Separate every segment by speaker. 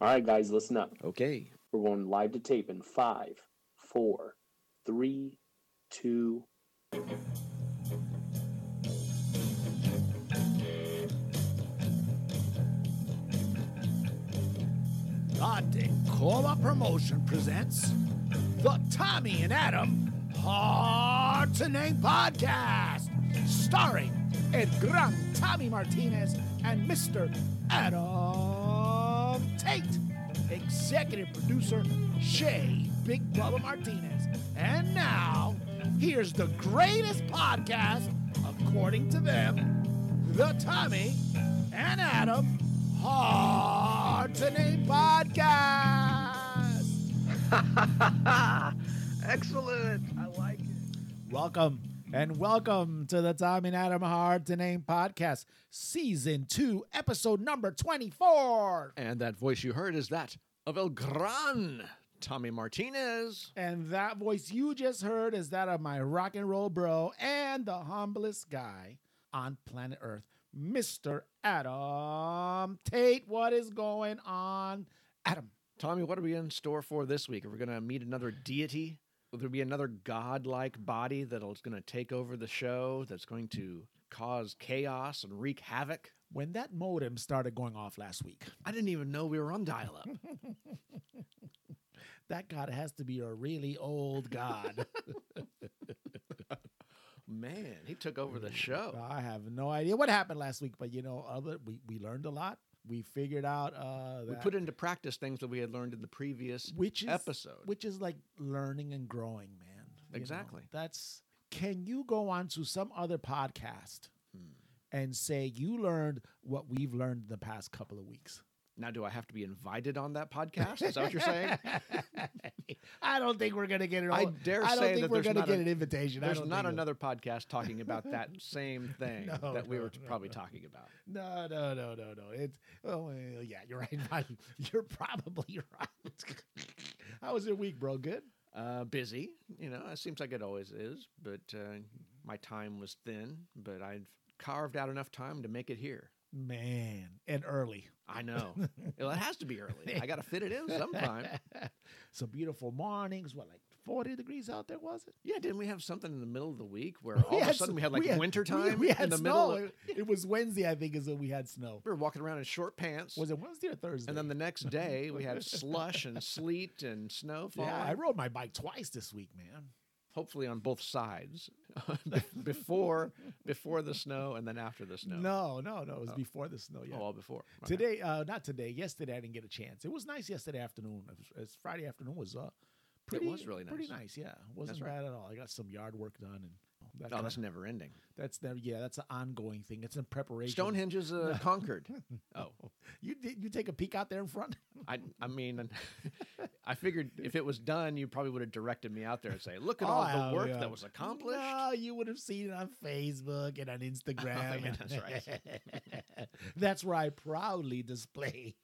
Speaker 1: All right, guys, listen up.
Speaker 2: Okay.
Speaker 1: We're going live to tape in five, four, three, two.
Speaker 3: Dante Cola Promotion presents the Tommy and Adam Hard to Name Podcast, starring El Gran Tommy Martinez and Mr. Adam Tate, executive producer Shay Big Bubba Martinez. And now, here's the greatest podcast, according to them, the Tommy and Adam Hard to Name Podcast.
Speaker 4: Excellent. I like it.
Speaker 3: Welcome and welcome to the Tom and Adam Hard to Name podcast, season two, episode number 24.
Speaker 2: And that voice you heard is that of El Gran Tommy Martinez.
Speaker 3: And that voice you just heard is that of my rock and roll bro and the humblest guy on planet Earth, Mr. Adam Tate. What is going on, Adam?
Speaker 2: Tommy, what are we in store for this week? Are we going to meet another deity? Will there be another godlike body that'll going to take over the show? That's going to cause chaos and wreak havoc.
Speaker 3: When that modem started going off last week,
Speaker 2: I didn't even know we were on dial-up.
Speaker 3: that god has to be a really old god.
Speaker 2: Man, he took over
Speaker 3: Mm,
Speaker 2: the show.
Speaker 3: I have no idea what happened last week, but you know, other we, we learned a lot. We figured out uh,
Speaker 2: We
Speaker 3: that-
Speaker 2: put into practice things that we had learned in the previous
Speaker 3: which is
Speaker 2: episode.
Speaker 3: which is like learning and growing, man. you know?
Speaker 2: Exactly.
Speaker 3: That's can you go on to some other podcast
Speaker 2: Hmm.
Speaker 3: and say you learned what we've learned in the past couple of weeks?
Speaker 2: Now, do I have to be invited on that podcast? Is that what you're saying?
Speaker 3: I don't think we're gonna get it.
Speaker 2: I
Speaker 3: all-
Speaker 2: dare
Speaker 3: I don't
Speaker 2: say
Speaker 3: think
Speaker 2: that
Speaker 3: we're
Speaker 2: there's
Speaker 3: gonna
Speaker 2: not
Speaker 3: get
Speaker 2: a-
Speaker 3: an invitation. I
Speaker 2: There's
Speaker 3: don't
Speaker 2: not
Speaker 3: think it-
Speaker 2: another podcast talking about that same thing
Speaker 3: No,
Speaker 2: that we
Speaker 3: no,
Speaker 2: were
Speaker 3: no,
Speaker 2: probably
Speaker 3: no.
Speaker 2: talking about.
Speaker 3: No, no, no, no, no. It's oh well, yeah, you're right. You're probably right. How was your week, bro? Good.
Speaker 2: Uh, busy, you know, it seems like it always is, but uh, my time was thin, but I've carved out enough time to make it here.
Speaker 3: Man, and early.
Speaker 2: I know. well, it has to be early. I got to fit it in sometime.
Speaker 3: Some beautiful mornings. What, like 40 degrees out there, was it?
Speaker 2: Yeah, didn't we have something in the middle of the week where all of a
Speaker 3: had
Speaker 2: sudden
Speaker 3: s-
Speaker 2: we had like
Speaker 3: we had-
Speaker 2: winter
Speaker 3: we-
Speaker 2: time
Speaker 3: we had
Speaker 2: in the
Speaker 3: snow.
Speaker 2: middle? Of,
Speaker 3: It- it was Wednesday, I think, is when we had snow.
Speaker 2: we were walking around in short pants.
Speaker 3: Was it Wednesday or Thursday?
Speaker 2: and then the next day we had slush and sleet and snow falling.
Speaker 3: yeah, I rode my bike twice this week, man.
Speaker 2: hopefully on both sides Be- before before the snow and then after the snow
Speaker 3: No, no, no. It was
Speaker 2: Oh.
Speaker 3: before the snow. Yeah.
Speaker 2: oh all before Okay.
Speaker 3: Today, uh, not today. Yesterday, I didn't get a chance. It was nice yesterday afternoon. It was- It's Friday afternoon was uh, pretty.
Speaker 2: was really
Speaker 3: Pretty
Speaker 2: nice.
Speaker 3: nice. Yeah, It wasn't
Speaker 2: right.
Speaker 3: bad at all. I got some yard work done and that
Speaker 2: oh
Speaker 3: kinda-
Speaker 2: that's never ending
Speaker 3: that's never. Yeah, that's an ongoing thing. It's in preparation.
Speaker 2: stonehenge is uh, conquered oh
Speaker 3: You did you take a peek out there in front?
Speaker 2: i i mean i figured if it was done you probably would have directed me out there and say look at
Speaker 3: Oh,
Speaker 2: all
Speaker 3: yeah,
Speaker 2: the work
Speaker 3: yeah.
Speaker 2: that was accomplished
Speaker 3: No, you would have seen it on Facebook and on Instagram.
Speaker 2: Oh, yeah,
Speaker 3: and-
Speaker 2: that's right.
Speaker 3: that's where I proudly display.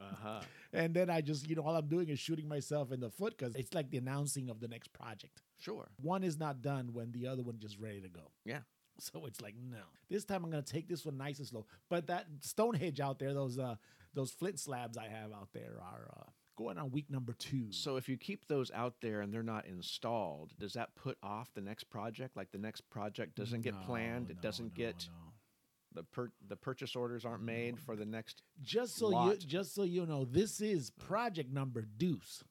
Speaker 2: uh-huh
Speaker 3: And then I just, you know, all I'm doing is shooting myself in the foot because it's like the announcing of the next project.
Speaker 2: sure
Speaker 3: One is not done when the other one just ready to go.
Speaker 2: Yeah.
Speaker 3: So it's like, no. This time I'm gonna take this one nice and slow. But that Stonehenge out there, those uh those flint slabs I have out there are uh going on week number two.
Speaker 2: so if you keep those out there and they're not installed does that put off the next project like the next project doesn't get
Speaker 3: No,
Speaker 2: planned it
Speaker 3: no,
Speaker 2: doesn't
Speaker 3: no,
Speaker 2: get the
Speaker 3: no.
Speaker 2: per- the purchase orders aren't made for the next
Speaker 3: just so you
Speaker 2: lot.
Speaker 3: just so you know, this is project number deuce.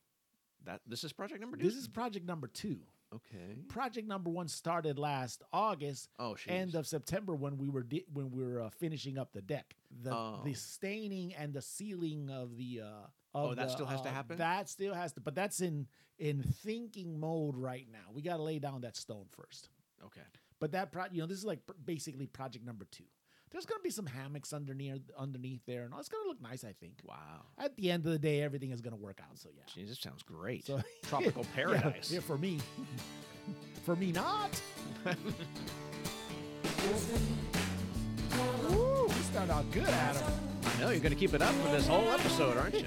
Speaker 2: That this is project number.
Speaker 3: This
Speaker 2: two?
Speaker 3: is project number two.
Speaker 2: okay.
Speaker 3: Project number one started last August,
Speaker 2: Oh, she's
Speaker 3: end of September when we were di- when we were uh, finishing up the deck. The
Speaker 2: Oh.
Speaker 3: the staining and the sealing of the uh,
Speaker 2: Oh,
Speaker 3: of
Speaker 2: that
Speaker 3: the,
Speaker 2: still has to
Speaker 3: uh,
Speaker 2: happen?
Speaker 3: That still has to, but that's in in thinking mode right now. We got to lay down that stone first.
Speaker 2: okay.
Speaker 3: But that pro- you know this is like pr- basically project number two. There's gonna be some hammocks underneath underneath there, and all. it's gonna look nice. I think.
Speaker 2: Wow.
Speaker 3: At the end of the day, everything is gonna work out. So yeah.
Speaker 2: Jeez, this sounds great.
Speaker 3: So-
Speaker 2: Tropical paradise.
Speaker 3: Yeah, yeah, for me. for me not. Ooh, we start out good, Adam.
Speaker 2: I know you're going to keep it up for this whole episode, aren't you?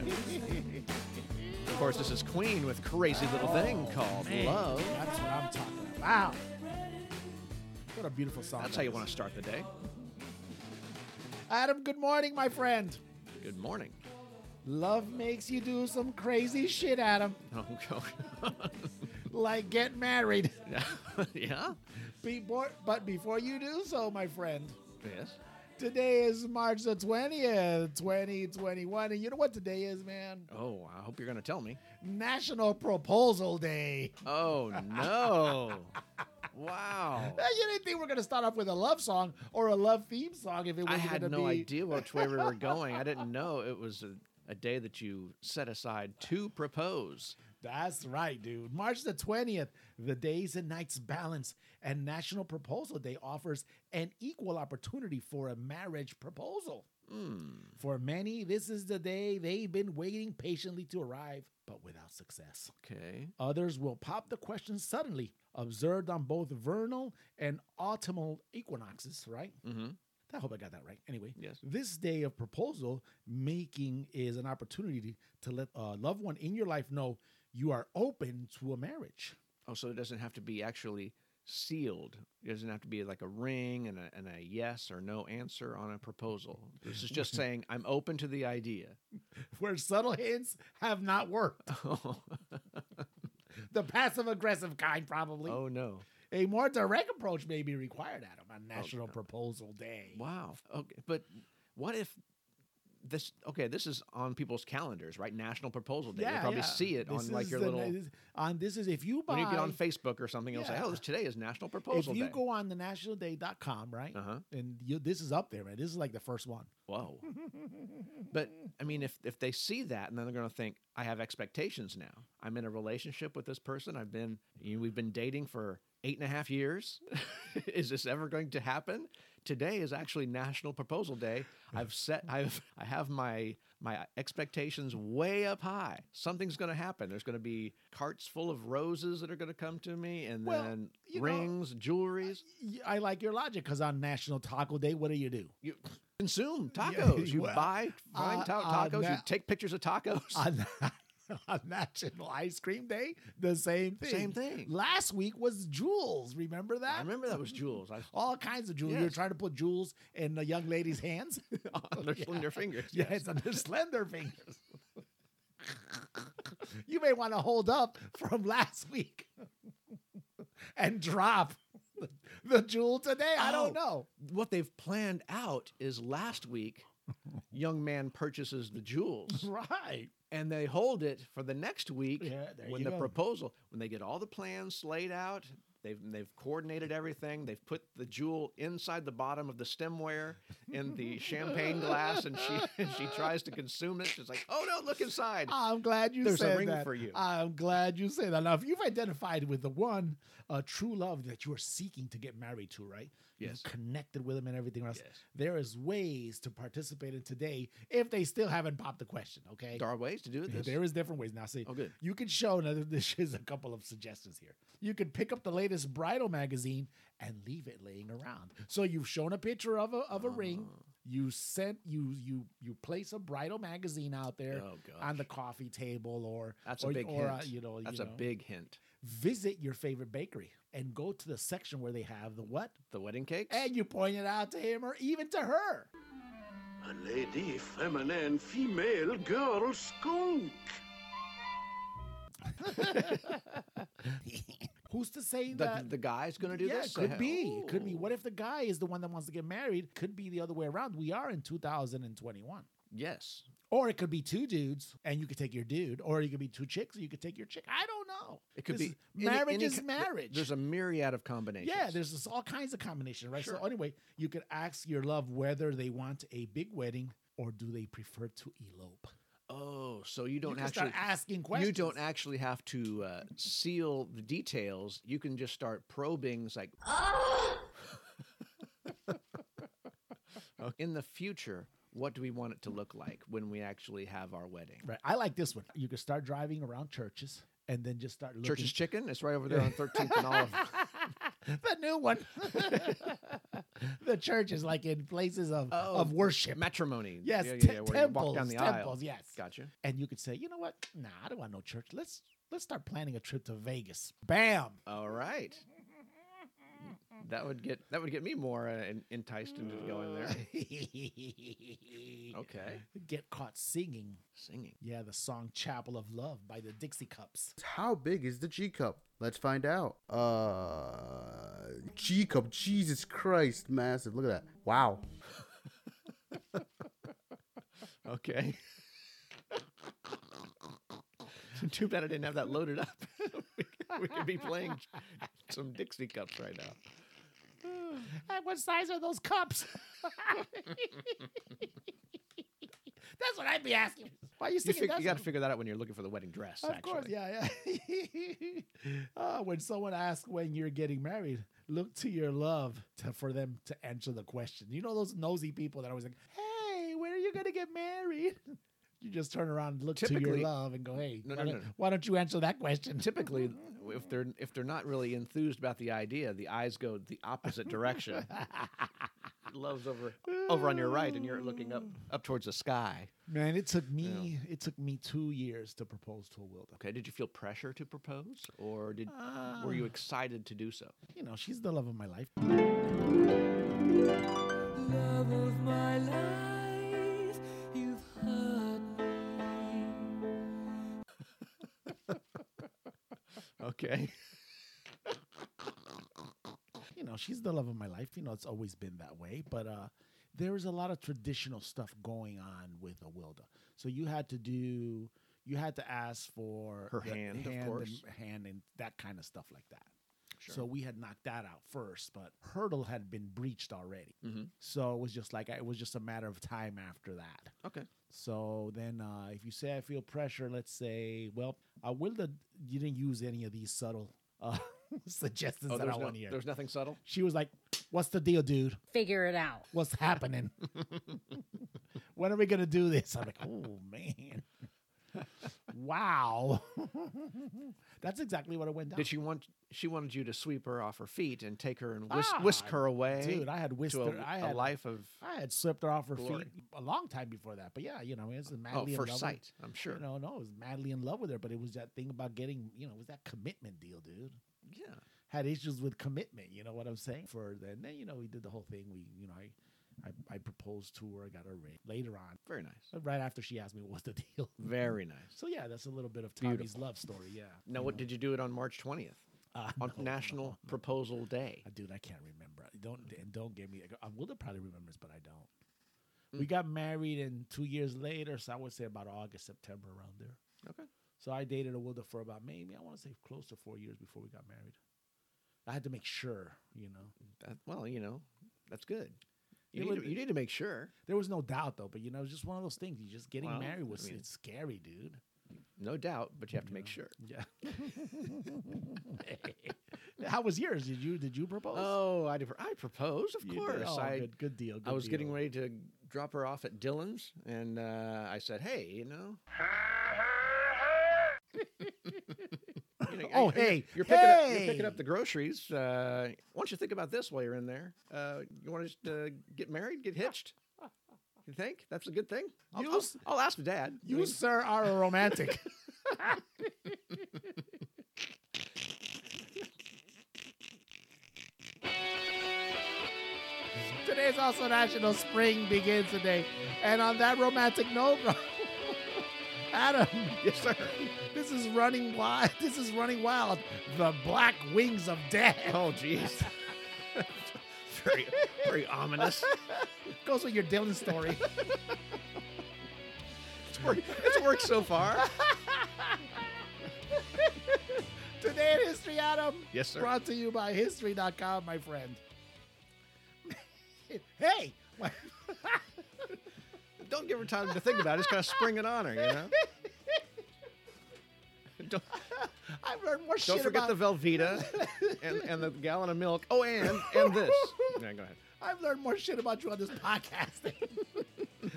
Speaker 2: of course, this is Queen with crazy little thing called Love.
Speaker 3: That's what I'm talking about. What a beautiful song.
Speaker 2: That's
Speaker 3: that
Speaker 2: how you
Speaker 3: is.
Speaker 2: want to start the day.
Speaker 3: Adam, good morning, my friend.
Speaker 2: Good morning.
Speaker 3: Love makes you do some crazy shit, Adam,
Speaker 2: Oh, God.
Speaker 3: like get married.
Speaker 2: yeah.
Speaker 3: Be bor- but before you do so, my friend,
Speaker 2: Yes.
Speaker 3: today is March the 20th, 2021. And you know what today is, man?
Speaker 2: Oh, I hope you're going to tell me.
Speaker 3: National Proposal Day.
Speaker 2: Oh, no. wow.
Speaker 3: Uh, You didn't think we're going to start off with a love song or a love theme song if it was
Speaker 2: I had
Speaker 3: going to
Speaker 2: no
Speaker 3: be.
Speaker 2: idea which way we were going. I didn't know it was a, a day that you set aside to propose.
Speaker 3: That's right, dude. March the 20th, the Days and Nights Balance and National Proposal Day offers an equal opportunity for a marriage proposal.
Speaker 2: Hmm.
Speaker 3: For many, this is the day they've been waiting patiently to arrive, but without success.
Speaker 2: Okay.
Speaker 3: Others will pop the question suddenly, observed on both vernal and autumnal equinoxes, right?
Speaker 2: Mm-hmm.
Speaker 3: I hope I got that right. Anyway,
Speaker 2: Yes.
Speaker 3: this day of proposal making is an opportunity to let a loved one in your life know you are open to a marriage.
Speaker 2: Oh, so it doesn't have to be actually sealed. It doesn't have to be like a ring and a, and a yes or no answer on a proposal. This is just saying I'm open to the idea.
Speaker 3: Where subtle hints have not worked.
Speaker 2: oh
Speaker 3: The passive aggressive kind, probably.
Speaker 2: no!
Speaker 3: A more direct approach may be required, Adam, on National
Speaker 2: no.
Speaker 3: Proposal Day.
Speaker 2: Wow. Okay, but what if this? Okay, this is on people's calendars, right? National Proposal Day. you probably see it
Speaker 3: This
Speaker 2: on like
Speaker 3: is
Speaker 2: your
Speaker 3: the-
Speaker 2: little
Speaker 3: this- on this is if you buy
Speaker 2: when you get on Facebook or something. It'll say,
Speaker 3: Yeah.
Speaker 2: "Oh, this today is National
Speaker 3: if
Speaker 2: Proposal
Speaker 3: you
Speaker 2: Day."
Speaker 3: go on the nationalday.com, right?
Speaker 2: uh huh.
Speaker 3: And you, this is up there, man. This is like the first one.
Speaker 2: Whoa. But I mean, if if they see that, and then they're going to think, I have expectations now. I'm in a relationship with this person. I've been, you know, we've been dating for eight and a half years. is this ever going to happen? Today is actually National Proposal Day. I've set, I've, I have my my expectations way up high. Something's going to happen. There's going to be carts full of roses that are going to come to me, and
Speaker 3: Well,
Speaker 2: then
Speaker 3: you know,
Speaker 2: rings, jewelries.
Speaker 3: Y- I like your logic because on National Taco Day, what do you do?
Speaker 2: You consume tacos. You
Speaker 3: well,
Speaker 2: buy fine
Speaker 3: uh,
Speaker 2: ta-
Speaker 3: uh,
Speaker 2: tacos. you
Speaker 3: na-
Speaker 2: take pictures of tacos.
Speaker 3: on, on National Ice Cream Day, the same thing.
Speaker 2: Same thing.
Speaker 3: Last week was Jules. Remember that?
Speaker 2: I remember that was Jules. I
Speaker 3: All kinds of jewels. You're
Speaker 2: Yes.
Speaker 3: trying to put jewels in the young lady's hands.
Speaker 2: on their, on their fingers.
Speaker 3: yeah, it's on their slender fingers. you may want to hold up from last week and drop the, the jewel today. I don't
Speaker 2: Oh.
Speaker 3: know.
Speaker 2: What they've planned out is last week, young man purchases the jewels
Speaker 3: Right.
Speaker 2: and they hold it for the next week
Speaker 3: Yeah, there
Speaker 2: when
Speaker 3: you
Speaker 2: the
Speaker 3: go.
Speaker 2: proposal, when they get all the plans laid out. They've, they've coordinated everything. They've put the jewel inside the bottom of the stemware in the champagne glass, and she and she tries to consume it. She's like, "Oh no, look inside!"
Speaker 3: I'm glad you
Speaker 2: There's a
Speaker 3: said
Speaker 2: ring
Speaker 3: that.
Speaker 2: for you.
Speaker 3: I'm glad you said that. Now, if you've identified with the one uh, true love that you are seeking to get married to, right? You've
Speaker 2: Yes.
Speaker 3: connected with them and everything else.
Speaker 2: Yes.
Speaker 3: There is ways to participate in today if they still haven't popped the question. Okay.
Speaker 2: There are ways to do this.
Speaker 3: There is different ways. Now, see,
Speaker 2: Oh, good.
Speaker 3: you can show. Now, this is a couple of suggestions here. You can pick up the latest bridal magazine and leave it laying around. So you've shown a picture of a of a
Speaker 2: Uh-huh.
Speaker 3: ring.
Speaker 2: Oh,
Speaker 3: You sent you you you place a bridal magazine out there
Speaker 2: Oh, gosh.
Speaker 3: on the coffee table or
Speaker 2: That's a
Speaker 3: or-
Speaker 2: big
Speaker 3: or, uh,
Speaker 2: hint.
Speaker 3: you know
Speaker 2: That's
Speaker 3: you
Speaker 2: a
Speaker 3: know.
Speaker 2: big hint.
Speaker 3: visit your favorite bakery and go to the section where they have the what
Speaker 2: The wedding cakes.
Speaker 3: and you point it out to him or even to her.
Speaker 5: A lady, feminine, female, girl, skunk.
Speaker 3: Who's to say
Speaker 2: the,
Speaker 3: that
Speaker 2: the guy's going to do
Speaker 3: yeah,
Speaker 2: this.
Speaker 3: it could be. It could be.
Speaker 2: Ooh.
Speaker 3: What if the guy is the one that wants to get married? Could be the other way around. We are in 2021.
Speaker 2: Yes.
Speaker 3: Or it could be two dudes and you could take your dude, or you could be two chicks and you could take your chick. I don't know.
Speaker 2: It could
Speaker 3: This
Speaker 2: be.
Speaker 3: is-
Speaker 2: any-
Speaker 3: marriage
Speaker 2: any
Speaker 3: is
Speaker 2: ki-
Speaker 3: marriage.
Speaker 2: There's a myriad of combinations.
Speaker 3: yeah, there's just all kinds of combinations, right? So
Speaker 2: Sure.
Speaker 3: anyway, you could ask your love whether they want a big wedding or do they prefer to elope.
Speaker 2: Oh, so you
Speaker 3: You
Speaker 2: don't
Speaker 3: can
Speaker 2: actually.
Speaker 3: start asking questions.
Speaker 2: You don't actually have to uh, seal the details. You can just start probing. It's like in the future, what do we want it to look like when we actually have our wedding?
Speaker 3: Right. I like this one. You could start driving around churches and then just start looking.
Speaker 2: Church's Chicken. It's right over there on 13th and Olive.
Speaker 3: the new one. the church is like in places of,
Speaker 2: Oh,
Speaker 3: of worship.
Speaker 2: Matrimony.
Speaker 3: yes,
Speaker 2: Yeah, yeah,
Speaker 3: te-
Speaker 2: yeah, where you
Speaker 3: temples,
Speaker 2: walk down the aisle.
Speaker 3: temples, yes.
Speaker 2: Gotcha.
Speaker 3: And you could say, you know what? Nah, I don't want no church. Let's let's start planning a trip to Vegas. Bam.
Speaker 2: All right. that would get that would get me more uh, en- enticed into going there. Okay,
Speaker 3: Get caught singing.
Speaker 2: singing.
Speaker 3: Yeah, the song Chapel of Love by the Dixie Cups.
Speaker 6: How big is the G cup? Let's find out. Uh, G cup. Jesus Christ, massive. Look at that. Wow.
Speaker 2: Okay. Too bad I didn't have that loaded up. we, could, we could be playing some Dixie Cups right now.
Speaker 3: And what size are those cups? That's what I'd be asking. Why are you
Speaker 2: You,
Speaker 3: singing
Speaker 2: fig-
Speaker 3: that
Speaker 2: you got
Speaker 3: song?
Speaker 2: to figure that out when you're looking for the wedding dress.
Speaker 3: Of
Speaker 2: actually.
Speaker 3: course, yeah, yeah. uh, when someone asks when you're getting married, look to your love to, for them to answer the question. You know those nosy people that are always like, "Hey, when are you gonna get married?" You just turn around, and look to your
Speaker 2: Typically-
Speaker 3: love, and go, "Hey,
Speaker 2: No,
Speaker 3: why,
Speaker 2: no,
Speaker 3: don't,
Speaker 2: no, no.
Speaker 3: why don't you answer that question?"
Speaker 2: Typically, if they're if they're not really enthused about the idea, the eyes go the opposite direction. Love's over over on your right, and you're looking up
Speaker 3: Mm.
Speaker 2: up towards the sky.
Speaker 3: Man, it took me it took me two years to propose to a Wilda.
Speaker 2: Okay, did you feel pressure to propose, or did were
Speaker 3: Uh.
Speaker 2: you excited to do so?
Speaker 3: You know, she's the love of my life.
Speaker 7: Love of my life, you've hurt me.
Speaker 2: Okay,
Speaker 3: you know, she's the love of my life. You know, it's always been that way. But uh, there is a lot of traditional stuff going on with a Wilda. So you had to do, you had to ask for
Speaker 2: Her
Speaker 3: the
Speaker 2: hand, of
Speaker 3: and-
Speaker 2: course.
Speaker 3: hand, and that kind of stuff like that. So we had knocked that out first, but hurdle had been breached already.
Speaker 2: Mhm.
Speaker 3: So it was just like it was just a matter of time after that.
Speaker 2: okay.
Speaker 3: So then, uh, if you say I feel pressure, let's say, well, I will. The, you didn't use any of these subtle uh, suggestions that I
Speaker 2: Oh, there's, no-
Speaker 3: want to hear.
Speaker 2: there's nothing subtle.
Speaker 3: She was like, "What's the deal, dude?
Speaker 8: Figure it out.
Speaker 3: What's happening? when are we gonna do this?" I'm like, "Oh man, wow." That's exactly what it went down.
Speaker 2: Did she want? She wanted you to sweep her off her feet and take her and whisk,
Speaker 3: Ah,
Speaker 2: whisk her away,
Speaker 3: dude? I had whisked
Speaker 2: to a,
Speaker 3: her. I
Speaker 2: a
Speaker 3: had
Speaker 2: life of
Speaker 3: I had swept her off her
Speaker 2: Glory.
Speaker 3: feet a long time before that. But yeah, you know, it's
Speaker 2: oh,
Speaker 3: madly in
Speaker 2: first
Speaker 3: love
Speaker 2: sight. I'm
Speaker 3: With,
Speaker 2: sure.
Speaker 3: You know, no, I was madly in love with her, but it was that thing about getting. You know, it was that commitment deal, dude.
Speaker 2: yeah.
Speaker 3: had issues with commitment. You know what I'm saying? For then, then you know, we did the whole thing. We, you know, I, I, I proposed to her. I got her ring later on,
Speaker 2: Very nice.
Speaker 3: right after she asked me what's the deal.
Speaker 2: Very nice.
Speaker 3: So yeah, that's a little bit of Tommy's love story. Yeah.
Speaker 2: Now, what did you do it on March 20th
Speaker 3: Uh,
Speaker 2: on
Speaker 3: no,
Speaker 2: National
Speaker 3: no, no.
Speaker 2: Proposal Day?
Speaker 3: Uh, Dude, I can't remember. Don't and don't give me. I will probably remembers, but I don't.
Speaker 2: Mm.
Speaker 3: We got married, and two years later, so I would say about August, September, around there.
Speaker 2: Okay.
Speaker 3: So I dated a Wilda for about maybe I want to say close to four years before we got married. I had to make sure, you know.
Speaker 2: That, well, you know, that's good.
Speaker 3: It
Speaker 2: You need,
Speaker 3: would
Speaker 2: to, you need to make sure.
Speaker 3: There was no doubt though, but you know, it's just one of those things. You just getting
Speaker 2: Well,
Speaker 3: married
Speaker 2: I
Speaker 3: was
Speaker 2: mean-
Speaker 3: it's scary, dude.
Speaker 2: No doubt, but you have to make sure.
Speaker 3: Yeah. How was yours? Did you did you propose?
Speaker 2: Oh, I, did, I proposed, of
Speaker 3: You did.
Speaker 2: course.
Speaker 3: Oh,
Speaker 2: I,
Speaker 3: good, good deal.
Speaker 2: I
Speaker 3: good
Speaker 2: was getting
Speaker 3: deal.
Speaker 2: ready to drop her off at Dylan's, and uh, I said, hey, you know. You know,
Speaker 3: Oh,
Speaker 2: I- I-
Speaker 3: hey,
Speaker 2: You're picking, up, you're
Speaker 3: hey.
Speaker 2: picking up the groceries. Uh, why don't you think about this while you're in there? Uh, you want to just uh, get married, get hitched? You think that's a good thing? I'll,
Speaker 3: You
Speaker 2: I'll-
Speaker 3: s-
Speaker 2: I'll ask Dad. I
Speaker 3: You,
Speaker 2: mean,
Speaker 3: sir, are a romantic. Today's also National Spring Begins Today. And on that romantic note, Adam,
Speaker 2: yes, sir.
Speaker 3: this is running wild. This is running wild. The Black Wings of Death.
Speaker 2: Oh, jeez. very, very ominous.
Speaker 3: Goes with your Dylan story.
Speaker 2: It's worked, it's worked so far.
Speaker 3: Today in History, Adam.
Speaker 2: Yes, sir.
Speaker 3: Brought to you by History.com, my friend. hey, why-
Speaker 2: Don't give her time to think about it. It's kind of spring it on her, you know. Don't,
Speaker 3: I've learned more
Speaker 2: don't
Speaker 3: shit
Speaker 2: forget
Speaker 3: about
Speaker 2: the Velveeta and, and the gallon of milk. Oh, and and this. Yeah, go ahead.
Speaker 3: I've learned more shit about you on this podcast.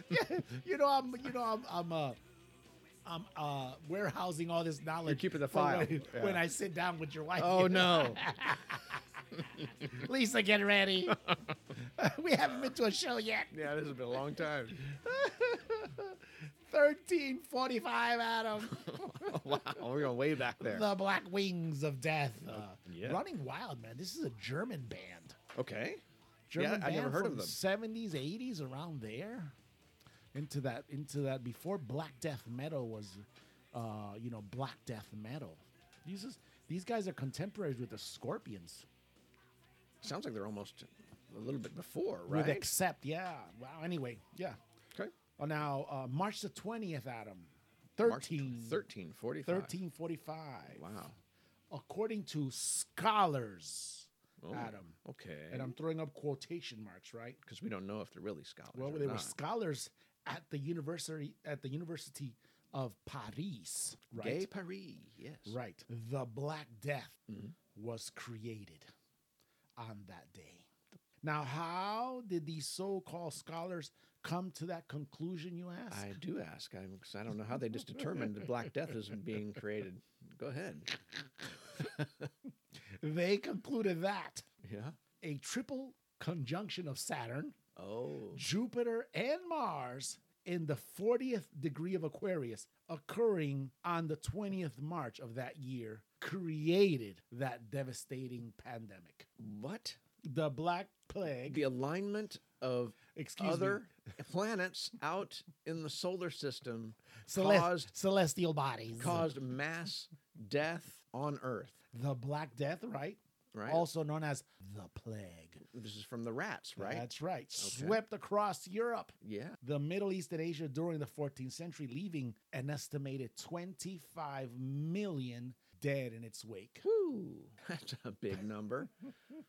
Speaker 3: Yeah, you know I'm you know I'm I'm uh I'm uh warehousing all this knowledge.
Speaker 2: keeping the
Speaker 3: for when-
Speaker 2: file, yeah.
Speaker 3: when I sit down with your wife.
Speaker 2: Oh no.
Speaker 3: Lisa, get ready. we haven't been to a show yet.
Speaker 2: Yeah, this has been a long time.
Speaker 3: 1345, Adam.
Speaker 2: wow, Oh, we're going way back there.
Speaker 3: The Black Wings of Death. Uh,
Speaker 2: yeah.
Speaker 3: Running Wild, man. This is a German band.
Speaker 2: Okay.
Speaker 3: German
Speaker 2: I
Speaker 3: band
Speaker 2: never heard
Speaker 3: from
Speaker 2: of them.
Speaker 3: Seventies, eighties, around there. Into that, into that. Before Black Death metal was, uh, you know, Black Death metal. These is these guys are contemporaries with the Scorpions.
Speaker 2: Sounds like they're almost a little bit before, right?
Speaker 3: With Accept, yeah. Wow. Anyway, yeah.
Speaker 2: okay.
Speaker 3: Oh, now uh, March the twentieth, Adam.
Speaker 2: March
Speaker 3: 13,
Speaker 2: 13, 45.
Speaker 3: 1345.
Speaker 2: Wow.
Speaker 3: According to scholars,
Speaker 2: Oh,
Speaker 3: Adam.
Speaker 2: Okay.
Speaker 3: And I'm throwing up quotation marks, right?
Speaker 2: Because we don't know if they're really scholars.
Speaker 3: Well,
Speaker 2: or
Speaker 3: they were
Speaker 2: not.
Speaker 3: scholars at the university at the University of Paris, right?
Speaker 2: Gay Paris, yes.
Speaker 3: Right. The Black Death
Speaker 2: Mhm.
Speaker 3: was created on that day. Now, how did these so-called scholars come to that conclusion? You ask.
Speaker 2: I do ask. I'm, 'cause I don't know how they just determined that Black Death is being created. Go ahead.
Speaker 3: They concluded that
Speaker 2: Yeah.
Speaker 3: a triple conjunction of Saturn,
Speaker 2: Oh.
Speaker 3: Jupiter, and Mars in the 40th degree of Aquarius occurring on the 20th March of that year created that devastating pandemic.
Speaker 2: What?
Speaker 3: The Black Plague,
Speaker 2: The alignment of
Speaker 3: excuse me,
Speaker 2: other planets out in the solar system
Speaker 3: celest-
Speaker 2: caused-
Speaker 3: celestial bodies.
Speaker 2: caused mass death on Earth,
Speaker 3: the Black Death, right?
Speaker 2: right?
Speaker 3: Also known as the plague.
Speaker 2: this is from the rats, right?
Speaker 3: That's right. Swept across Europe.
Speaker 2: yeah.
Speaker 3: the Middle East and Asia during the 14th century, leaving an estimated 25 million dead in its wake.
Speaker 2: Woo. That's a big number.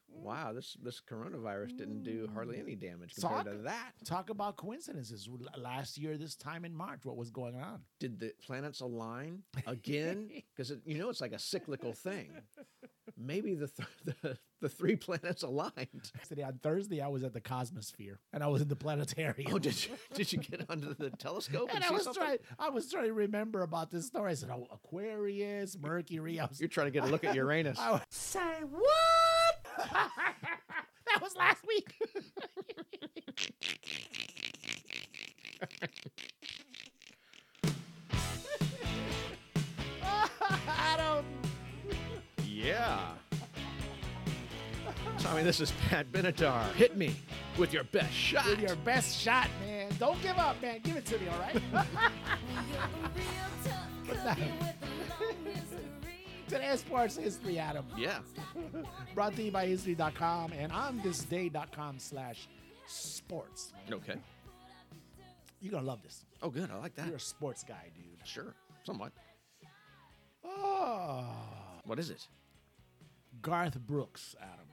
Speaker 2: wow, this this coronavirus didn't do hardly any damage compared
Speaker 3: Sock?
Speaker 2: to that.
Speaker 3: Talk about coincidences. L- Last year, this time in March, what was going on?
Speaker 2: Did the planets align again? Because you know it's like a cyclical thing. Maybe the th- the, the three planets aligned.
Speaker 3: Yesterday, on Thursday, I was at the Cosmosphere and I was in the planetarium.
Speaker 2: Oh, did you, did you get under the telescope and,
Speaker 3: and I
Speaker 2: see
Speaker 3: was
Speaker 2: something?
Speaker 3: trying. I was trying to remember about this story. I said, "Oh, Aquarius, Mercury." I was,
Speaker 2: You're trying to get a look at Uranus.
Speaker 3: I was-
Speaker 7: Say what?
Speaker 3: that was last week. Adam,
Speaker 2: Yeah. Tommy, this is Pat Benatar. Hit me with your best shot.
Speaker 3: with your best shot, man. Don't give up, man. Give it to me, all right? Today's Sports History, Adam.
Speaker 2: yeah.
Speaker 3: Brought to you by history.com and on this day.com slash sports.
Speaker 2: Okay.
Speaker 3: You're going to love this.
Speaker 2: Oh, good. I like that.
Speaker 3: You're a sports guy, dude.
Speaker 2: Sure. Somewhat.
Speaker 3: Oh.
Speaker 2: What is it?
Speaker 3: Garth Brooks, Adam,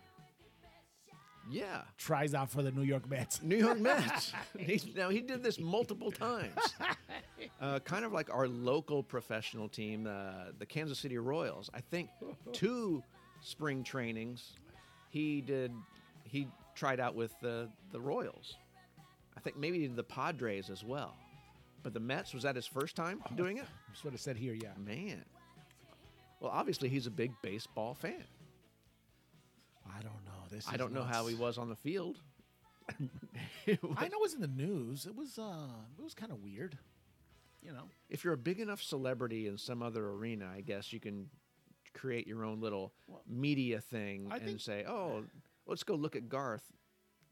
Speaker 2: Yeah.
Speaker 3: tries out for the New York Mets.
Speaker 2: New York Mets. He's, now he did this multiple times, uh, kind of like our local professional team, uh, the Kansas City Royals. I think two spring trainings, he did. He tried out with the the Royals. I think maybe he did the Padres as well, but the Mets was that his first time
Speaker 3: Oh.
Speaker 2: doing it.
Speaker 3: That's what it said here, yeah.
Speaker 2: Man, well, obviously he's a big baseball fan.
Speaker 3: I don't know. This
Speaker 2: I
Speaker 3: is
Speaker 2: don't know how
Speaker 3: nuts.
Speaker 2: he was on the field.
Speaker 3: I know it was in the news. It was uh it was kind of weird. You know.
Speaker 2: if you're a big enough celebrity in some other arena, I guess you can create your own little media thing
Speaker 3: I
Speaker 2: and
Speaker 3: think-
Speaker 2: say, "Oh, let's go look at Garth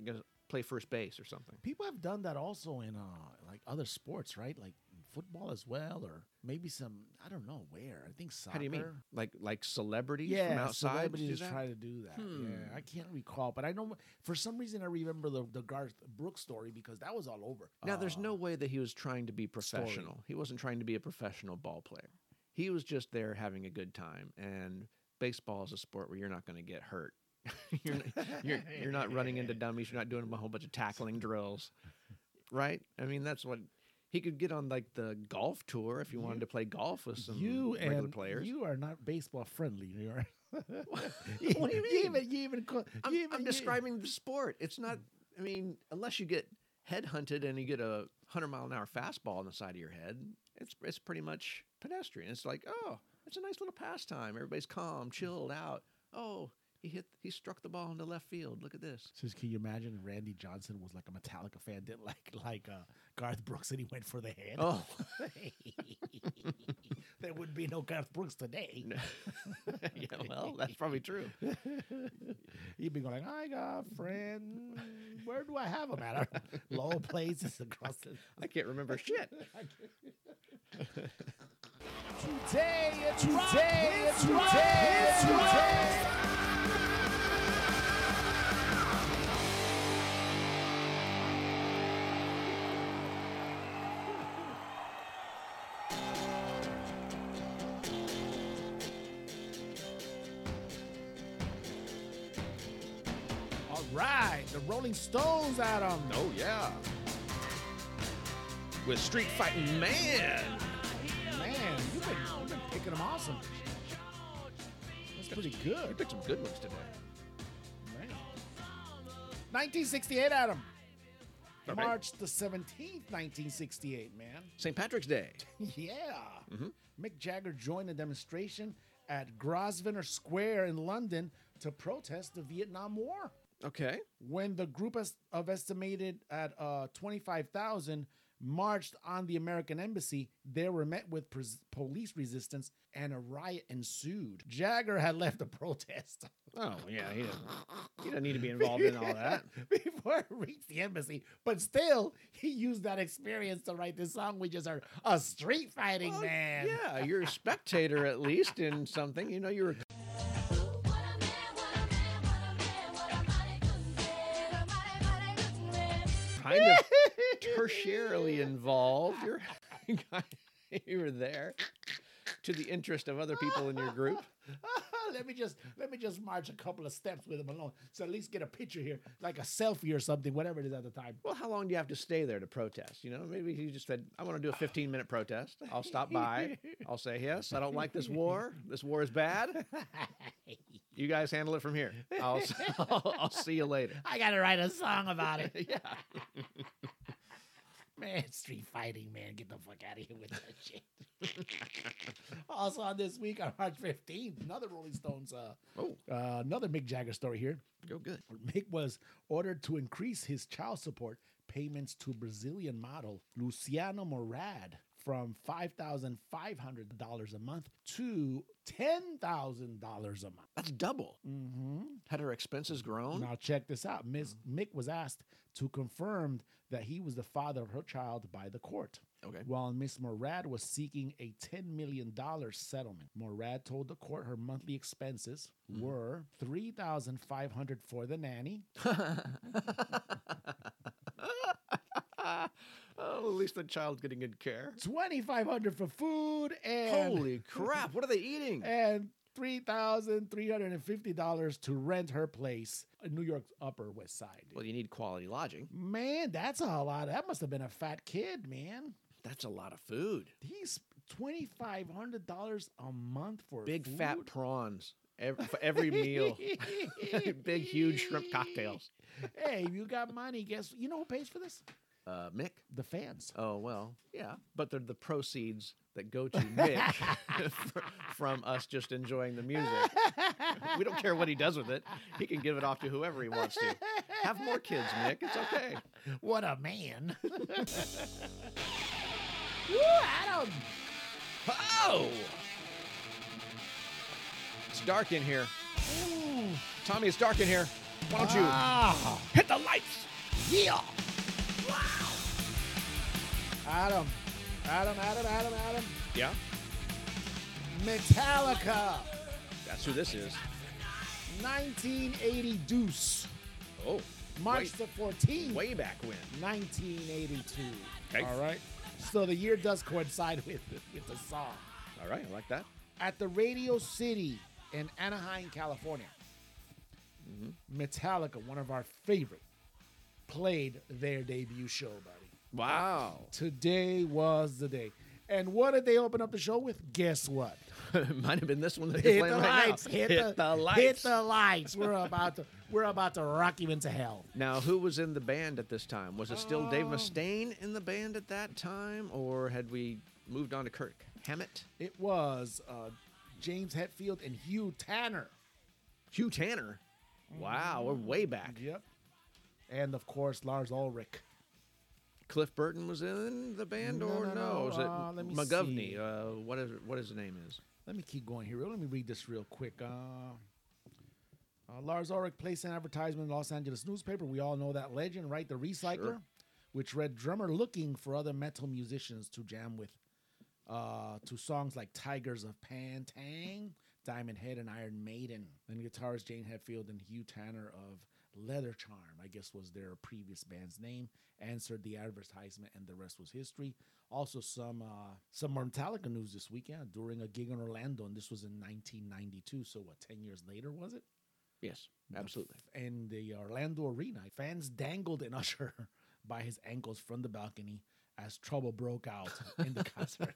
Speaker 2: going to play first base or something."
Speaker 3: People have done that also in uh like other sports, right? Like football as well or maybe some I don't know where. I think soccer.
Speaker 2: How do you mean? Like like celebrities
Speaker 3: Yeah,
Speaker 2: from outside do
Speaker 3: celebrities
Speaker 2: that?
Speaker 3: try to do that.
Speaker 2: Hmm.
Speaker 3: Yeah, I can't recall, but I know for some reason I remember the, the Garth Brooks story because that was all over.
Speaker 2: Now, there's
Speaker 3: Uh,
Speaker 2: no way that he was trying to be professional. He wasn't trying to be a professional ball player. He was just there having a good time. And baseball is a sport where you're not going to get hurt. you're, not, you're, you're not running into dummies. You're not doing a whole bunch of tackling drills, right? I mean, that's what he could get on like the golf tour if he wanted to play golf with some
Speaker 3: Uh, you
Speaker 2: regular
Speaker 3: and
Speaker 2: players.
Speaker 3: you are not baseball friendly. You are.
Speaker 2: What do you mean?
Speaker 3: even, you even, call- you
Speaker 2: I'm,
Speaker 3: even,
Speaker 2: I'm
Speaker 3: you-
Speaker 2: describing the sport. It's not. I mean, unless you get headhunted and you get a hundred mile an hour fastball on the side of your head, it's it's pretty much Mm. pedestrian. It's like, oh, it's a nice little pastime. Everybody's calm, chilled out. Oh, He hit. He struck the ball into left field. Look at this.
Speaker 3: Says, can you imagine if Randy Johnson was like a Metallica fan, did like like uh, Garth Brooks, and he went for the head?
Speaker 2: Oh.
Speaker 3: there would be no Garth Brooks today.
Speaker 2: yeah, well, that's probably true.
Speaker 3: He'd be going, I got a friend. Where do I have him at? Low places across the.
Speaker 2: I can't remember shit.
Speaker 3: Today it's today it's today it's today. All right, the Rolling Stones, Adam.
Speaker 2: Oh yeah. With Street Fighting Man.
Speaker 3: Man, you've been, you've been picking them awesome. That's pretty
Speaker 2: You
Speaker 3: good.
Speaker 2: picked some good ones today.
Speaker 3: Man. 1968, Adam.
Speaker 2: Okay.
Speaker 3: March the 17th, 1968, man.
Speaker 2: St. Patrick's Day.
Speaker 3: yeah. Mick Jagger joined a demonstration at Grosvenor Square in London to protest the Vietnam War.
Speaker 2: Okay.
Speaker 3: When the group est- of estimated at uh, 25,000 marched on the American embassy, they were met with pres- police resistance and a riot ensued. Jagger had left the protest.
Speaker 2: Oh yeah. He doesn't, he doesn't need to be involved in all that.
Speaker 3: before it reached the embassy. But still, he used that experience to write this song we just heard. A street fighting
Speaker 2: Well,
Speaker 3: man.
Speaker 2: Oh, Yeah, you're a spectator at least in something. You know, you're a kind of tertiarily involved. You're you were there to the interest of other people in your group.
Speaker 3: let me just let me just march a couple of steps with him alone. So at least get a picture here, like a selfie or something, whatever it is at the time.
Speaker 2: Well, how long do you have to stay there to protest? You know, maybe he just said, "I want to do a 15 minute protest. I'll stop by. I'll say yes. I don't like this war. This war is bad. You guys handle it from here. I'll s- I'll, I'll see you later."
Speaker 3: I gotta write a song about it.
Speaker 2: Yeah.
Speaker 3: Man, street fighting, man. Get the fuck out of here with that shit. also on this week on March 15th, another Rolling Stones uh,
Speaker 2: Oh,
Speaker 3: uh another Mick Jagger story here.
Speaker 2: go good.
Speaker 3: Mick was ordered to increase his child support payments to Brazilian model Luciano Morad from $5,500 a month to $10,000 a month. Mm-hmm.
Speaker 2: That's double. Had her expenses grown?
Speaker 3: Now, check this out. Miss Mick was asked to confirm that he was the father of her child by the court.
Speaker 2: Okay.
Speaker 3: While Miss Morad was seeking a $10 million settlement, Morad told the court her monthly expenses
Speaker 2: Hmm.
Speaker 3: were 3500 for the nanny,
Speaker 2: oh, at least the child's getting good care.
Speaker 3: 2500 for food and
Speaker 2: Holy crap! What are they eating?
Speaker 3: and $3,350 to rent her place in New York's Upper West Side.
Speaker 2: Well, you need quality lodging.
Speaker 3: Man, that's a lot. That must have been a fat kid, man.
Speaker 2: That's a lot of food.
Speaker 3: He's $2,500 a month for
Speaker 2: Big fat
Speaker 3: food?
Speaker 2: prawns ev- for every meal. Big huge shrimp cocktails.
Speaker 3: Hey, if you got money, guess you know who pays for this?
Speaker 2: Uh, Mick.
Speaker 3: The fans.
Speaker 2: Oh well, yeah, but they're the proceeds that go to Mick fr- from us just enjoying the music. we don't care what he does with it. He can give it off to whoever he wants to. Have more kids, Mick. It's okay.
Speaker 3: What a man. Woo, Adam.
Speaker 2: Oh! It's dark in here. Tommy, it's dark in here. Why don't you
Speaker 3: Ah,
Speaker 2: hit the lights?
Speaker 3: yeah. Wow. Adam. Adam, Adam, Adam, Adam.
Speaker 2: Yeah,
Speaker 3: Metallica,
Speaker 2: that's who this is.
Speaker 3: 1980 Deuce,
Speaker 2: Oh,
Speaker 3: March
Speaker 2: way,
Speaker 3: the 14th,
Speaker 2: way back when.
Speaker 3: 1982.
Speaker 2: Okay.
Speaker 3: All right. So the year does coincide with, with the song.
Speaker 2: All right, I like that.
Speaker 3: At the Radio City in Anaheim, California, Metallica, one of our favorite, played their debut show, buddy.
Speaker 2: Wow.
Speaker 3: Today was the day. And what did they open up the show with? Guess what?
Speaker 2: Might have been this one that you're
Speaker 3: hit the
Speaker 2: playing right
Speaker 3: lights.
Speaker 2: now.
Speaker 3: Hit, the,
Speaker 2: lights.
Speaker 3: Hit the lights. We're about to we're about to rock you into hell.
Speaker 2: Now, who was in the band at this time? Was it still Dave Mustaine in the band at that time, or had we moved on to Kirk Hammett?
Speaker 3: It was uh, James Hetfield and Hugh Tanner.
Speaker 2: Hugh Tanner. Wow, we're way back.
Speaker 3: Yep. And of course, Lars Ulrich.
Speaker 2: Cliff Burton was in the band,
Speaker 3: No,
Speaker 2: or
Speaker 3: no,
Speaker 2: no?
Speaker 3: no,
Speaker 2: Is
Speaker 3: uh,
Speaker 2: it
Speaker 3: let me see.
Speaker 2: McGovney? Uh, what is what his name is?
Speaker 3: Let me keep going here. Let me read this real quick. Uh, uh, Lars Ulrich placed an advertisement in Los Angeles newspaper. We all know that legend, right? The Recycler,
Speaker 2: Sure.
Speaker 3: which read drummer looking for other metal musicians to jam with, uh, to songs like Tigers of Pantang, Diamond Head, and Iron Maiden. And guitarist Jane Hetfield and Hugh Tanner of Leather Charm, I guess was their previous band's name, answered the advertisement, and the rest was history. Also, some uh, some Metallica news this weekend during a gig in Orlando, and this was in 1992. So what, ten years later was it?
Speaker 2: Yes, absolutely.
Speaker 3: In the Orlando arena, fans dangled an usher by his ankles from the balcony as trouble broke out in the concert.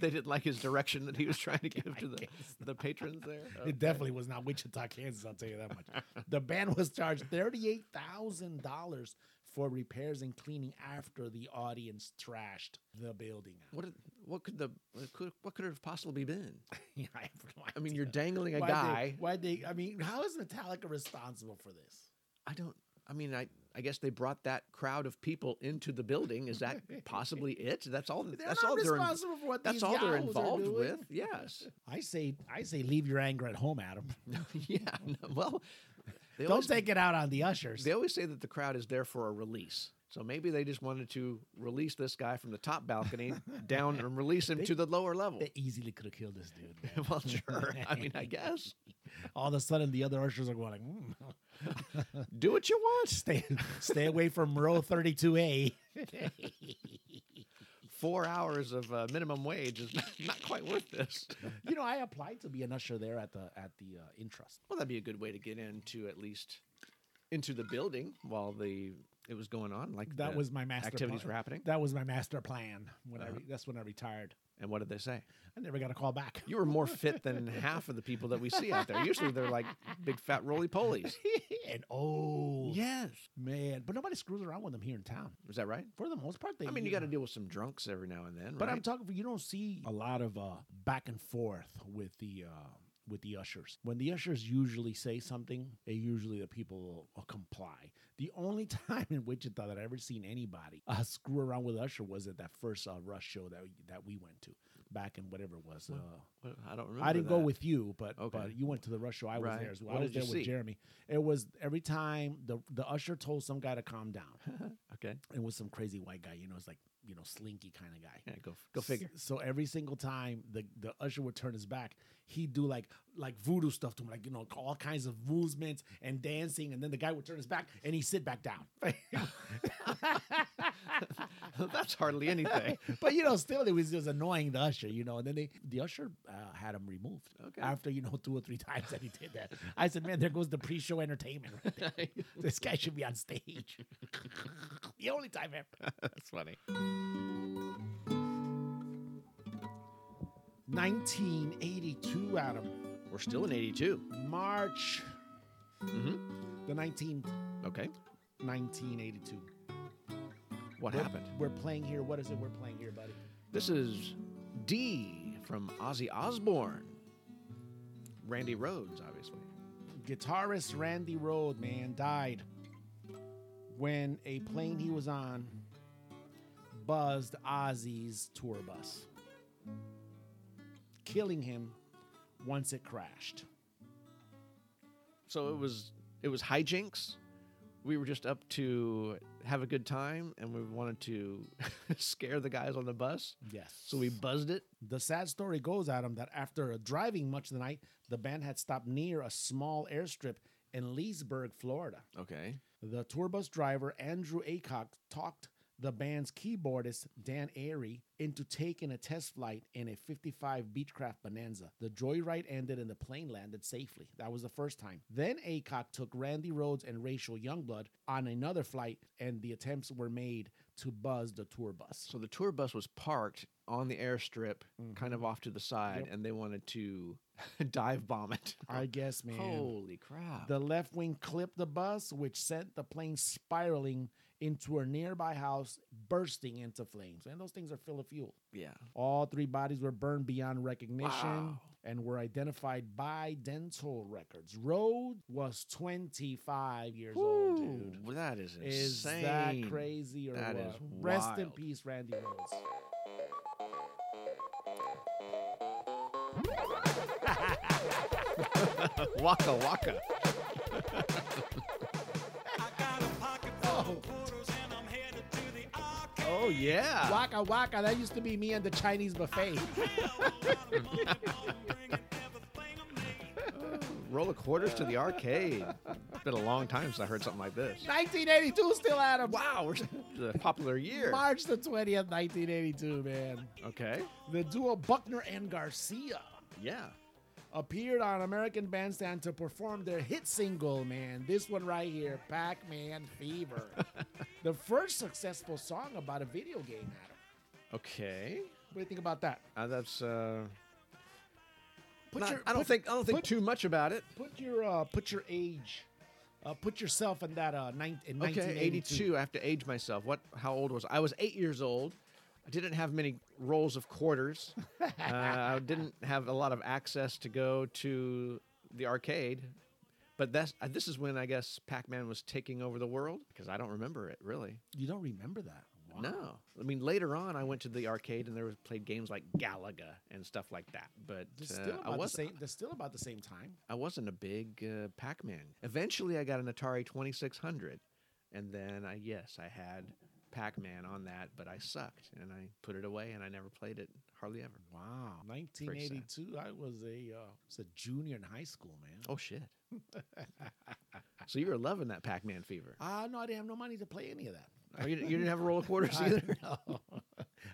Speaker 2: they didn't like his direction that he was trying to give
Speaker 3: I
Speaker 2: to the
Speaker 3: guess
Speaker 2: the patrons there. Okay.
Speaker 3: It definitely was not Wichita, Kansas. I'll tell you that much. the band was charged thirty-eight thousand dollars for repairs and cleaning after the audience trashed the building. out.
Speaker 2: What did- what could the what could, what could it have possibly been?
Speaker 3: Yeah, I have no
Speaker 2: I mean, you're
Speaker 3: idea.
Speaker 2: dangling a
Speaker 3: Why'd they-
Speaker 2: guy.
Speaker 3: Why'd they? I mean, how is Metallica responsible for this?
Speaker 2: I don't. I mean, I I guess they brought that crowd of people into the building. Is that possibly it? That's all.
Speaker 3: They're
Speaker 2: that's
Speaker 3: not
Speaker 2: all they're. in-
Speaker 3: responsible for what
Speaker 2: That's
Speaker 3: these
Speaker 2: all they're
Speaker 3: yowls are
Speaker 2: involved
Speaker 3: doing.
Speaker 2: with. Yes.
Speaker 3: I say, I say, leave your anger at home, Adam.
Speaker 2: yeah. no, well, they
Speaker 3: Don't
Speaker 2: always,
Speaker 3: take it out on the ushers.
Speaker 2: they always say that the crowd is there for a release. So maybe they just wanted to release this guy from the top balcony down and release him
Speaker 3: They-
Speaker 2: to the lower level.
Speaker 3: They easily could have killed this dude. man.
Speaker 2: well, sure. I mean, I guess
Speaker 3: All of a sudden, the other ushers are going, like, "Mm,
Speaker 2: do what you want.
Speaker 3: stay, stay away from row thirty-two A.
Speaker 2: Four hours of uh, minimum wage is not, not quite worth this.
Speaker 3: You know, I applied to be an usher there at the at the uh, Intrust.
Speaker 2: Well, that'd be a good way to get into at least into the building while the it was going on. Like
Speaker 3: That
Speaker 2: the
Speaker 3: was my master
Speaker 2: activities
Speaker 3: plan.
Speaker 2: were happening.
Speaker 3: That was my master plan. When I
Speaker 2: Uh-huh.
Speaker 3: re- that's when I retired.
Speaker 2: And what did they say?
Speaker 3: I never got a call back.
Speaker 2: You were more fit than half of the people that we see out there. Usually they're like big fat roly polies.
Speaker 3: and oh,
Speaker 2: Yes.
Speaker 3: man, but nobody screws around with them here in town.
Speaker 2: Is that right?
Speaker 3: For the most part, they.
Speaker 2: I mean, you got to deal with some drunks every now and then.
Speaker 3: But I'm
Speaker 2: right?
Speaker 3: talking. You don't see a lot of uh, back and forth with the uh, with the ushers. When the ushers usually say something, they usually the people will, will comply. The only time in Wichita that I ever seen anybody uh, screw around with usher was at that first uh, Rush show that we, that we went to back in whatever it was. Uh,
Speaker 2: Well, I don't remember.
Speaker 3: I didn't go
Speaker 2: that.
Speaker 3: with you, but
Speaker 2: Okay.
Speaker 3: but you went to the rush show. I was
Speaker 2: Right.
Speaker 3: there as well.
Speaker 2: What
Speaker 3: I was
Speaker 2: did you
Speaker 3: there with
Speaker 2: see?
Speaker 3: Jeremy. It was every time the the usher told some guy to calm down.
Speaker 2: Okay.
Speaker 3: it was some crazy white guy, you know, it's like you know, slinky kind of guy.
Speaker 2: Yeah, go go figure.
Speaker 3: S- So every single time the, the usher would turn his back, he'd do like like voodoo stuff to him, like you know all kinds of movements and dancing, and then the guy would turn his back and he'd sit back down.
Speaker 2: That's hardly anything.
Speaker 3: but you know, still it was just annoying the usher, you know. And then they the usher uh, had him removed
Speaker 2: Okay.
Speaker 3: after you know two or three times that he did that. I said, man, there goes the pre-show entertainment. Right there. this guy should be on stage. the only time ever.
Speaker 2: That's funny.
Speaker 3: 1982, Adam.
Speaker 2: We're still in '82.
Speaker 3: March
Speaker 2: Mhm.
Speaker 3: the 19th,
Speaker 2: Okay.
Speaker 3: 1982.
Speaker 2: What
Speaker 3: We're-
Speaker 2: happened?
Speaker 3: We're playing here. What is it we're playing here, buddy?
Speaker 2: This is D from Ozzy Osbourne. Randy Rhodes, obviously.
Speaker 3: Guitarist Randy Rhoad, man, died when a plane he was on buzzed Ozzy's tour bus, killing him once it crashed.
Speaker 2: So it was it was hijinks. We were just up to have a good time, and we wanted to scare the guys on the bus.
Speaker 3: Yes.
Speaker 2: So we buzzed it.
Speaker 3: The sad story goes, Adam, that after driving much of the night, the band had stopped near a small airstrip in Leesburg, Florida.
Speaker 2: Okay.
Speaker 3: The tour bus driver, Andrew Acock, talked the band's keyboardist, Dan Airy, into taking a test flight in a 55 Beechcraft Bonanza. The joyride ended and the plane landed safely. That was the first time. Then Acock took Randy Rhodes and Rachel Youngblood on another flight, and the attempts were made to buzz the tour bus.
Speaker 2: So the tour bus was parked on the airstrip, kind of off to the side,
Speaker 3: Yep.
Speaker 2: and they wanted to dive bomb it.
Speaker 3: I guess, man.
Speaker 2: Holy crap!
Speaker 3: The left wing clipped the bus, which sent the plane spiraling into a nearby house, bursting into flames. And those things are full of fuel.
Speaker 2: yeah.
Speaker 3: All three bodies were burned beyond recognition.
Speaker 2: Wow.
Speaker 3: and were identified by dental records. Rhodes was 25 years old, dude.
Speaker 2: Ooh, that is insane.
Speaker 3: Is that crazy or
Speaker 2: That
Speaker 3: what?
Speaker 2: is
Speaker 3: Rest in
Speaker 2: wild.
Speaker 3: peace, Randy Rhodes.
Speaker 2: waka waka.
Speaker 3: Oh,
Speaker 2: Oh yeah.
Speaker 3: waka waka. That used to be me and the Chinese buffet.
Speaker 2: Roll of quarters to the arcade. It's been a long time since I heard something like this.
Speaker 3: 1982 still at him.
Speaker 2: Wow, we're the popular year.
Speaker 3: March the 20th, 1982, man.
Speaker 2: Okay.
Speaker 3: The duo Buckner and Garcia
Speaker 2: Yeah.
Speaker 3: appeared on American Bandstand to perform their hit single, man. This one right here, Pac Man Fever. the first successful song about a video game, Adam.
Speaker 2: Okay.
Speaker 3: What do you think about that?
Speaker 2: Uh, that's. Uh,
Speaker 3: Put
Speaker 2: not-
Speaker 3: your,
Speaker 2: I don't
Speaker 3: put-
Speaker 2: think. I don't think
Speaker 3: put-
Speaker 2: too much about it.
Speaker 3: Put your uh, put your age, uh, put yourself in that uh, nine, in
Speaker 2: Okay,
Speaker 3: 1982.
Speaker 2: 82. I have to age myself. What? How old was I? I was eight years old. I didn't have many rolls of quarters. uh, I didn't have a lot of access to go to the arcade. But that's uh, this is when I guess Pac-Man was taking over the world because I don't remember it really.
Speaker 3: You don't remember that? Wow.
Speaker 2: No, I mean later on I went to the arcade and there was played games like Galaga and stuff like that. But
Speaker 3: They're
Speaker 2: uh,
Speaker 3: still,
Speaker 2: I
Speaker 3: about the
Speaker 2: wasn't.
Speaker 3: same, they're still about the same time.
Speaker 2: I wasn't a big uh, Pac-Man. Eventually, I got an Atari 2600, and then I yes, I had Pac-Man on that, but I sucked and I put it away and I never played it hardly ever.
Speaker 3: Wow,
Speaker 2: sad.
Speaker 3: 1982. I was a uh, was a junior in high school, man.
Speaker 2: Oh shit! so you were loving that Pac-Man fever.
Speaker 3: Ah, no, I didn't have no money to play any of that.
Speaker 2: Oh, you, you didn't have a roll of quarters
Speaker 3: I,
Speaker 2: either.
Speaker 3: no.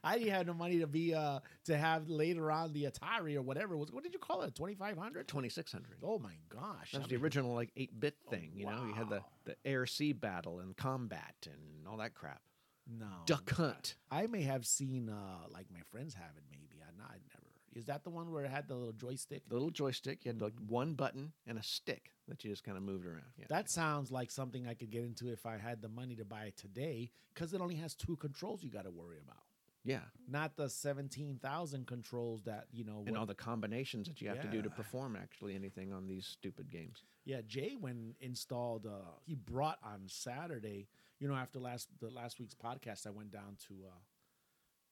Speaker 3: I didn't have no money to be uh to have later on the Atari or whatever it was. What did you call it? 2500?
Speaker 2: 2600.
Speaker 3: Oh my gosh.
Speaker 2: That was
Speaker 3: I
Speaker 2: the
Speaker 3: mean,
Speaker 2: original like eight bit thing. You know, you had the
Speaker 3: wow.
Speaker 2: the air sea battle and combat and all that crap.
Speaker 3: Oh, No.
Speaker 2: Duck Hunt.
Speaker 3: I may have seen uh like my friends have it maybe. I not I never. Is that the one where it had the little joystick?
Speaker 2: The little joystick. You had like one button and a stick that you just kind of moved around. Yeah.
Speaker 3: That sounds like something I could get into if I had the money to buy it today cuz it only has two controls you got to worry about.
Speaker 2: yeah.
Speaker 3: Not the 17,000 controls that, you know,
Speaker 2: and
Speaker 3: what-
Speaker 2: all the combinations that you have to do to
Speaker 3: Yeah.
Speaker 2: perform actually anything on these stupid games.
Speaker 3: Yeah, Jay when installed uh he brought on Saturday, you know, after last the last week's podcast I went down to uh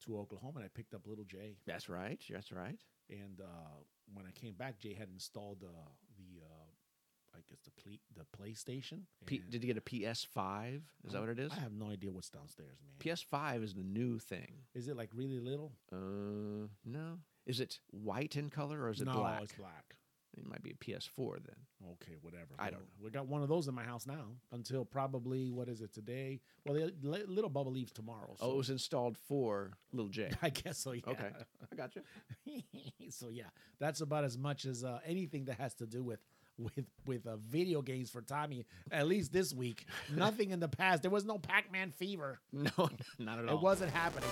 Speaker 3: to Oklahoma and I picked up little Jay
Speaker 2: That's right. That's right.
Speaker 3: and uh when I came back Jay had installed the the uh I guess the ple- the PlayStation.
Speaker 2: P-
Speaker 3: and
Speaker 2: did you get a PS5? Is that what it is?
Speaker 3: Oh, I have no idea what's downstairs, man.
Speaker 2: PS5 is the new thing.
Speaker 3: is it like really little?
Speaker 2: Uh, no. Is it white in color or is it
Speaker 3: no,
Speaker 2: black?
Speaker 3: it's black.
Speaker 2: It might be a PS4 then.
Speaker 3: Okay, whatever.
Speaker 2: I don't
Speaker 3: Well, We got one of those in my house now until probably what is it today? Well, the li- little bubble leaves tomorrow. So
Speaker 2: Oh, it was installed for Little J.
Speaker 3: I guess so. Yeah.
Speaker 2: Okay, I got you.
Speaker 3: so yeah, that's about as much as uh, anything that has to do with with with uh, video games for Tommy. At least this week, nothing in the past. There was no Pac-Man fever.
Speaker 2: No, not at all.
Speaker 3: It wasn't happening.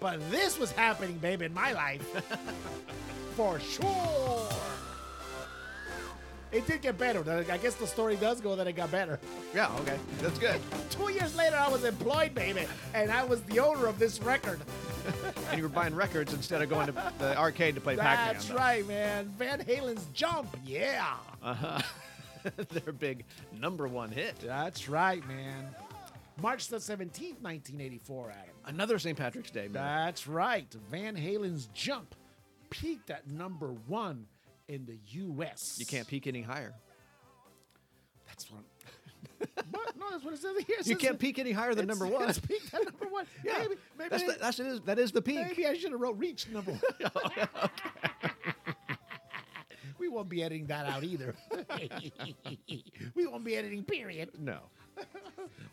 Speaker 3: But this was happening, babe, in my life. for sure. It did get better. I guess the story does go that it got better.
Speaker 2: Yeah. Okay, that's good.
Speaker 3: Two years later, I was employed, baby, and I was the owner of this record.
Speaker 2: and you were buying records instead of going to the arcade to play Pac-Man.
Speaker 3: That's right, man. Van Halen's Jump, yeah.
Speaker 2: Uh huh. Their big number one hit.
Speaker 3: That's right, man. March the 17th, 1984, Adam.
Speaker 2: Another St. Patrick's Day, man.
Speaker 3: That's right. Van Halen's Jump peaked at number one in the U.S.
Speaker 2: You can't peak any higher.
Speaker 3: That's what. what? No, that's what it says here. It
Speaker 2: You
Speaker 3: says
Speaker 2: can't
Speaker 3: it-
Speaker 2: peak any higher than
Speaker 3: it's-
Speaker 2: number one.
Speaker 3: It's peaked at number one.
Speaker 2: Yeah,
Speaker 3: Maybe, maybe,
Speaker 2: that's the, that's it is that is the peak.
Speaker 3: maybe I should have wrote Reach number one. we won't be editing that out either. we won't be editing, period.
Speaker 2: No.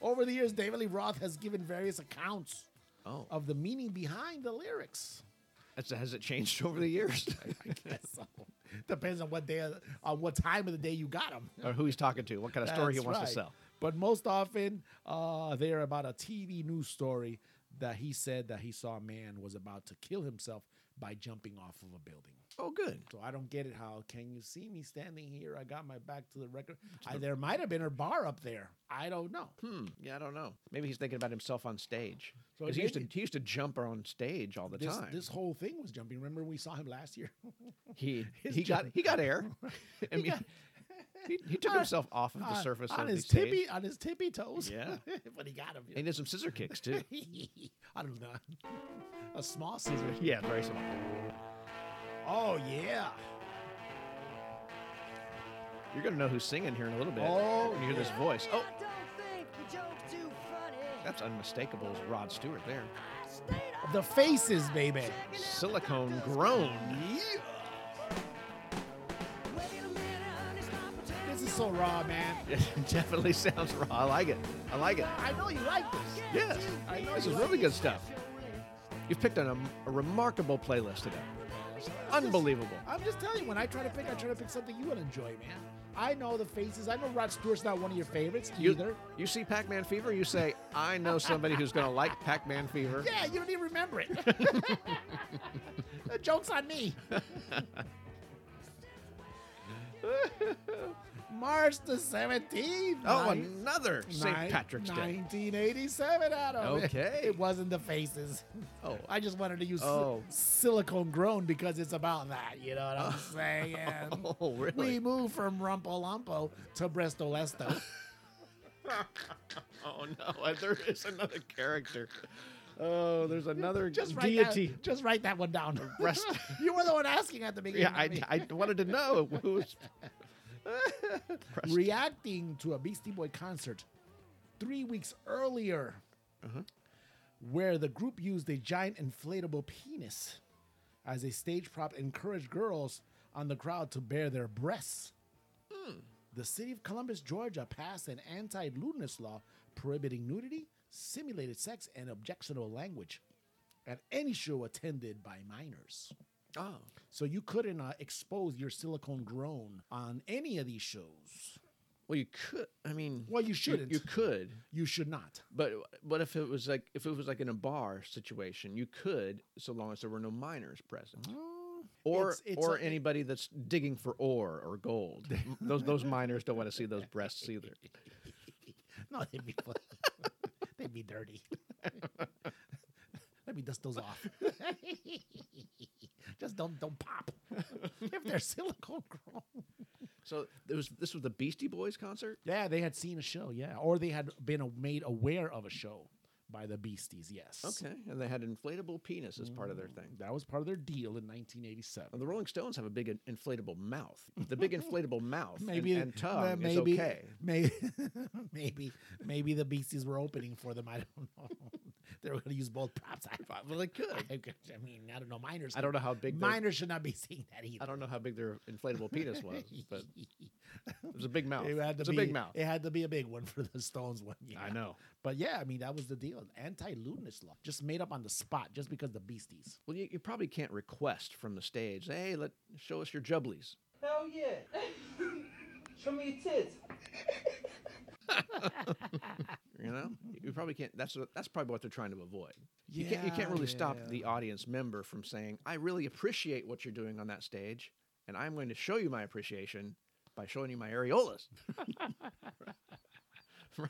Speaker 3: Over the years, David Lee Roth has given various accounts
Speaker 2: Oh,
Speaker 3: of the meaning behind the lyrics.
Speaker 2: That's- has it changed over the years?
Speaker 3: I guess so. Depends on what day, on what time of the day you got them.
Speaker 2: or who he's talking to? What kind of story he wants to sell?
Speaker 3: But most often, uh, they are about a TV news story that he said that he saw a man was about to kill himself by jumping off of a building.
Speaker 2: Oh, good.
Speaker 3: So I don't get it. How can you see me standing here? I got my back to the record. I, there might have been a bar up there. I don't know.
Speaker 2: Hmm. Yeah, I don't know. Maybe he's thinking about himself on stage.
Speaker 3: So
Speaker 2: 'Cause he used to
Speaker 3: maybe-
Speaker 2: he used to jump on stage all the
Speaker 3: This,
Speaker 2: time.
Speaker 3: this whole thing was jumping. Remember we saw him last year?
Speaker 2: he
Speaker 3: his
Speaker 2: he got
Speaker 3: jump-
Speaker 2: he got air. I
Speaker 3: He
Speaker 2: mean,
Speaker 3: got-
Speaker 2: he, he took
Speaker 3: on-
Speaker 2: himself off of the
Speaker 3: on-
Speaker 2: surface
Speaker 3: on
Speaker 2: of
Speaker 3: his
Speaker 2: the stage.
Speaker 3: tippy on his tippy toes.
Speaker 2: Yeah.
Speaker 3: but he got him.
Speaker 2: And he did some scissor kicks too.
Speaker 3: I don't know. A small scissor.
Speaker 2: yeah, very small.
Speaker 3: Oh yeah.
Speaker 2: You're gonna know who's singing here in a little bit.
Speaker 3: Oh,
Speaker 2: when you hear this voice. Oh,
Speaker 7: I don't think the joke's too funny.
Speaker 2: that's unmistakable as Rod Stewart there.
Speaker 7: I stayed up
Speaker 3: The
Speaker 7: all
Speaker 3: faces,
Speaker 7: night
Speaker 3: baby.
Speaker 7: checking out the
Speaker 2: Silicone
Speaker 7: doctor's
Speaker 2: groan.
Speaker 7: bill. Wait a minute, honey, stop pretending
Speaker 3: This is so
Speaker 7: you're
Speaker 3: raw,
Speaker 7: not
Speaker 3: man.
Speaker 7: okay.
Speaker 2: It definitely sounds raw. I like it. I like it.
Speaker 3: I know you like this.
Speaker 2: Yes,
Speaker 3: I know
Speaker 2: this
Speaker 3: you
Speaker 2: is
Speaker 3: like
Speaker 2: really
Speaker 3: it.
Speaker 2: good stuff. You've picked on a, a remarkable playlist today. It's unbelievable.
Speaker 3: I'm just telling you, when I try to pick, I try to pick something you would enjoy, man. I know the faces. I know Rod Stewart's not one of your favorites either.
Speaker 2: You, you see Pac-Man Fever, you say, I know somebody who's gonna like Pac-Man Fever.
Speaker 3: Yeah, you don't even remember it. the joke's on me. March the 17th.
Speaker 2: Oh,
Speaker 3: nine-
Speaker 2: another St.
Speaker 3: nine-
Speaker 2: Patrick's Day.
Speaker 3: 1987, Adam.
Speaker 2: Okay.
Speaker 3: It wasn't the faces.
Speaker 2: Oh,
Speaker 3: I just wanted to use si-
Speaker 2: Oh.
Speaker 3: silicone groan because it's about that. You know what I'm saying?
Speaker 2: oh,
Speaker 3: We
Speaker 2: really?
Speaker 3: moved from Rumpolompo to Brestol Esto.
Speaker 2: Oh no, there is another character. Oh, there's another
Speaker 3: Just write
Speaker 2: deity.
Speaker 3: That, just write that one down.
Speaker 2: Brest-
Speaker 3: you were the one asking at the beginning.
Speaker 2: Yeah,
Speaker 3: not
Speaker 2: I,
Speaker 3: me.
Speaker 2: I wanted to know who's.
Speaker 3: reacting to a Beastie Boy concert three weeks earlier, where the group used a giant inflatable penis as a stage prop, encouraged girls on the crowd to bare their breasts. The city of Columbus, Georgia passed an anti lewdness law prohibiting nudity, simulated sex, and objectionable language at any show attended by minors.
Speaker 2: Oh,
Speaker 3: So you couldn't uh, expose your silicone groan on any of these shows.
Speaker 2: well, you could. I mean,
Speaker 3: Well, you shouldn't.
Speaker 2: You, could,
Speaker 3: You should not.
Speaker 2: but what if it was like if it was like in a bar situation? You could, so long as there were no minors present,
Speaker 3: Oh,
Speaker 2: or
Speaker 3: Mm-hmm. It's- it's
Speaker 2: or
Speaker 3: a- it-
Speaker 2: anybody that's digging for ore or gold. M- those those miners don't want to see those breasts either.
Speaker 3: No, they'd be fun. they'd be dirty. Let me dust those off. Just don't don't pop. if they're silicone grown.
Speaker 2: So it was this was the Beastie Boys concert.
Speaker 3: Yeah, they had seen a show, yeah. Or they had been a, made aware of a show by the Beasties, yes.
Speaker 2: Okay, and they had inflatable penis as part of their thing.
Speaker 3: That was part of their deal in
Speaker 2: Well,
Speaker 3: 1987.
Speaker 2: The Rolling Stones have a big in- inflatable mouth. The big inflatable mouth
Speaker 3: Maybe
Speaker 2: and, and tongue
Speaker 3: uh,
Speaker 2: is
Speaker 3: maybe,
Speaker 2: okay.
Speaker 3: Maybe, maybe, maybe the Beasties were opening for them. I don't know. they were going to use both props. I probably.
Speaker 2: Well, they could.
Speaker 3: I I mean, I don't know. Minors.
Speaker 2: I don't know how big. their-
Speaker 3: Minors should not be seeing that either.
Speaker 2: I don't know how big their inflatable penis was, but it was a big mouth.
Speaker 3: It had
Speaker 2: It was
Speaker 3: to be
Speaker 2: a big mouth.
Speaker 3: It had to be a big one for the Stones one. Yeah.
Speaker 2: I know.
Speaker 3: But yeah, I mean that was the deal. Anti lewdness law. Just made up on the spot just because the beasties.
Speaker 2: Well, you, you probably can't request from the stage. Hey, let show us your jubblies.
Speaker 8: Hell yeah. Show me your tits.
Speaker 2: You know, you probably can't. That's what- that's probably what they're trying to avoid. You can't. You can't
Speaker 3: Yeah,
Speaker 2: really stop
Speaker 3: yeah.
Speaker 2: the audience member from saying, "I really appreciate what you're doing on that stage, and I'm going to show you my appreciation by showing you my areolas."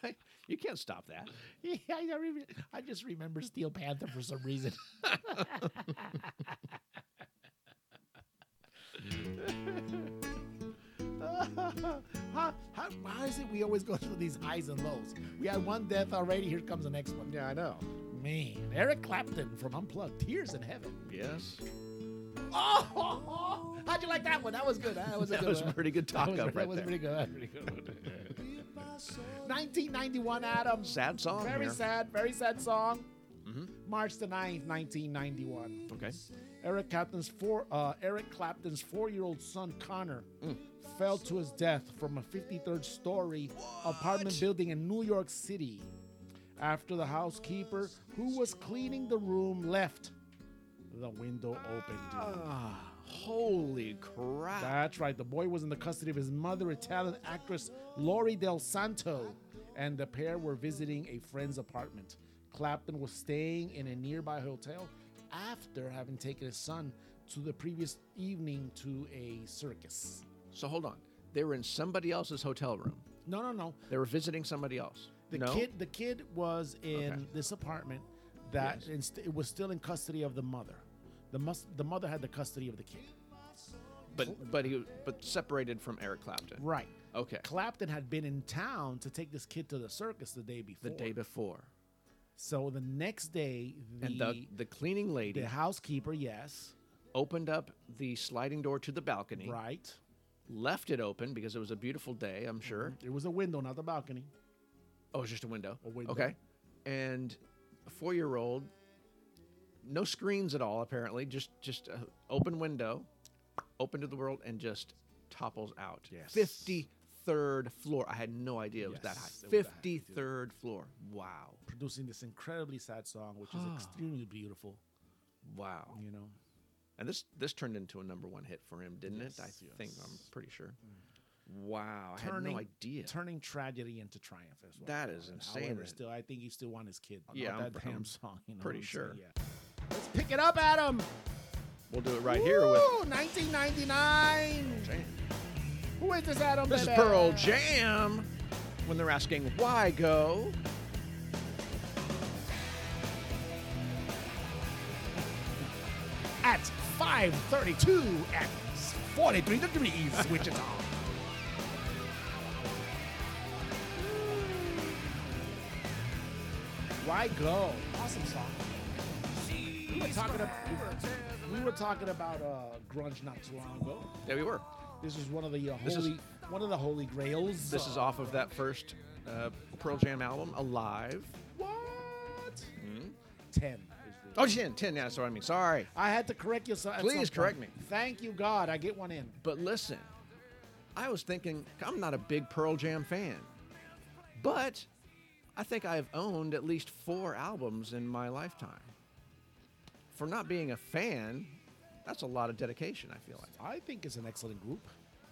Speaker 2: right? You can't stop that.
Speaker 3: Yeah, I, don't even- I just remember Steel Panther for some reason. how, how, why is it we always go through these highs and lows? We had one death already. Here comes the next one.
Speaker 2: Yeah, I know.
Speaker 3: Man, Eric Clapton from Unplugged, Tears in Heaven.
Speaker 2: Yes,
Speaker 3: Oh, oh, oh. how'd you like that one? That was good. That was a
Speaker 2: that
Speaker 3: good
Speaker 2: was
Speaker 3: one.
Speaker 2: a pretty good
Speaker 3: That
Speaker 2: talk
Speaker 3: was,
Speaker 2: up
Speaker 3: that
Speaker 2: right
Speaker 3: was
Speaker 2: there.
Speaker 3: pretty good. That was pretty good. 1991 Adams.
Speaker 2: Sad song.
Speaker 3: Very
Speaker 2: here.
Speaker 3: sad, very sad song.
Speaker 2: Mhm.
Speaker 3: March the 9th, 1991.
Speaker 2: Okay.
Speaker 3: Eric Clapton's four uh, Eric Clapton's four-year-old son Connor
Speaker 2: Mm.
Speaker 3: fell to his death from a 53rd story apartment building in New York City after the housekeeper who was cleaning the room left the window open. dude.
Speaker 2: Ah, holy crap!
Speaker 3: That's right. The boy was in the custody of his mother, Italian actress Lori Del Santo, and the pair were visiting a friend's apartment. Clapton was staying in a nearby hotel after having taken his son to the previous evening to a circus.
Speaker 2: So hold on. They were in somebody else's hotel room.
Speaker 3: No, no, no.
Speaker 2: They were visiting somebody else.
Speaker 3: The
Speaker 2: no?
Speaker 3: kid, the kid was in
Speaker 2: Okay.
Speaker 3: this apartment that and st- it was still in custody of the mother. The mus- the mother had the custody of the kid.
Speaker 2: but but he but separated from Eric Clapton.
Speaker 3: Right.
Speaker 2: Okay.
Speaker 3: Clapton had been in town to take this kid to the circus the day
Speaker 2: The
Speaker 3: before.
Speaker 2: day before,
Speaker 3: So the next day, the
Speaker 2: and the the cleaning lady
Speaker 3: the housekeeper, yes,
Speaker 2: opened up the sliding door to the balcony,
Speaker 3: right.
Speaker 2: left it open because it was a beautiful day. I'm sure.
Speaker 3: It was a window, not the balcony.
Speaker 2: Oh, it's just a window.
Speaker 3: A window.
Speaker 2: Okay. And a four-year-old, no screens at all apparently, just just a open window, open to the world, and just topples out.
Speaker 3: Yes.
Speaker 2: Fifty-third floor. I had no idea it was that
Speaker 3: Yes,
Speaker 2: high.
Speaker 3: it was that high.
Speaker 2: Fifty-third floor. Wow.
Speaker 3: Producing this incredibly sad song, which is extremely beautiful.
Speaker 2: Wow.
Speaker 3: You know,
Speaker 2: And this this turned into a number one hit for him, didn't it? I
Speaker 3: Yes,
Speaker 2: think I'm
Speaker 3: yes.
Speaker 2: pretty sure. Wow. I had no idea.
Speaker 3: turning tragedy into triumph. Is what
Speaker 2: That
Speaker 3: I'm
Speaker 2: is
Speaker 3: calling it.
Speaker 2: insane
Speaker 3: However,
Speaker 2: that-
Speaker 3: still, I think he still won his kid. on
Speaker 2: Yeah, I'm
Speaker 3: that
Speaker 2: pr- I'm
Speaker 3: damn song. You know what
Speaker 2: pretty
Speaker 3: I'm saying?
Speaker 2: sure.
Speaker 3: Yeah. Let's pick it up, Adam.
Speaker 2: we'll do it right here with
Speaker 3: Woo, 1999. Who is this, Adam?
Speaker 2: This is
Speaker 3: baby?
Speaker 2: Pearl Jam. When they're asking why go,
Speaker 3: at 5:32 at 43 degrees, Wichita. Why go? Awesome song. We were talking about, we were talking about uh, grunge not too long ago.
Speaker 2: there we were.
Speaker 3: This is one of the uh,
Speaker 2: This is-
Speaker 3: holy one of the holy grails.
Speaker 2: This is off of that first uh, Pearl Jam album, Alive.
Speaker 3: what?
Speaker 2: Hmm?
Speaker 3: Ten. is the-
Speaker 2: Oh, 10, 10, yeah, that's what I mean. Sorry.
Speaker 3: I had to correct you. so- at
Speaker 2: Please
Speaker 3: some point.
Speaker 2: correct me.
Speaker 3: Thank you, God. I get one in.
Speaker 2: But listen, I was thinking, I'm not a big Pearl Jam fan, but I think I've owned at least four albums in my lifetime. For not being a fan, that's a lot of dedication, I feel like.
Speaker 3: I think it's an excellent group.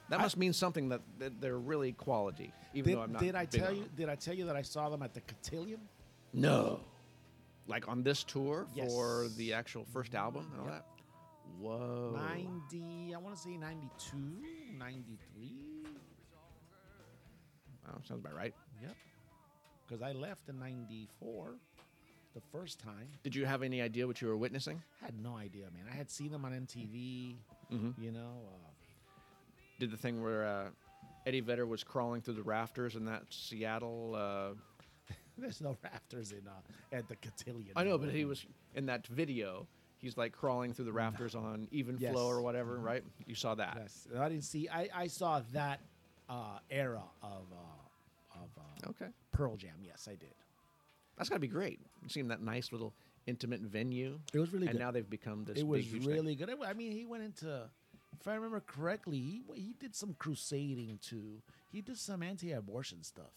Speaker 2: That must mean something that, that they're really quality, even
Speaker 3: Did,
Speaker 2: though I'm not.
Speaker 3: did I
Speaker 2: big
Speaker 3: tell
Speaker 2: on
Speaker 3: you?
Speaker 2: them.
Speaker 3: Did I tell you that I saw them at the Cotillion?
Speaker 2: No. Like on this tour
Speaker 3: Yes.
Speaker 2: for the actual first album and all that? Whoa.
Speaker 3: Ninety, I want to say 92, 93.
Speaker 2: Wow, sounds about right.
Speaker 3: Yep. Because I left in '94, the first time.
Speaker 2: Did you have any idea what you were witnessing?
Speaker 3: Had no idea, man. I had seen them on MTV.
Speaker 2: Mm-hmm.
Speaker 3: You know, uh,
Speaker 2: Did the thing where uh, Eddie Vedder was crawling through the rafters in that Seattle. Uh,
Speaker 3: there's no rafters in uh, at the Cotillion.
Speaker 2: I know, but
Speaker 3: man.
Speaker 2: he was in that video. He's like crawling through the rafters on Even
Speaker 3: Mm. Yes. Mm-hmm.
Speaker 2: Flow or whatever, right? You saw that.
Speaker 3: Yes, I didn't see. I, I saw that uh, era of uh, of uh,
Speaker 2: Okay.
Speaker 3: Pearl Jam. Yes, I did.
Speaker 2: That's got to be great. Seeing that nice little intimate venue.
Speaker 3: It was really
Speaker 2: And
Speaker 3: good.
Speaker 2: now they've become this
Speaker 3: it
Speaker 2: big,
Speaker 3: was
Speaker 2: huge thing.
Speaker 3: really good. It wa- I mean, he went into, if I remember correctly, he w- he did some crusading too. He did some anti-abortion stuff,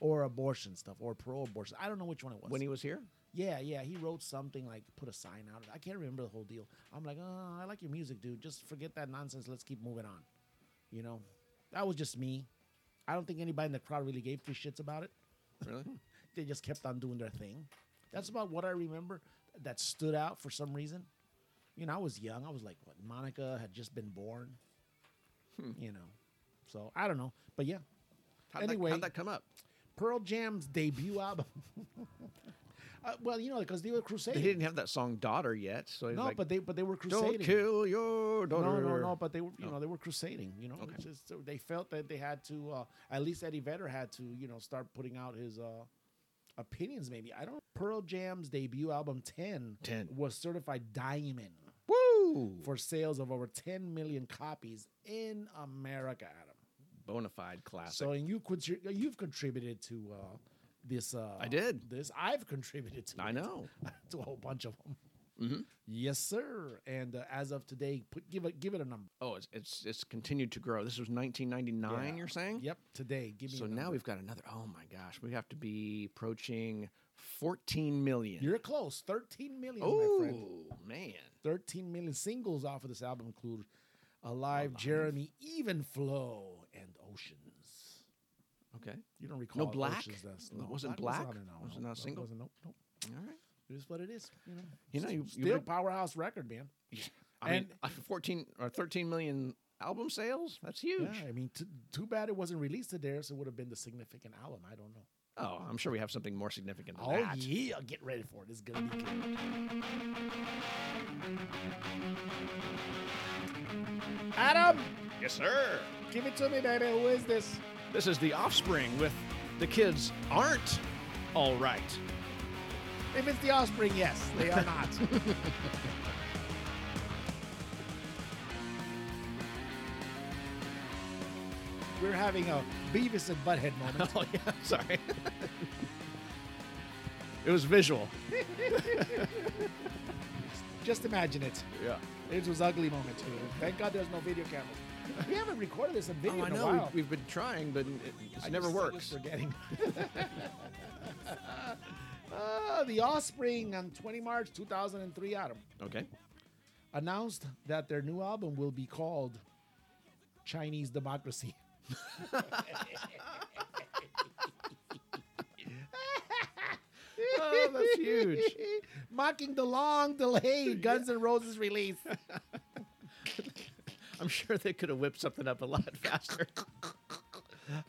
Speaker 3: or abortion stuff, or pro-abortion. I don't know which one it was.
Speaker 2: When he was here?
Speaker 3: yeah, yeah, he wrote something like put a sign out. I can't remember the whole deal. I'm like, oh, I like your music, dude. Just forget that nonsense. Let's keep moving on. You know, that was just me. I don't think anybody in the crowd really gave two shits about it
Speaker 2: Really?
Speaker 3: Hmm. they just kept on doing their thing. That's about what I remember that stood out for some reason. You know, I was young. I was like, what? Monica had just been born.
Speaker 2: Hmm.
Speaker 3: You know, so I don't know, but yeah,
Speaker 2: How'd
Speaker 3: Anyway.
Speaker 2: that, how'd that come up?
Speaker 3: Pearl Jam's debut album. uh, well, you know, because they were
Speaker 2: They
Speaker 3: crusading.
Speaker 2: didn't have that song "Daughter" yet, so he's
Speaker 3: no,
Speaker 2: like,
Speaker 3: but they but they were crusading.
Speaker 2: don't kill your
Speaker 3: No,
Speaker 2: daughter.
Speaker 3: no, no. But they were, you
Speaker 2: No.
Speaker 3: know, they were crusading. You know, It's just- so they felt that they had to. Uh, at least Eddie Vedder had to, you know, start putting out his uh, opinions. Maybe I don't. Pearl Jam's debut album Ten,
Speaker 2: 10.
Speaker 3: was certified diamond
Speaker 2: Woo!
Speaker 3: for sales of over 10 million copies in America, Adam.
Speaker 2: Bona fide classic.
Speaker 3: So, and you contri- you've contributed to uh, this. Uh,
Speaker 2: I did.
Speaker 3: this. I've contributed to.
Speaker 2: I
Speaker 3: it.
Speaker 2: know. Mm-hmm.
Speaker 3: to a whole bunch of them. Yes, sir. And uh, as of today, put, give it give it a number.
Speaker 2: Oh, it's, it's it's continued to grow. This was 1999.
Speaker 3: Yeah.
Speaker 2: You're saying?
Speaker 3: Yep, today. Give me.
Speaker 2: Mm-hmm. So
Speaker 3: a
Speaker 2: now
Speaker 3: number.
Speaker 2: we've got another. Oh my gosh, we have to be approaching 14 million.
Speaker 3: You're close. 13 million, my friend.
Speaker 2: oh man,
Speaker 3: 13 million singles off of this album include Alive, Jeremy, Even Flow, and Oceans.
Speaker 2: okay.
Speaker 3: You don't recall
Speaker 2: No black.
Speaker 3: Oceans, that's-
Speaker 2: Wasn't
Speaker 3: was
Speaker 2: black?
Speaker 3: not an album.
Speaker 2: Wasn't that a
Speaker 3: That
Speaker 2: single?
Speaker 3: wasn't- nope, nope.
Speaker 2: All right.
Speaker 3: It is what it is. You know,
Speaker 2: You know, you,
Speaker 3: still
Speaker 2: you make-
Speaker 3: powerhouse record, man.
Speaker 2: I mean,
Speaker 3: and-
Speaker 2: uh, 14 or 13 million album sales? That's huge.
Speaker 3: Yeah, I mean, t- too bad it wasn't released to theirs. It would have been the significant album. I don't know.
Speaker 2: Oh, I'm sure we have something more significant than
Speaker 3: Oh
Speaker 2: that.
Speaker 3: yeah, get ready for it. It's gonna be good. Adam,
Speaker 2: Yes, sir.
Speaker 3: give it to me, baby. Who is this?
Speaker 2: This is The Offspring with The Kids Aren't All Right.
Speaker 3: If it's the offspring, yes, they are not. We're having a Beavis and Butthead moment.
Speaker 2: Oh, yeah. Sorry. it was visual.
Speaker 3: Just imagine it.
Speaker 2: Yeah.
Speaker 3: It was ugly moment too. Thank God there's no video cameras. We haven't recorded this in video
Speaker 2: Oh, I
Speaker 3: in a
Speaker 2: know.
Speaker 3: while.
Speaker 2: We've, we've been trying, but it, it never
Speaker 3: still
Speaker 2: works.
Speaker 3: Forgetting. uh, the Offspring on 20 March 2003, Adam
Speaker 2: Okay.
Speaker 3: announced that their new album will be called Chinese Democracy.
Speaker 2: Oh, that's huge.
Speaker 3: Mocking the long delayed Guns N' Roses release.
Speaker 2: I'm sure they could have whipped something up a lot faster.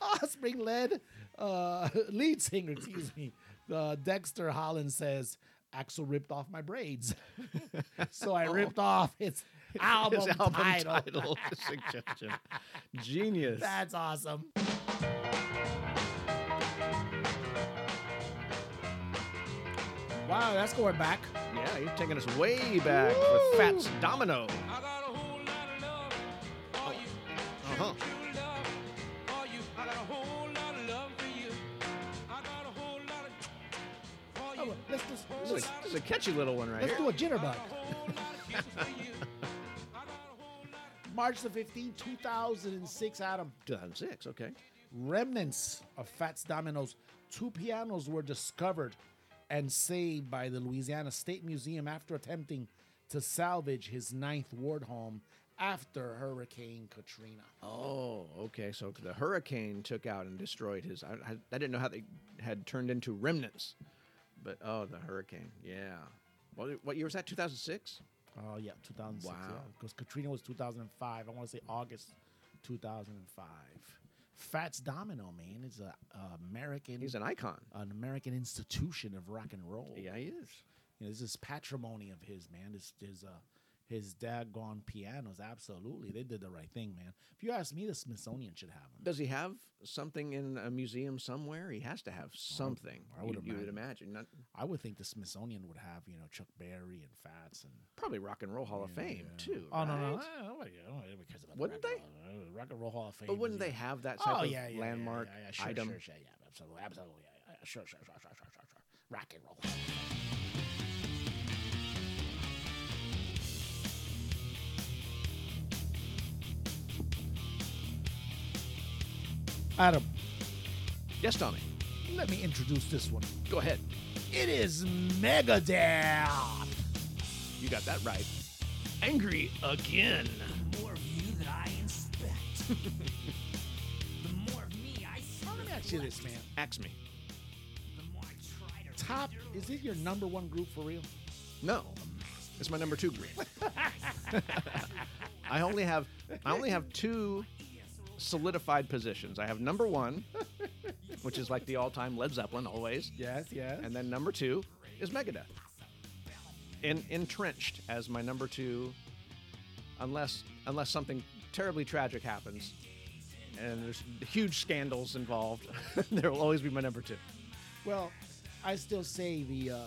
Speaker 3: Offspring led Ah, uh, lead singer, excuse me, uh, Dexter Holland says, Axel ripped off my braids. so I ripped off his album,
Speaker 2: Oh. His album
Speaker 3: title.
Speaker 2: title suggestion. Genius.
Speaker 3: That's awesome. Wow, that's going back.
Speaker 2: Yeah, you're taking us way back with Fats Domino.
Speaker 9: I got a whole lot of love for you.
Speaker 10: Oh.
Speaker 2: Uh-huh.
Speaker 9: True love for you. I got a whole lot of love for you. I got a whole lot of for
Speaker 3: Oh,
Speaker 9: you.
Speaker 3: let's just
Speaker 2: This
Speaker 3: let's,
Speaker 2: is, a, this is a catchy little one right
Speaker 3: let's do
Speaker 2: here.
Speaker 3: a jitterbug.
Speaker 9: A whole lot of kisses for you. I got a whole lot of
Speaker 3: March the 15th, 2006, Adam.
Speaker 2: 2006, okay.
Speaker 3: Remnants of Fats Domino's two pianos were discovered and saved by the Louisiana State Museum after attempting to salvage his ninth ward home after Hurricane Katrina.
Speaker 2: Oh, okay. So the hurricane took out and destroyed his. I, I, I didn't know how they had turned into remnants, but oh, the hurricane. Yeah. What, what year was that? 2006?
Speaker 3: Oh yeah, 2006. yeah,
Speaker 2: Wow.
Speaker 3: because Katrina was 2005. I want to say August 2005. Fats Domino, man, is a, a American.
Speaker 2: He's an icon.
Speaker 3: an American institution of rock and roll.
Speaker 2: Yeah, he is.
Speaker 3: you know, this is patrimony of his, man. This is uh, his daggone pianos. Absolutely, they did the right thing, man. If you ask me, the Smithsonian should have them.
Speaker 2: Does he have something in a museum somewhere? He has to have something.
Speaker 3: I would
Speaker 2: you, you would imagine. Not,
Speaker 3: I would think the Smithsonian would have, you know, Chuck Berry and Fats and.
Speaker 2: probably Rock and Roll Hall of Fame too.
Speaker 3: Oh no, no, no,
Speaker 2: right?
Speaker 3: I don't like- I don't care about the
Speaker 2: Wouldn't
Speaker 3: rock
Speaker 2: they?
Speaker 3: and roll- Rock and Roll Hall of Fame.
Speaker 2: But
Speaker 3: is,
Speaker 2: wouldn't
Speaker 3: you
Speaker 2: they
Speaker 3: know-
Speaker 2: have that type
Speaker 3: Oh
Speaker 2: of
Speaker 3: yeah, yeah,
Speaker 2: landmark
Speaker 3: yeah, yeah, yeah, sure,
Speaker 2: item?
Speaker 3: Sure, sure, yeah, absolutely, absolutely, yeah, yeah, yeah, sure, sure, sure, sure, sure, sure, sure. Rock and roll. Adam,
Speaker 2: Yes, Tommy.
Speaker 3: let me introduce this one.
Speaker 2: Go ahead.
Speaker 3: It is Megadeth.
Speaker 2: You got that right. Angry again.
Speaker 7: more of you that I inspect, the more of me I see,
Speaker 3: Let me ask you this, man.
Speaker 2: Axe me.
Speaker 7: the more I try to.
Speaker 3: Top, is it your number one group for real?
Speaker 2: No, it's my number two green. I only have I only have two solidified positions. I have number one, which is like the all-time Led Zeppelin always,
Speaker 3: Yes, yes.
Speaker 2: and then number two is Megadeth. In, entrenched as my number two, unless unless something terribly tragic happens, and there's huge scandals involved, there will always be my number two.
Speaker 3: Well, I still say the uh,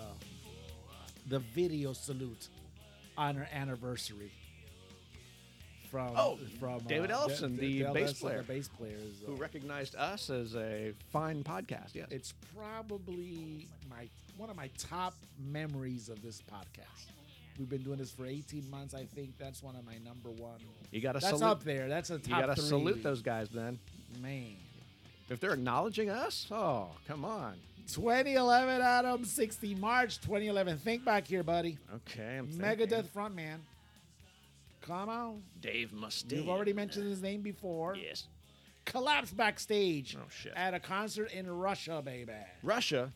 Speaker 3: the video salute on her anniversary from
Speaker 2: Oh,
Speaker 3: from
Speaker 2: David
Speaker 3: uh,
Speaker 2: Ellefson,
Speaker 3: Da-
Speaker 2: the
Speaker 3: Dale
Speaker 2: bass
Speaker 3: Ellefson,
Speaker 2: player.
Speaker 3: The bass player is.
Speaker 2: Who
Speaker 3: Uh,
Speaker 2: recognized us as a fine podcast? Yes,
Speaker 3: it's probably my one of my top memories of this podcast. We've been doing this for 18 months. I think that's one of my number one.
Speaker 2: you got to
Speaker 3: That's
Speaker 2: salute.
Speaker 3: up there. That's a top
Speaker 2: You gotta
Speaker 3: three.
Speaker 2: salute those guys, man.
Speaker 3: man.
Speaker 2: If they're acknowledging us, oh, come on.
Speaker 3: 2011 Adam, 60 March 2011. Think back here, buddy.
Speaker 2: Okay, I'm thinking.
Speaker 3: Megadeth frontman. Come on.
Speaker 2: Dave Mustaine.
Speaker 3: You've already mentioned his name before.
Speaker 2: Yes.
Speaker 3: Collapsed backstage
Speaker 2: Oh, shit.
Speaker 3: at a concert in Russia, baby.
Speaker 2: Russia.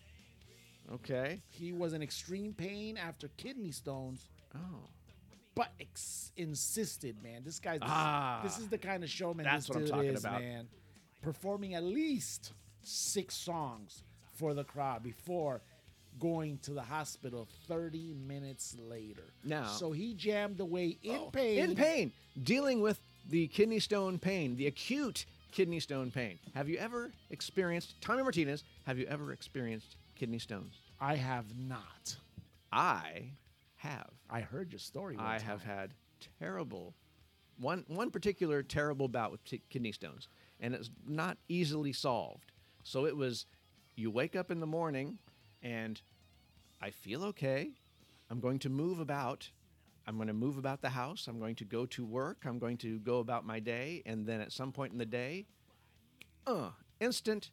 Speaker 2: Okay.
Speaker 3: He was in extreme pain after kidney stones,
Speaker 2: Oh.
Speaker 3: but ex- insisted, man. This guy's
Speaker 2: Ah.
Speaker 3: this is the kind of showman
Speaker 2: That's
Speaker 3: this
Speaker 2: what I'm
Speaker 3: dude
Speaker 2: talking
Speaker 3: is,
Speaker 2: about.
Speaker 3: man. Performing at least six songs for the crowd before going to the hospital 30 minutes later.
Speaker 2: Now- Oh,
Speaker 3: so he jammed away in pain.
Speaker 2: In pain, dealing with the kidney stone pain, the acute kidney stone pain. Have you ever experienced Tommy Martinez? Have you ever experienced kidney stones?
Speaker 3: I have not.
Speaker 2: I have.
Speaker 3: I heard your story. one
Speaker 2: I
Speaker 3: time.
Speaker 2: have had terrible one one particular terrible bout with t- kidney stones, and it's not easily solved. So it was, you wake up in the morning, and I feel okay. I'm going to move about. I'm going to move about the house. I'm going to go to work. I'm going to go about my day, and then at some point in the day, uh, instant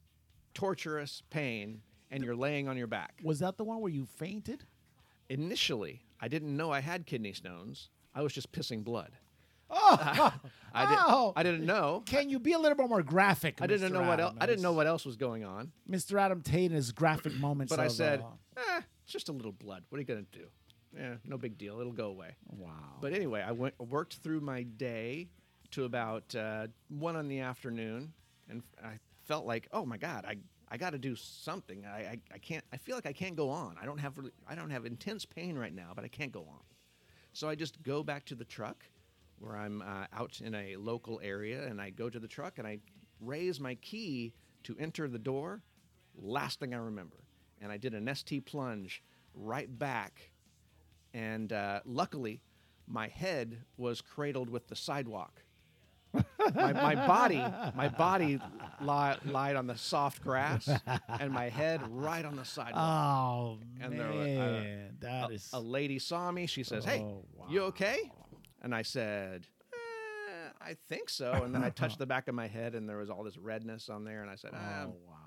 Speaker 2: torturous pain, and you're laying on your back
Speaker 3: Was that the one where you fainted?
Speaker 2: initially I didn't know I had kidney stones. I was just pissing blood. Oh, I, didn't.
Speaker 3: oh.
Speaker 2: I didn't know.
Speaker 3: Can you be a little bit more graphic?
Speaker 2: I didn't
Speaker 3: Mr.
Speaker 2: know what
Speaker 3: Adam?
Speaker 2: else. I didn't know what else was going on.
Speaker 3: Mr. Adam Tate and his graphic moments.
Speaker 2: But I
Speaker 3: of,
Speaker 2: said,
Speaker 3: uh,
Speaker 2: eh, it's just a little blood. What are you gonna do? Yeah, no big deal. It'll go away.
Speaker 3: "Wow."
Speaker 2: But anyway, I went worked through my day to about uh, one in the afternoon, and I felt like, oh my god, I I got to do something. I, I I can't. I feel like I can't go on. I don't have really, I don't have intense pain right now, but I can't go on. So I just go back to the truck, where I'm uh, out in a local area, and I go to the truck and I raise my key to enter the door. Last thing I remember, and I did an ST plunge right back and uh, luckily, my head was cradled with the sidewalk. my, my body, my body li- lied on the soft grass, and my head right on the sidewalk.
Speaker 3: oh
Speaker 2: And there were, uh,
Speaker 3: man, that is
Speaker 2: a lady saw me. She says, "Hey,
Speaker 3: Ah. Oh,
Speaker 2: you
Speaker 3: wow.
Speaker 2: okay?" And I said, eh, "I think so." And then I touched the back of my head, and there was all this redness on there. And I said, ah,
Speaker 3: oh, wow.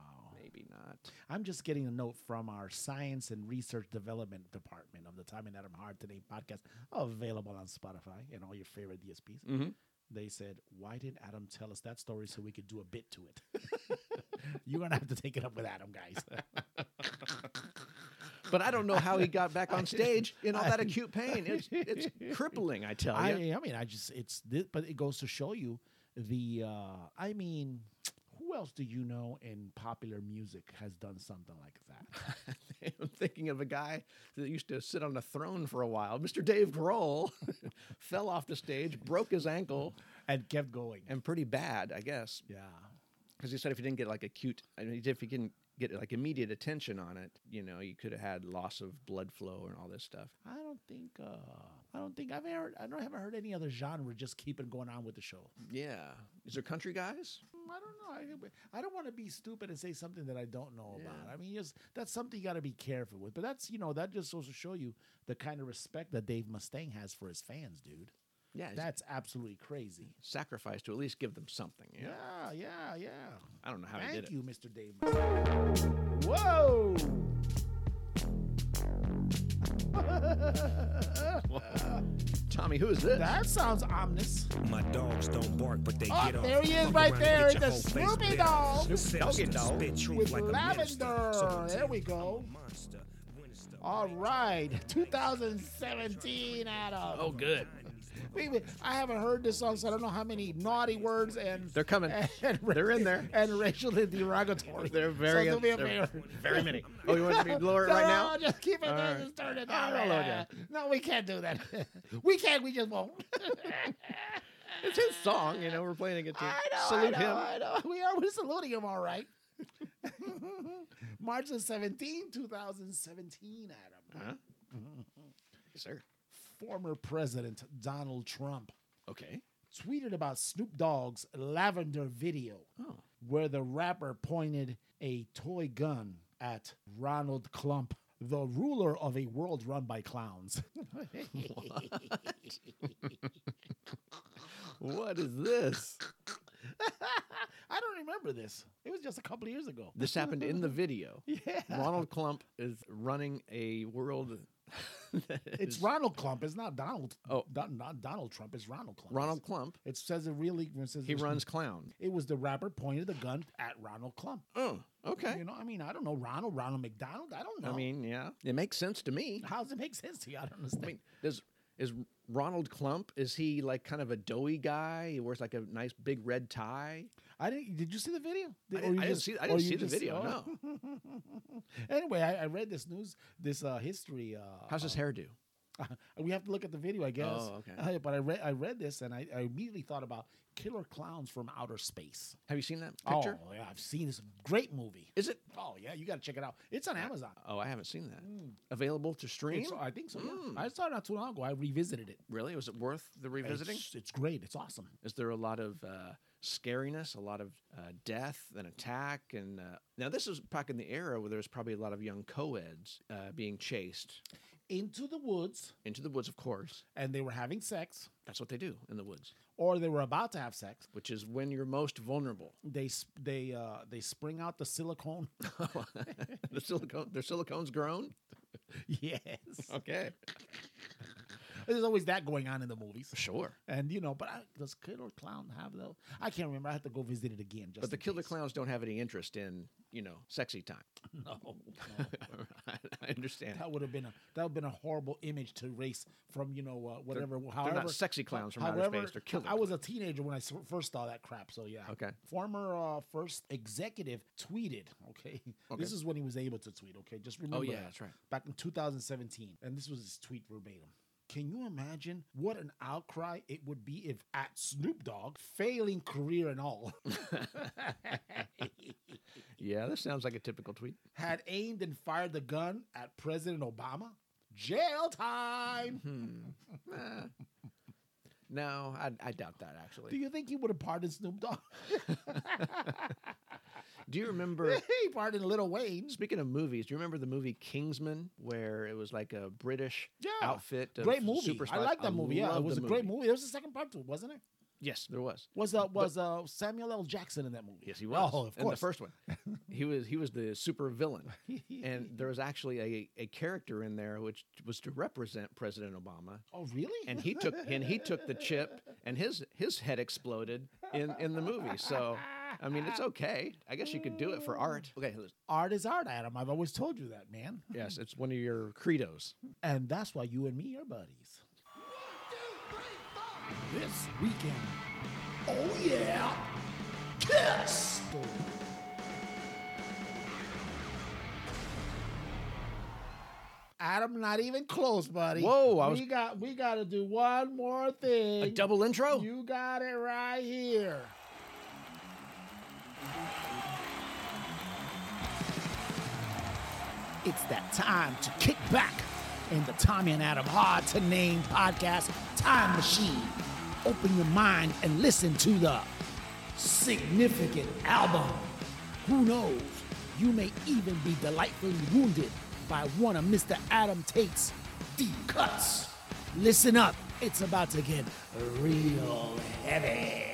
Speaker 2: "Maybe not."
Speaker 3: I'm just getting a note from our science and research development department of the Time and Adam Hard Today podcast, available on Spotify and all your favorite DSPs.
Speaker 2: Mhm.
Speaker 3: They said, "Why didn't Adam tell us that story so we could do a bit to it?" You're gonna have to take it up with Adam, guys.
Speaker 2: But I don't know how he got back on stage in all that acute pain. It's, it's crippling, I tell you.
Speaker 3: I, I mean, I just it's this, but it goes to show you the. uh I mean, who else do you know in popular music has done something like that?
Speaker 2: I'm thinking of a guy that used to sit on a throne for a while. Mr. Dave Grohl fell off the stage, broke his ankle,
Speaker 3: and kept going.
Speaker 2: and pretty bad, I guess,
Speaker 3: yeah,
Speaker 2: because he said if he didn't get like acute, I mean, if he didn't get like immediate attention on it, you know, you could have had loss of blood flow and all this stuff.
Speaker 3: I don't think. uh I don't think I've heard. I don't I haven't heard any other genre just keeping going on with the show.
Speaker 2: Yeah, is there country guys?
Speaker 3: Mm, I don't know. I, I don't want to be stupid and say something that I don't know about. I mean, yes, that's something you got to be careful with. But that's you know that just goes to show you the kind of respect that Dave Mustaine has for his fans, dude.
Speaker 2: Yeah, he's
Speaker 3: That's absolutely crazy.
Speaker 2: sacrifice to at least give them something. Yeah,
Speaker 3: Yeah, yeah, yeah.
Speaker 2: I don't know how he
Speaker 3: Thank
Speaker 2: did
Speaker 3: you, Mr. Dave. Whoa!
Speaker 2: it. Tommy, who is this?
Speaker 3: That sounds ominous.
Speaker 10: My dogs don't bark, but they
Speaker 3: Oh,
Speaker 10: get up.
Speaker 3: there he is
Speaker 10: Fuck
Speaker 3: right
Speaker 10: around and
Speaker 3: there,
Speaker 10: get your
Speaker 3: the
Speaker 10: whole face
Speaker 3: Snoopy
Speaker 10: bit.
Speaker 3: dog.
Speaker 10: Snoop
Speaker 2: Doggy
Speaker 10: Doggy
Speaker 2: dog.
Speaker 10: dog. Spit truth
Speaker 3: With
Speaker 10: like a minister.
Speaker 3: lavender.
Speaker 10: So
Speaker 3: There we
Speaker 10: I'm
Speaker 3: go.
Speaker 10: a monster when it's the
Speaker 3: All
Speaker 10: right
Speaker 3: right, 2017, Adam.
Speaker 2: Oh, good.
Speaker 3: Wait a minute, I haven't heard this song, so I don't know how many naughty words and
Speaker 2: They're coming.
Speaker 3: and
Speaker 2: They're in there.
Speaker 3: and racially derogatory.
Speaker 2: They're very-
Speaker 3: So there'll be
Speaker 2: they're
Speaker 3: a
Speaker 2: Very many. Oh, you want me to lower it right now?
Speaker 3: No, just keep it
Speaker 2: All
Speaker 3: there.
Speaker 2: right.
Speaker 3: Just turn it
Speaker 2: All
Speaker 3: down.
Speaker 2: right, I'll lower it
Speaker 3: no, we can't do that. we can't. We just won't.
Speaker 2: It's his song, you know. We're playing it to
Speaker 3: I know,
Speaker 2: salute
Speaker 3: I know,
Speaker 2: him.
Speaker 3: I know. We are we're saluting him, all right. March the 17th, 2017, Adam.
Speaker 2: Huh? Yes, sir.
Speaker 3: Former President Donald Trump
Speaker 2: Okay.
Speaker 3: tweeted about Snoop Dogg's Lavender video,
Speaker 2: Oh.
Speaker 3: where the rapper pointed a toy gun at Ronald Klump, the ruler of a world run by clowns.
Speaker 2: What is this?
Speaker 3: I don't remember this. It was just a couple of years ago.
Speaker 2: This happened in the video.
Speaker 3: Yeah.
Speaker 2: Ronald Klump is running a world.
Speaker 3: It's Ronald Clump. It's not Donald.
Speaker 2: Oh,
Speaker 3: Don, not Donald Trump. It's Ronald Clump.
Speaker 2: Ronald Clump.
Speaker 3: It says it really. It says
Speaker 2: He
Speaker 3: it-
Speaker 2: runs clown.
Speaker 3: It was the rapper pointed the gun at Ronald Clump.
Speaker 2: Oh, okay.
Speaker 3: You know, I mean, I don't know Ronald, Ronald McDonald. I don't know.
Speaker 2: I mean, yeah, it makes sense to me.
Speaker 3: how does it make sense to you? I don't understand.
Speaker 2: I mean, does is Ronald Clump? Is he like kind of a doughy guy? He wears like a nice big red tie.
Speaker 3: I didn't. Did you see the video?
Speaker 2: I
Speaker 3: Or
Speaker 2: didn't-
Speaker 3: you
Speaker 2: I didn't see- I didn't
Speaker 3: or you
Speaker 2: see the video,
Speaker 3: anyway, I, I read this news, this uh, history. Uh,
Speaker 2: How's his
Speaker 3: uh,
Speaker 2: hairdo?
Speaker 3: we have to look at the video, I guess.
Speaker 2: Oh, okay.
Speaker 3: Uh, but I read, I read this, and I, I immediately thought about Killer Clowns from Outer Space.
Speaker 2: Have you seen that picture?
Speaker 3: Oh, yeah, I've seen this great movie.
Speaker 2: Is it?
Speaker 3: Oh yeah, you got to check it out. It's on Amazon.
Speaker 2: Oh, I haven't seen that. Available to stream?
Speaker 3: It's- I think so. yeah.
Speaker 2: Hmm.
Speaker 3: I saw it not too long ago. I revisited it.
Speaker 2: really? Was it worth the revisiting?
Speaker 3: It's, it's great. It's awesome.
Speaker 2: Is there a lot of uh, scariness, a lot of uh, death and attack? And uh, now this is back in the era where there was probably a lot of young co-eds uh, being chased
Speaker 3: Into the woods,
Speaker 2: into the woods. Of course,
Speaker 3: and they were having sex,
Speaker 2: that's what they do in the woods,
Speaker 3: or they were about to have sex.
Speaker 2: which is when you're most vulnerable.
Speaker 3: They s- they uh, they spring out the silicone.
Speaker 2: the silicone, their silicone's grown.
Speaker 3: yes,
Speaker 2: Okay,
Speaker 3: there's always that going on in the movies.
Speaker 2: sure.
Speaker 3: And you know, but I, does Killer Clown have though? I can't remember. I have to go visit it again. Just
Speaker 2: But the
Speaker 3: in
Speaker 2: killer
Speaker 3: case.
Speaker 2: clowns don't have any interest in you know sexy time.
Speaker 3: No, no.
Speaker 2: I I understand.
Speaker 3: that would have been a that would have been a horrible image to erase from you know uh, whatever.
Speaker 2: they're
Speaker 3: however,
Speaker 2: not sexy clowns from outer space, they're killer
Speaker 3: I was a teenager when I s- first saw that crap. So yeah.
Speaker 2: Okay.
Speaker 3: Former uh, first executive tweeted. Okay? This is when he was able to tweet. Okay. Just remember.
Speaker 2: Oh, yeah,
Speaker 3: that.
Speaker 2: that's right.
Speaker 3: Back in 2017, and this was his tweet verbatim. Can you imagine what an outcry it would be if at Snoop Dogg, failing career and all,
Speaker 2: Yeah, this sounds like a typical tweet.
Speaker 3: had aimed and fired the gun at President Obama? Jail time.
Speaker 2: Nah. Hmm. Eh. No, I, I doubt that actually.
Speaker 3: Do you think he would have pardoned Snoop Dogg?
Speaker 2: Do you remember?
Speaker 3: he pardoned Little Wayne.
Speaker 2: Speaking of movies, do you remember the movie Kingsman, where it was like a British
Speaker 3: Yeah.
Speaker 2: outfit? Of
Speaker 3: Great movie.
Speaker 2: Super
Speaker 3: I
Speaker 2: spies?
Speaker 3: like that movie. Yeah,
Speaker 2: love
Speaker 3: it was a
Speaker 2: the
Speaker 3: great movie. There was a second part to it, wasn't it?
Speaker 2: Yes, there was.
Speaker 3: Was uh, was uh, Samuel L. Jackson in that movie?
Speaker 2: Yes, he was.
Speaker 3: Oh, of course.
Speaker 2: And the first one, he was he was the super villain, and there was actually a, a character in there which was to represent President Obama,
Speaker 3: Oh, really?
Speaker 2: and he took and he took the chip, and his his head exploded in in the movie. So, I mean, it's okay. I guess you could do it
Speaker 3: Mm.
Speaker 2: for art. Okay, let's-
Speaker 3: art is art, Adam. I've always told you that, man.
Speaker 2: yes, it's one of your credos.
Speaker 3: And that's why you and me are buddies. This weekend. Oh yeah. Kiss. Adam, not even close, buddy.
Speaker 2: Whoa, I was-
Speaker 3: we got we got to do one more thing.
Speaker 2: A double intro.
Speaker 3: You got it right here. It's that time to kick back in the Tommy and Adam Hard to Name podcast time machine. Open your mind and listen to the significant album. Who knows? You may even be delightfully wounded by one of Mr. Adam Tate's deep cuts. Listen up, it's about to get real heavy.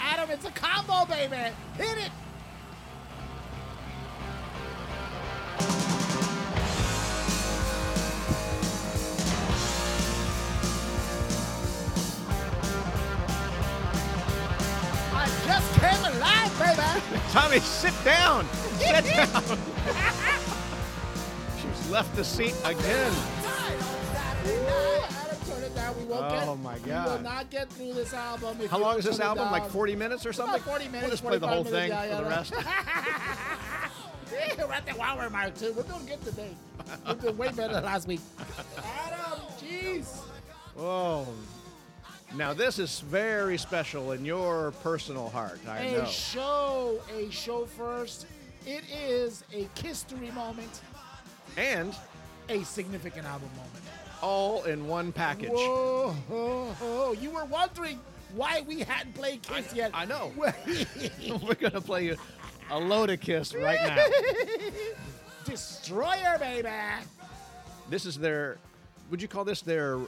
Speaker 3: Adam, it's a combo, baby. Hit it. I just came alive, baby.
Speaker 2: Tommy, sit down. Sit down. She's left the seat again.
Speaker 3: Adam, turn it down. We won't get-
Speaker 2: Oh, my
Speaker 3: We will
Speaker 2: God.
Speaker 3: not get through this album. if
Speaker 2: How
Speaker 3: you
Speaker 2: long
Speaker 3: don't
Speaker 2: is this
Speaker 3: turn it
Speaker 2: album? Like
Speaker 3: down.
Speaker 2: 40 minutes or something?
Speaker 3: About 40 minutes.
Speaker 2: We'll just play the whole
Speaker 3: 45
Speaker 2: thing
Speaker 3: minutes, yeah,
Speaker 2: for the
Speaker 3: yeah,
Speaker 2: rest.
Speaker 3: Yeah, we're at the hour mark too. We're doing good today. We're doing way better than last week. Adam, jeez.
Speaker 2: Oh. Now, this is very special in your personal heart. I
Speaker 3: A
Speaker 2: know.
Speaker 3: show, a show first. It is a history moment,
Speaker 2: and
Speaker 3: a significant album moment.
Speaker 2: all in one package.
Speaker 3: Whoa, ho, ho. you were wondering why we hadn't played Kiss yet.
Speaker 2: I know.
Speaker 3: Well,
Speaker 2: We're going to play you a load of Kiss right now.
Speaker 3: Destroyer, baby.
Speaker 2: this is their, would you call this their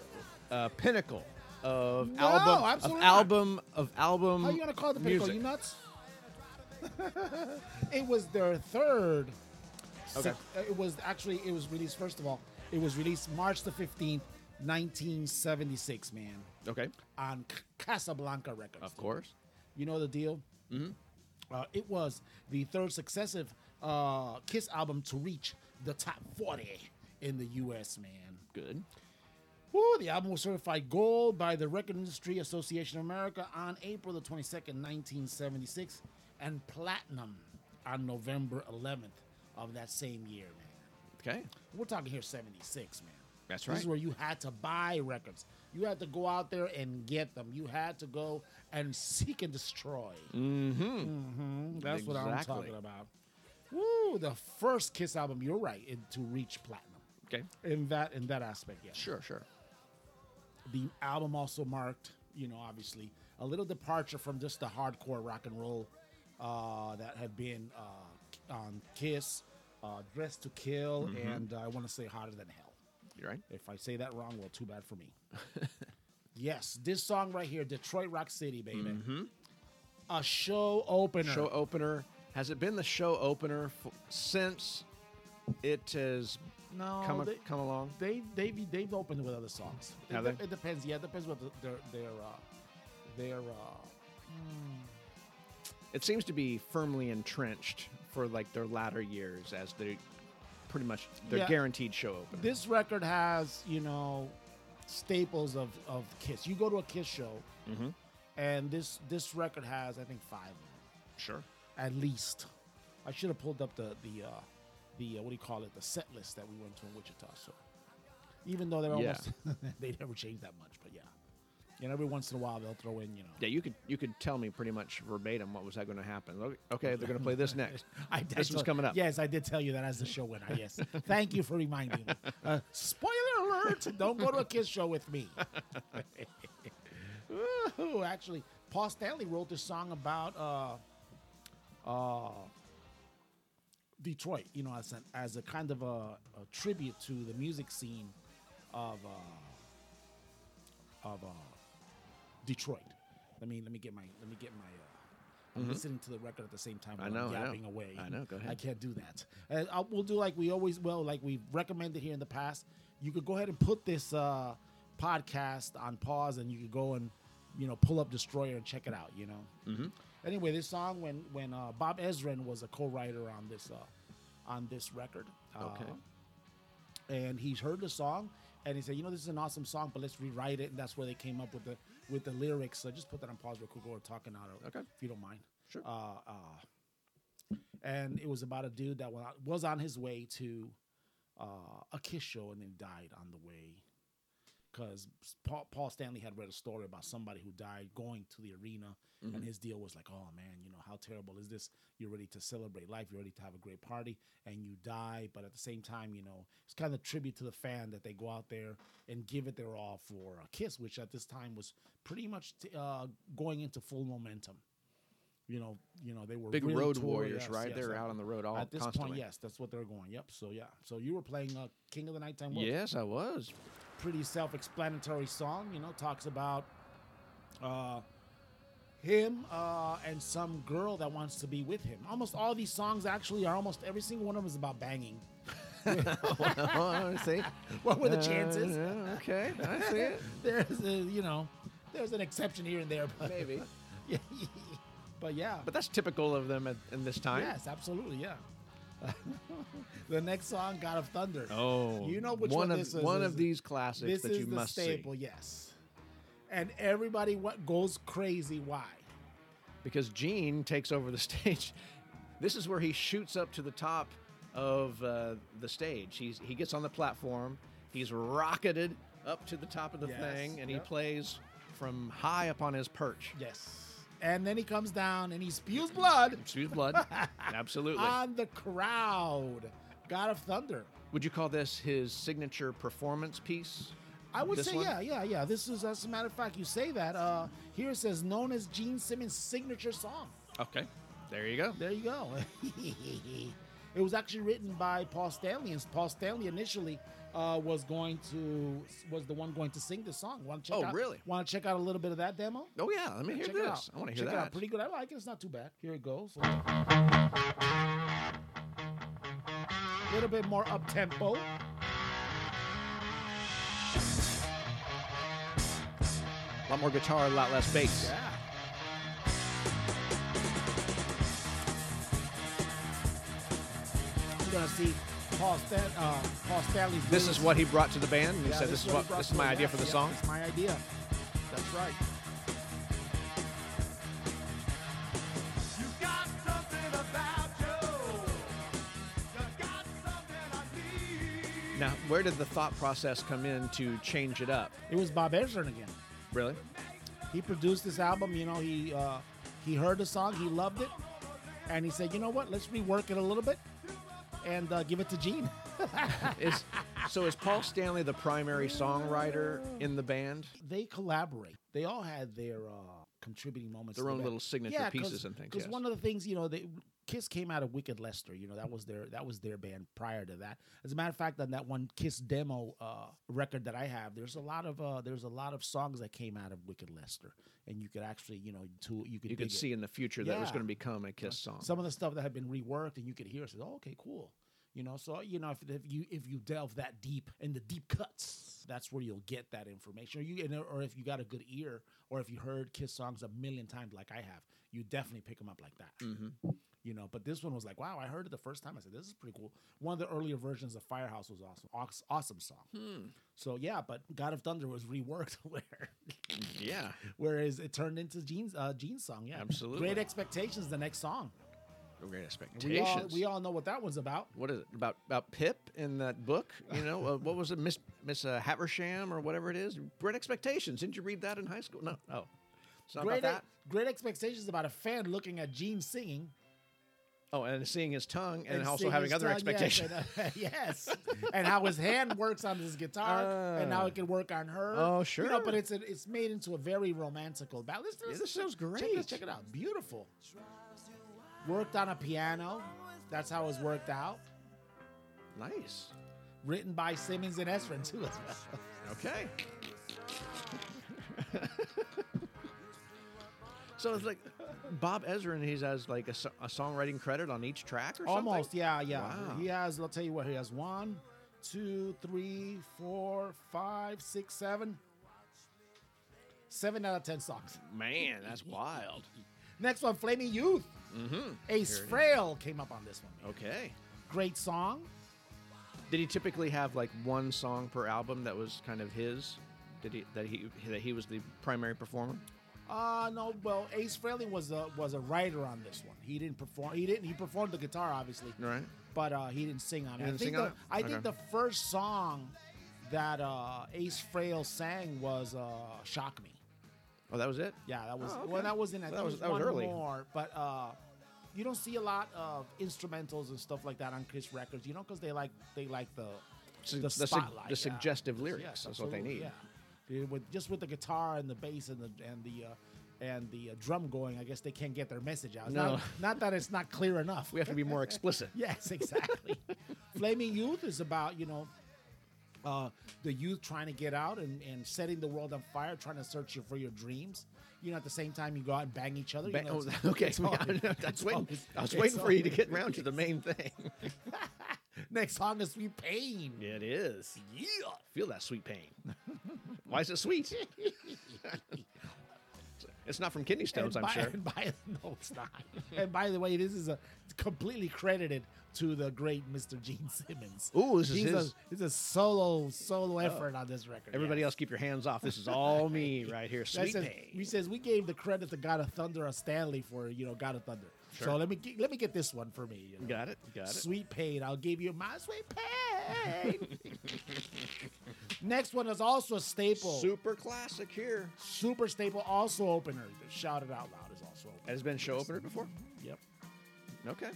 Speaker 2: uh, pinnacle? Of
Speaker 3: No,
Speaker 2: album,
Speaker 3: absolutely
Speaker 2: of
Speaker 3: not.
Speaker 2: album, of album.
Speaker 3: How you gonna call it the pinnacle?
Speaker 2: music.
Speaker 3: You nuts? it was their third.
Speaker 11: Okay.
Speaker 3: sec- uh, it was actually it was released first of all. It was released March the fifteenth, nineteen seventy six. Man,
Speaker 2: Okay.
Speaker 3: on C- Casablanca Records.
Speaker 2: Of
Speaker 3: dude.
Speaker 2: course.
Speaker 3: You know the deal.
Speaker 2: Mhm.
Speaker 3: Uh, it was the third successive uh, Kiss album to reach the top forty in the U.S. Man.
Speaker 2: Good.
Speaker 3: Woo, the album was certified gold by the Record Industry Association of America on April the 22nd, 1976, and platinum on November 11th of that same year, man.
Speaker 2: Okay.
Speaker 3: We're talking here 76, man.
Speaker 2: That's
Speaker 3: This
Speaker 2: right.
Speaker 3: is where you had to buy records. You had to go out there and get them. You had to go and seek and destroy.
Speaker 2: Mm-hmm.
Speaker 3: hmm That's what I'm
Speaker 2: Exactly.
Speaker 3: talking about. Woo, the first Kiss album, you're right, it, to reach platinum.
Speaker 2: Okay.
Speaker 3: In that in that aspect, yeah.
Speaker 2: Sure, sure.
Speaker 3: The album also marked, you know, obviously a little departure from just the hardcore rock and roll uh, that had been uh, on Kiss, uh, Dressed to Kill,
Speaker 2: Mhm.
Speaker 3: and uh, I want to say Hotter Than Hell.
Speaker 2: You're right.
Speaker 3: If I say that wrong, well, too bad for me. yes, this song right here, Detroit Rock City, baby. A show opener.
Speaker 2: Mm-hmm. Show opener. Has it been the show opener f- since it has
Speaker 3: No,
Speaker 2: come, a-
Speaker 3: they-
Speaker 2: come along?
Speaker 3: They they've they've opened with other songs. It,
Speaker 2: Have
Speaker 3: de-
Speaker 2: they?
Speaker 3: it depends. Yeah, it depends what the, their their uh, their. Uh,
Speaker 2: It seems to be firmly entrenched for like their latter years as they pretty much they're
Speaker 3: Yeah.
Speaker 2: guaranteed show opener.
Speaker 3: This record has, you know, staples of, of Kiss. You go to a Kiss show,
Speaker 2: Mm-hmm.
Speaker 3: and this this record has, I think, five, of them,
Speaker 2: Sure.
Speaker 3: at least. I should have pulled up the the uh, the uh, what do you call it, the set list that we went to in Wichita. So, even though they're
Speaker 2: Yeah.
Speaker 3: almost, they never changed that much, but yeah, and every once in a while they'll throw in, you know.
Speaker 2: Yeah, you could you could tell me pretty much verbatim what was that going to happen. Okay, Okay, they're going to play this next.
Speaker 3: I did
Speaker 2: this one's
Speaker 3: tell-
Speaker 2: coming up.
Speaker 3: Yes, I did tell you that as the show went on. Yes. Thank you for reminding me. Uh, spoiler alert! Don't go to a Kiss show with me. Ooh, actually, Paul Stanley wrote this song about uh, uh, Detroit, you know, as, an, as a kind of a, a tribute to the music scene of uh, of uh, Detroit. Let me let me get my let me get my. Uh, I'm
Speaker 2: Mhm.
Speaker 3: listening to the record at the same time.
Speaker 2: I
Speaker 3: while
Speaker 2: know, I
Speaker 3: I'm
Speaker 2: know.
Speaker 3: yapping away.
Speaker 2: I know, go
Speaker 3: I
Speaker 2: ahead.
Speaker 3: can't do that. And I'll, we'll do like we always will, like we've recommended here in the past. You could go ahead and put this uh, podcast on pause, and you could go and you know pull up Destroyer and check it out. You know.
Speaker 2: Mm-hmm.
Speaker 3: Anyway, this song when when uh, Bob Ezrin was a co-writer on this uh, on this record. Uh,
Speaker 2: Okay.
Speaker 3: And he heard the song and he said, "You know, this is an awesome song, but let's rewrite it." And that's where they came up with the with the lyrics. So just put that on pause real quick. We're talking out of, okay. if you don't mind.
Speaker 2: Sure.
Speaker 3: Uh, uh, and it was about a dude that wa- was on his way to uh, a kiss show and then died on the way because Paul, Paul Stanley had read a story about somebody who died going to the arena,
Speaker 2: Mhm.
Speaker 3: and his deal was like, "Oh man, you know how terrible is this? You're ready to celebrate life, you're ready to have a great party, and you die." But at the same time, you know, it's kind of tribute to the fan that they go out there and give it their all for a kiss, which at this time was pretty much t- uh, going into full momentum. You know, you know they were
Speaker 2: Big
Speaker 3: really
Speaker 2: road
Speaker 3: touring-
Speaker 2: warriors,
Speaker 3: yes,
Speaker 2: right?
Speaker 3: yes,
Speaker 2: they were
Speaker 3: uh,
Speaker 2: out on the road all
Speaker 3: at this
Speaker 2: Oh, constantly.
Speaker 3: point. Yes, that's what they're going. Yep. So yeah. So you were playing uh, King of the Nighttime. Wolf
Speaker 2: Yes, I was.
Speaker 3: pretty self-explanatory song. You know, talks about uh, him uh, and some girl that wants to be with him. Almost all these songs actually are almost every single one of them is about banging.
Speaker 2: I see.
Speaker 3: What were the
Speaker 2: Uh,
Speaker 3: chances?
Speaker 2: yeah, okay, I see it.
Speaker 3: there's a, you know, there's an exception here and there, but
Speaker 2: Maybe.
Speaker 3: yeah, but yeah.
Speaker 2: But that's typical of them at, in this time.
Speaker 3: Yes, absolutely, yeah. the next song, God of Thunder.
Speaker 2: Oh,
Speaker 3: you know which
Speaker 2: one
Speaker 3: one,
Speaker 2: of-
Speaker 3: this is.
Speaker 2: one
Speaker 3: This
Speaker 2: of
Speaker 3: is-
Speaker 2: these classics
Speaker 3: this
Speaker 2: that
Speaker 3: is
Speaker 2: you
Speaker 3: the
Speaker 2: must see.
Speaker 3: staple, Yes, and everybody what goes crazy. Why?
Speaker 2: because Gene takes over the stage. This is where he shoots up to the top of uh, the stage. He's he gets on the platform. He's rocketed up to the top of the
Speaker 3: Yes,
Speaker 2: thing, and
Speaker 3: yep.
Speaker 2: he plays from high up on his perch.
Speaker 3: Yes, and then he comes down and he spews blood
Speaker 2: Spews blood. Absolutely.
Speaker 3: on the crowd. God of Thunder.
Speaker 2: Would you call this his signature performance piece?
Speaker 3: I would
Speaker 2: This
Speaker 3: say,
Speaker 2: one?
Speaker 3: yeah, yeah, yeah. This is, as a matter of fact, you say that. Uh, here it says, known as Gene Simmons' signature song.
Speaker 2: Okay. There you go.
Speaker 3: There you go. It was actually written by Paul Stanley, and Paul Stanley initially uh, was going to was the one going to sing the song. Want to check
Speaker 2: Oh,
Speaker 3: out,
Speaker 2: really?
Speaker 3: Want to check out a little bit of that demo?
Speaker 2: Oh yeah, let me hear
Speaker 3: check
Speaker 2: this.
Speaker 3: It out.
Speaker 2: I want to hear
Speaker 3: check
Speaker 2: that.
Speaker 3: It out. Pretty good. I like it. It's not too bad. Here it goes. A little bit more up tempo.
Speaker 2: A lot more guitar, a lot less bass.
Speaker 3: You're gonna see Paul, Stan, uh, Paul Stanley.
Speaker 2: This is what he brought to the band. and He
Speaker 3: Yeah,
Speaker 2: said, "This is what
Speaker 3: he brought
Speaker 2: this is
Speaker 3: to
Speaker 2: my
Speaker 3: it.
Speaker 2: idea
Speaker 3: Yeah,
Speaker 2: for the
Speaker 3: yeah,
Speaker 2: song."
Speaker 3: It's my idea. That's right.
Speaker 2: Now, where did the thought process come in to change it up?
Speaker 3: It was Bob Ezrin again.
Speaker 2: Really?
Speaker 3: He produced this album. You know, he uh, he heard the song, he loved it, and he said, "You know what? Let's rework it a little bit and uh, give it to Gene."
Speaker 2: Is so is Paul Stanley the primary songwriter in the band?
Speaker 3: they collaborate. They all had their uh, contributing moments.
Speaker 2: Their
Speaker 3: to the
Speaker 2: own
Speaker 3: band.
Speaker 2: little signature
Speaker 3: Yeah, 'cause-
Speaker 2: pieces and things, yes.
Speaker 3: one of the things you know, they, Kiss came out of Wicked Lester. You know that was their that was their band prior to that. As a matter of fact, on that one Kiss demo uh, record that I have, there's a lot of uh, there's a lot of songs that came out of Wicked Lester, and you could actually you know to you could
Speaker 2: You could
Speaker 3: dig it.
Speaker 2: see in the future that it was
Speaker 3: Yeah.
Speaker 2: going to become a Kiss song.
Speaker 3: Some of the stuff that had been reworked, and you could hear it. Says, oh, okay, cool. You know, so you know if, if you if you delve that deep in the deep cuts, that's where you'll get that information. Or you and- or if you got a good ear, or if you heard Kiss songs a million times like I have, you definitely pick them up like that. You know, but this one was like, wow, I heard it the first time. I said, this is pretty cool. One of the earlier versions of Firehouse was awesome, Aw- awesome song.
Speaker 2: Hmm.
Speaker 3: So yeah, but God of Thunder was reworked where
Speaker 2: Yeah.
Speaker 3: whereas it turned into Gene's uh, Gene's song. Yeah,
Speaker 2: Absolutely.
Speaker 3: Great Expectations, the next song.
Speaker 2: Great
Speaker 3: We all,
Speaker 2: expectations.
Speaker 3: we all know what that one's about.
Speaker 2: what is it about about Pip in that book? You know, uh, what was it, Miss Miss uh, Haversham or whatever it is? Great Expectations. Didn't you read that in high school? No, oh, it's not
Speaker 3: Great, e
Speaker 2: about that.
Speaker 3: Great Expectations about a fan looking at Gene singing
Speaker 2: Oh, and seeing his tongue, and, also
Speaker 3: singing
Speaker 2: having
Speaker 3: his
Speaker 2: other
Speaker 3: song,
Speaker 2: expectations.
Speaker 3: Yes, and, uh, yes. and how his hand works on his guitar, and now
Speaker 2: Ah.
Speaker 3: it can work on her.
Speaker 2: Oh,
Speaker 3: You know, but
Speaker 2: sure.
Speaker 3: it's a, it's made into a very romantical ballad. Listen, to
Speaker 2: Yeah, this sounds
Speaker 3: Check,
Speaker 2: great.
Speaker 3: this, check it out. Beautiful. Worked on a piano. That's how it was worked out.
Speaker 2: nice.
Speaker 3: Written by Simmons and Esrin too. As well.
Speaker 2: Okay. so it's like Bob Ezrin. He's has like a, so- a songwriting credit on each track or something.
Speaker 3: Almost, yeah, yeah.
Speaker 2: Wow.
Speaker 3: He has, I'll tell you what, he has one, two, three, four, five, six, seven. Seven out of ten songs.
Speaker 2: Man, that's wild.
Speaker 3: Next one, Flaming Youth.
Speaker 2: Mm-hmm.
Speaker 3: Ace
Speaker 2: Here it is.
Speaker 3: Frail came up on this one. man.
Speaker 2: Okay.
Speaker 3: Great song.
Speaker 2: Did he typically have like one song per album that was kind of his? Did he that he that he was the primary performer?
Speaker 3: Uh no, well, Ace Frehley was a was a writer on this one. He didn't perform. He didn't. He performed the guitar, obviously,
Speaker 2: Right.
Speaker 3: but uh, he didn't sing on it.
Speaker 2: He
Speaker 3: I
Speaker 2: didn't
Speaker 3: think
Speaker 2: sing
Speaker 3: the,
Speaker 2: on it?
Speaker 3: I think
Speaker 2: Okay.
Speaker 3: the first song that uh, Ace Frail sang was uh, "Shock Me."
Speaker 2: Oh, that was it.
Speaker 3: Yeah, that was
Speaker 2: Oh,
Speaker 3: well.
Speaker 2: okay.
Speaker 3: That wasn't. I
Speaker 2: That
Speaker 3: think it
Speaker 2: was-
Speaker 3: was
Speaker 2: that was
Speaker 3: one
Speaker 2: early.
Speaker 3: more, but uh, you don't see a lot of instrumentals and stuff like that on Kiss records. You know, because they like they like the
Speaker 2: Su-
Speaker 3: the
Speaker 2: the sug-
Speaker 3: spotlight,
Speaker 2: the
Speaker 3: yeah.
Speaker 2: suggestive
Speaker 3: Yes,
Speaker 2: lyrics. that's what they
Speaker 3: absolutely,
Speaker 2: need.
Speaker 3: Yeah, Yeah, with just with the guitar and the bass and the and the. Uh, and the uh, drum going, I guess they can't get their message out. It's
Speaker 2: No.
Speaker 3: Not, not that it's not clear enough.
Speaker 2: We have to be more explicit.
Speaker 3: Yes, exactly. Flaming Youth is about, you know, uh, the youth trying to get out and, and setting the world on fire, trying to search you for your dreams. You know, at the same time, you go out and bang each other. you
Speaker 2: Ba-
Speaker 3: know,
Speaker 2: oh,
Speaker 3: it's-
Speaker 2: okay,
Speaker 3: it's always-
Speaker 2: that's
Speaker 3: it's
Speaker 2: waiting.
Speaker 3: always-
Speaker 2: I was
Speaker 3: it's
Speaker 2: waiting for you to
Speaker 3: always-
Speaker 2: get round to the main thing.
Speaker 3: Next song is Sweet Pain.
Speaker 2: It is. Yeah. Feel that sweet pain. Why is it sweet? it's not from kidney stones,
Speaker 3: and
Speaker 2: I'm
Speaker 3: by,
Speaker 2: sure.
Speaker 3: and by- no, it's not. and by the way, this is a completely credited to the great Mr. Gene Simmons.
Speaker 2: Ooh, this is
Speaker 3: He's
Speaker 2: his. Uh,
Speaker 3: A, it's a solo solo effort on this record.
Speaker 2: Everybody
Speaker 3: yes.
Speaker 2: else, keep your hands off. This is all me right here.
Speaker 3: That
Speaker 2: Sweet
Speaker 3: says-
Speaker 2: pain.
Speaker 3: he says we gave the credit to God of Thunder or Stanley for you know God of Thunder. So
Speaker 2: Sure.
Speaker 3: let me ge- let me get this one for me. You know?
Speaker 2: Got it. Got it.
Speaker 3: Sweet pain, I'll give you my sweet pain. Next one is also a staple,
Speaker 2: Super classic here.
Speaker 3: super staple, also opener. Shout it out loud is also opener.
Speaker 2: Has it been show opener before?
Speaker 3: Yep.
Speaker 2: Okay.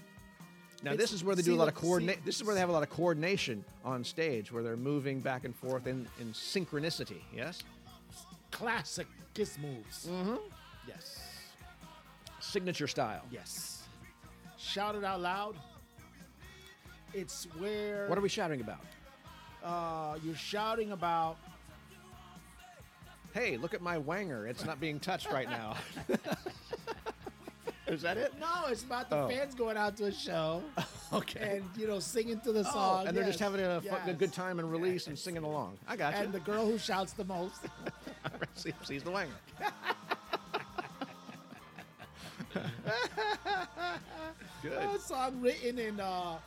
Speaker 2: Now
Speaker 3: It's-
Speaker 2: this is where they do
Speaker 3: see
Speaker 2: a lot
Speaker 3: the-
Speaker 2: of coordinate.
Speaker 3: see-
Speaker 2: This is where they have a lot of coordination on stage, where they're moving back and forth in, in synchronicity. Yes,
Speaker 3: Classic kiss moves.
Speaker 2: Mm-hmm.
Speaker 3: Yes.
Speaker 2: signature style.
Speaker 3: Yes. Shout it out loud. It's where
Speaker 11: What are we shouting about?
Speaker 3: uh, you're shouting about
Speaker 2: Hey, look at my wanger. It's not being touched right now. Is that it?
Speaker 3: No, it's about the
Speaker 2: Oh.
Speaker 3: fans going out to a show.
Speaker 2: Okay.
Speaker 3: And you know, singing to the
Speaker 2: Oh,
Speaker 3: song.
Speaker 2: and they're just
Speaker 3: Yes,
Speaker 2: having a, fu- a
Speaker 3: yes.
Speaker 2: good time and release and singing along. I got
Speaker 3: And the girl who shouts the most.
Speaker 2: you. Sees the wanger. Good.
Speaker 3: A song written in uh,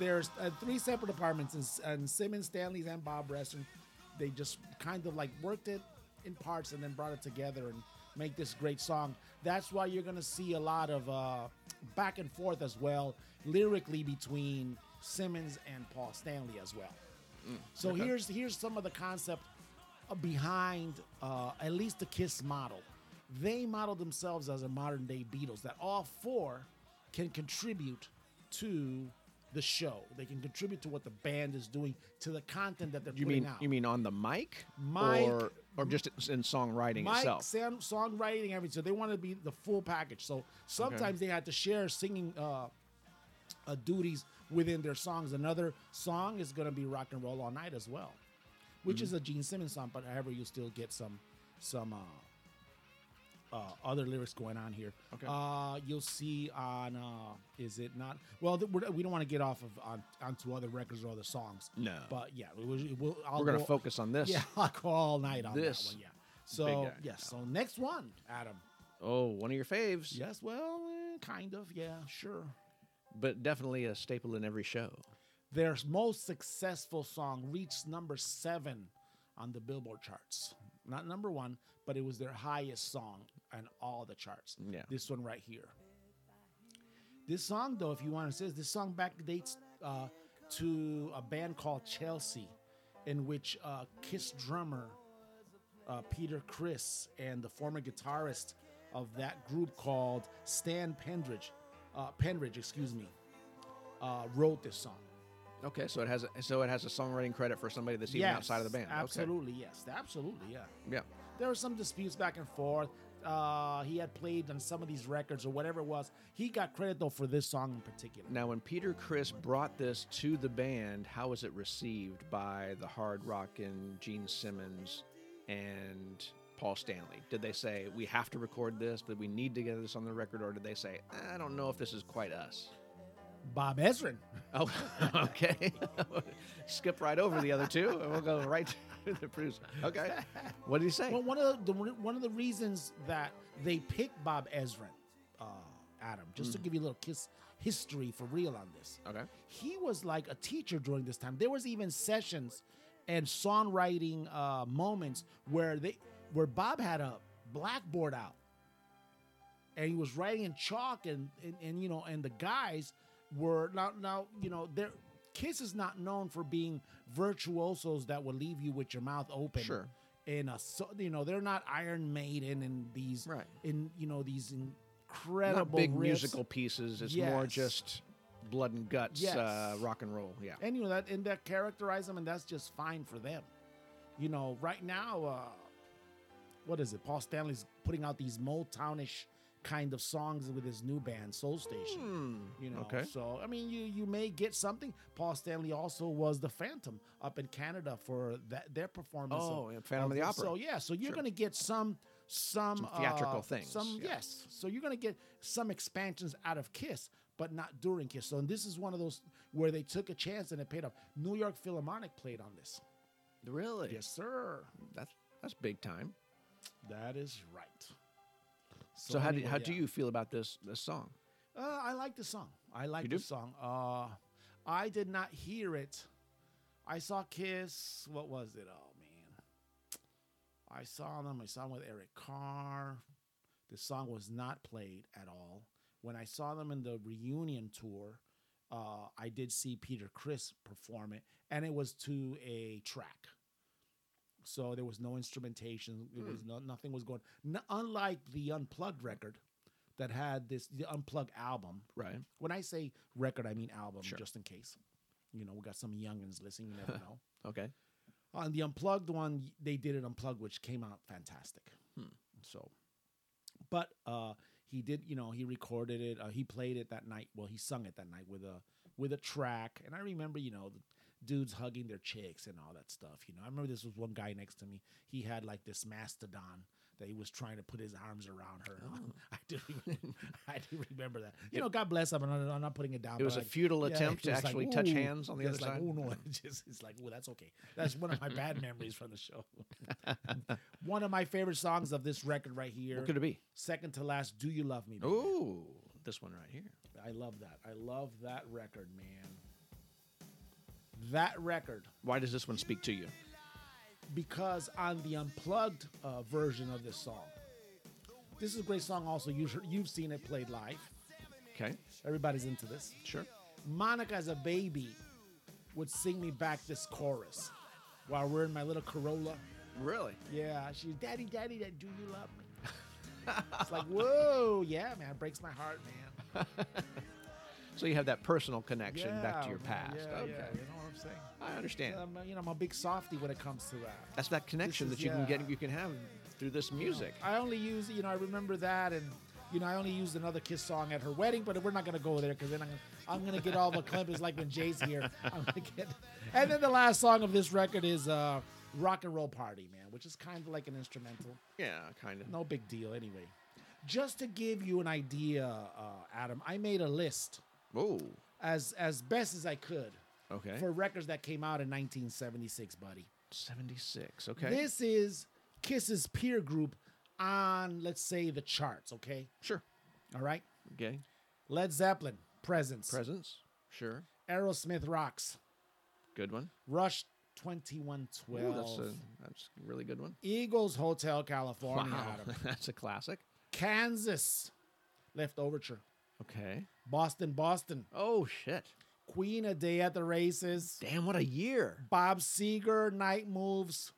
Speaker 3: there's uh, three separate apartments in, S- in Simmons, Stanley's, and Bob Reston. They just kind of like worked it in parts and then brought it together and make this great song. That's why you're gonna see a lot of uh, back and forth as well, lyrically between Simmons and Paul Stanley as well. So
Speaker 2: okay.
Speaker 3: here's here's some of the concept uh, behind uh, at least the Kiss model. They model themselves as a modern day Beatles. That all four can contribute to the show. They can contribute to what the band is doing, to the content that they're
Speaker 2: You
Speaker 3: putting
Speaker 2: mean
Speaker 3: out.
Speaker 2: you mean on the mic,
Speaker 3: Mic-
Speaker 2: or or just in songwriting
Speaker 3: Mike,
Speaker 2: itself?
Speaker 3: Sam, songwriting, everything. So they want to be the full package. So sometimes they had to share singing uh, uh, duties within their songs. Another song is going to be "Rock and Roll All Night" as well, which
Speaker 2: Mm-hmm.
Speaker 3: is a Gene Simmons song. But however, you still get some some uh, uh, other lyrics going on here.
Speaker 2: Okay.
Speaker 3: Uh, you'll see on uh, is it not? Well, th- we're, we don't want to get off of on onto other records or other songs.
Speaker 2: No.
Speaker 3: but yeah, we, we, we'll, I'll
Speaker 2: We're gonna
Speaker 3: go-
Speaker 2: focus on this.
Speaker 3: Yeah, I'll go all night on
Speaker 2: This
Speaker 3: that one. Yeah.
Speaker 2: big
Speaker 3: So
Speaker 2: guy.
Speaker 3: yes, so next one, Adam.
Speaker 2: Oh, one of your faves.
Speaker 3: Yes, well, eh, kind of, yeah, sure.
Speaker 2: But definitely a staple in every show.
Speaker 3: Their most successful song reached number seven on the Billboard charts. Not number one, but it was their highest song on all the charts.
Speaker 2: Yeah.
Speaker 3: This one right here. This song, though, if you want to say this song backdates uh, to a band called Chelsea, in which uh, Kiss drummer uh, Peter Chris and the former guitarist of that group called Stan Pendridge, uh, Penridge, excuse me, uh, wrote this song.
Speaker 2: Okay, so it has a, so it has a songwriting credit for somebody that's even outside of the band.
Speaker 3: Absolutely, yes, absolutely, yeah.
Speaker 2: Okay. Yeah.
Speaker 3: There were some disputes back and forth. Uh, he had played on some of these records or whatever it was. He got credit though for this song in particular.
Speaker 2: Now, when Peter Chris brought this to the band, how was it received by the hard rockin' Gene Simmons and Paul Stanley? Did they say, we have to record this, that we need to get this on the record, or did they say, I don't know if this is quite us?
Speaker 3: Bob Ezrin.
Speaker 2: Oh, okay. Skip right over the other two, and we'll go right to the producer. Okay. What did he say?
Speaker 3: Well, one of the, the one of the reasons that they picked Bob Ezrin, uh, Adam, just to give you a little kiss history for real on this.
Speaker 2: Hmm. Okay.
Speaker 3: He was like a teacher during this time. There was even sessions and songwriting uh, moments where they where Bob had a blackboard out and he was writing in chalk and and, and you know and the guys were now now you know their Kiss is not known for being virtuosos that will leave you with your mouth open.
Speaker 2: Sure.
Speaker 3: In a so you know they're not Iron Maiden and these
Speaker 2: Right.
Speaker 3: in you know these
Speaker 2: Not
Speaker 3: incredible
Speaker 2: big
Speaker 3: riffs.
Speaker 2: musical pieces. It's more
Speaker 3: Yes.
Speaker 2: just blood and guts,
Speaker 3: Yes.
Speaker 2: uh, rock and roll. Yeah.
Speaker 3: and you know that and that characterize them and that's just fine for them you know right now uh what is it paul stanley's putting out these motownish kind of songs with his new band soul station you know
Speaker 2: Hmm, okay.
Speaker 3: so i mean you you may get something paul stanley also was the phantom up in canada for that their performance of-
Speaker 2: Oh, yeah, Phantom of the
Speaker 3: this.
Speaker 2: Opera.
Speaker 3: so yeah so you're
Speaker 2: Sure.
Speaker 3: gonna get some some,
Speaker 2: Some theatrical
Speaker 3: uh,
Speaker 2: things,
Speaker 3: some
Speaker 2: yeah.
Speaker 3: yes so you're gonna get some expansions out of kiss but not during kiss so and this is one of those where they took a chance and it paid off new york philharmonic played on this
Speaker 2: Really?
Speaker 3: yes sir
Speaker 2: That's that's big time.
Speaker 3: that is right
Speaker 2: So, how do
Speaker 3: anyway,
Speaker 2: how do
Speaker 3: yeah.
Speaker 2: you feel about this this song?
Speaker 3: Uh, I like the song. I like
Speaker 2: You
Speaker 3: the
Speaker 2: do?
Speaker 3: song. Uh, I did not hear it. I saw Kiss. What was it? Oh man, I saw them. I saw them with Eric Carr. The song was not played at all. When I saw them in the reunion tour, uh, I did see Peter Chris perform it, and it was to a track. So there was no instrumentation. It was
Speaker 2: Hmm.
Speaker 3: no, nothing was going. N- unlike the unplugged record, that had this the unplugged album.
Speaker 2: Right.
Speaker 3: When I say record, I mean album,
Speaker 2: Sure.
Speaker 3: just in case. You know, we got some youngins listening. You never know.
Speaker 2: Okay.
Speaker 3: On the unplugged one, they did it unplugged, which came out fantastic.
Speaker 2: Hmm.
Speaker 3: So, but uh, he did. You know, he recorded it. Uh, he played it that night. Well, he sung it that night with a with a track. And I remember, you know, the dudes hugging their chicks and all that stuff. You know, I remember this was one guy next to me. He had like this mastodon that he was trying to put his arms around her.
Speaker 2: Oh.
Speaker 3: I do remember, I do remember that. You know, God bless him. I'm not, I'm not putting it down.
Speaker 2: It was
Speaker 3: but,
Speaker 2: a
Speaker 3: like,
Speaker 2: futile
Speaker 3: yeah,
Speaker 2: attempt to
Speaker 3: it was like,
Speaker 2: actually touch
Speaker 3: ooh.
Speaker 2: hands on the
Speaker 3: Yeah,
Speaker 2: other
Speaker 3: it's like,
Speaker 2: side.
Speaker 3: oh no, it's, just, it's like, oh, that's okay. That's one of my bad memories from the show. one of my favorite songs of this record right here.
Speaker 2: What could it be?
Speaker 3: Second to last, "Do You Love Me?" Baby.
Speaker 2: Ooh, this one right here.
Speaker 3: I love that. I love that record, man. That record,
Speaker 2: Why does this one speak to you?
Speaker 3: because on the unplugged uh, version of this song, this is a great song. Also, you you've seen it played live.
Speaker 2: Okay,
Speaker 3: Everybody's into this.
Speaker 2: sure.
Speaker 3: Monica as a baby would sing me back this chorus while we're in my little Corolla.
Speaker 2: Really?
Speaker 3: Yeah, she's daddy, daddy, daddy, do you love me? it's like, whoa, yeah, man, it breaks my heart, man.
Speaker 2: So you have that personal connection back to
Speaker 3: Yeah,
Speaker 2: your
Speaker 3: man,
Speaker 2: past.
Speaker 3: yeah,
Speaker 2: okay,
Speaker 3: yeah, you know what I'm saying?
Speaker 2: I understand.
Speaker 3: I'm, uh, you know, I'm a big softy when it comes to that.
Speaker 2: That's that connection
Speaker 3: is-
Speaker 2: that you can
Speaker 3: yeah.
Speaker 2: get, you can have through this music.
Speaker 3: I only use, you know, I remember that, and you know, I only used another Kiss song at her wedding, but we're not gonna go there because then I'm, I'm gonna get all the clump. It's like when Jay's here, I'm gonna get. And then the last song of this record is uh, "Rock and Roll Party," man, which is kind of like an instrumental.
Speaker 2: Yeah, kind of.
Speaker 3: No big deal, anyway. Just to give you an idea, uh, Adam, I made a list
Speaker 2: Oh,
Speaker 3: as as best as I could
Speaker 2: okay.
Speaker 3: for records that came out in 1976, buddy.
Speaker 2: 76. Okay.
Speaker 3: This is Kiss's peer group on, let's say, the charts, okay?
Speaker 2: sure.
Speaker 3: All right?
Speaker 2: Okay.
Speaker 3: Led Zeppelin, Presence.
Speaker 2: Presence. Sure.
Speaker 3: Aerosmith Rocks,
Speaker 2: Good one.
Speaker 3: Rush
Speaker 2: Ooh,
Speaker 3: 2112.
Speaker 2: that's a that's a really good one.
Speaker 3: Eagles Hotel, California. Adam.
Speaker 2: that's a classic.
Speaker 3: Kansas, Left Overture.
Speaker 2: Okay.
Speaker 3: Boston, Boston.
Speaker 2: Oh shit!
Speaker 3: Queen, A Day at the Races.
Speaker 2: Damn, what a year!
Speaker 3: Bob Seger, Night Moves.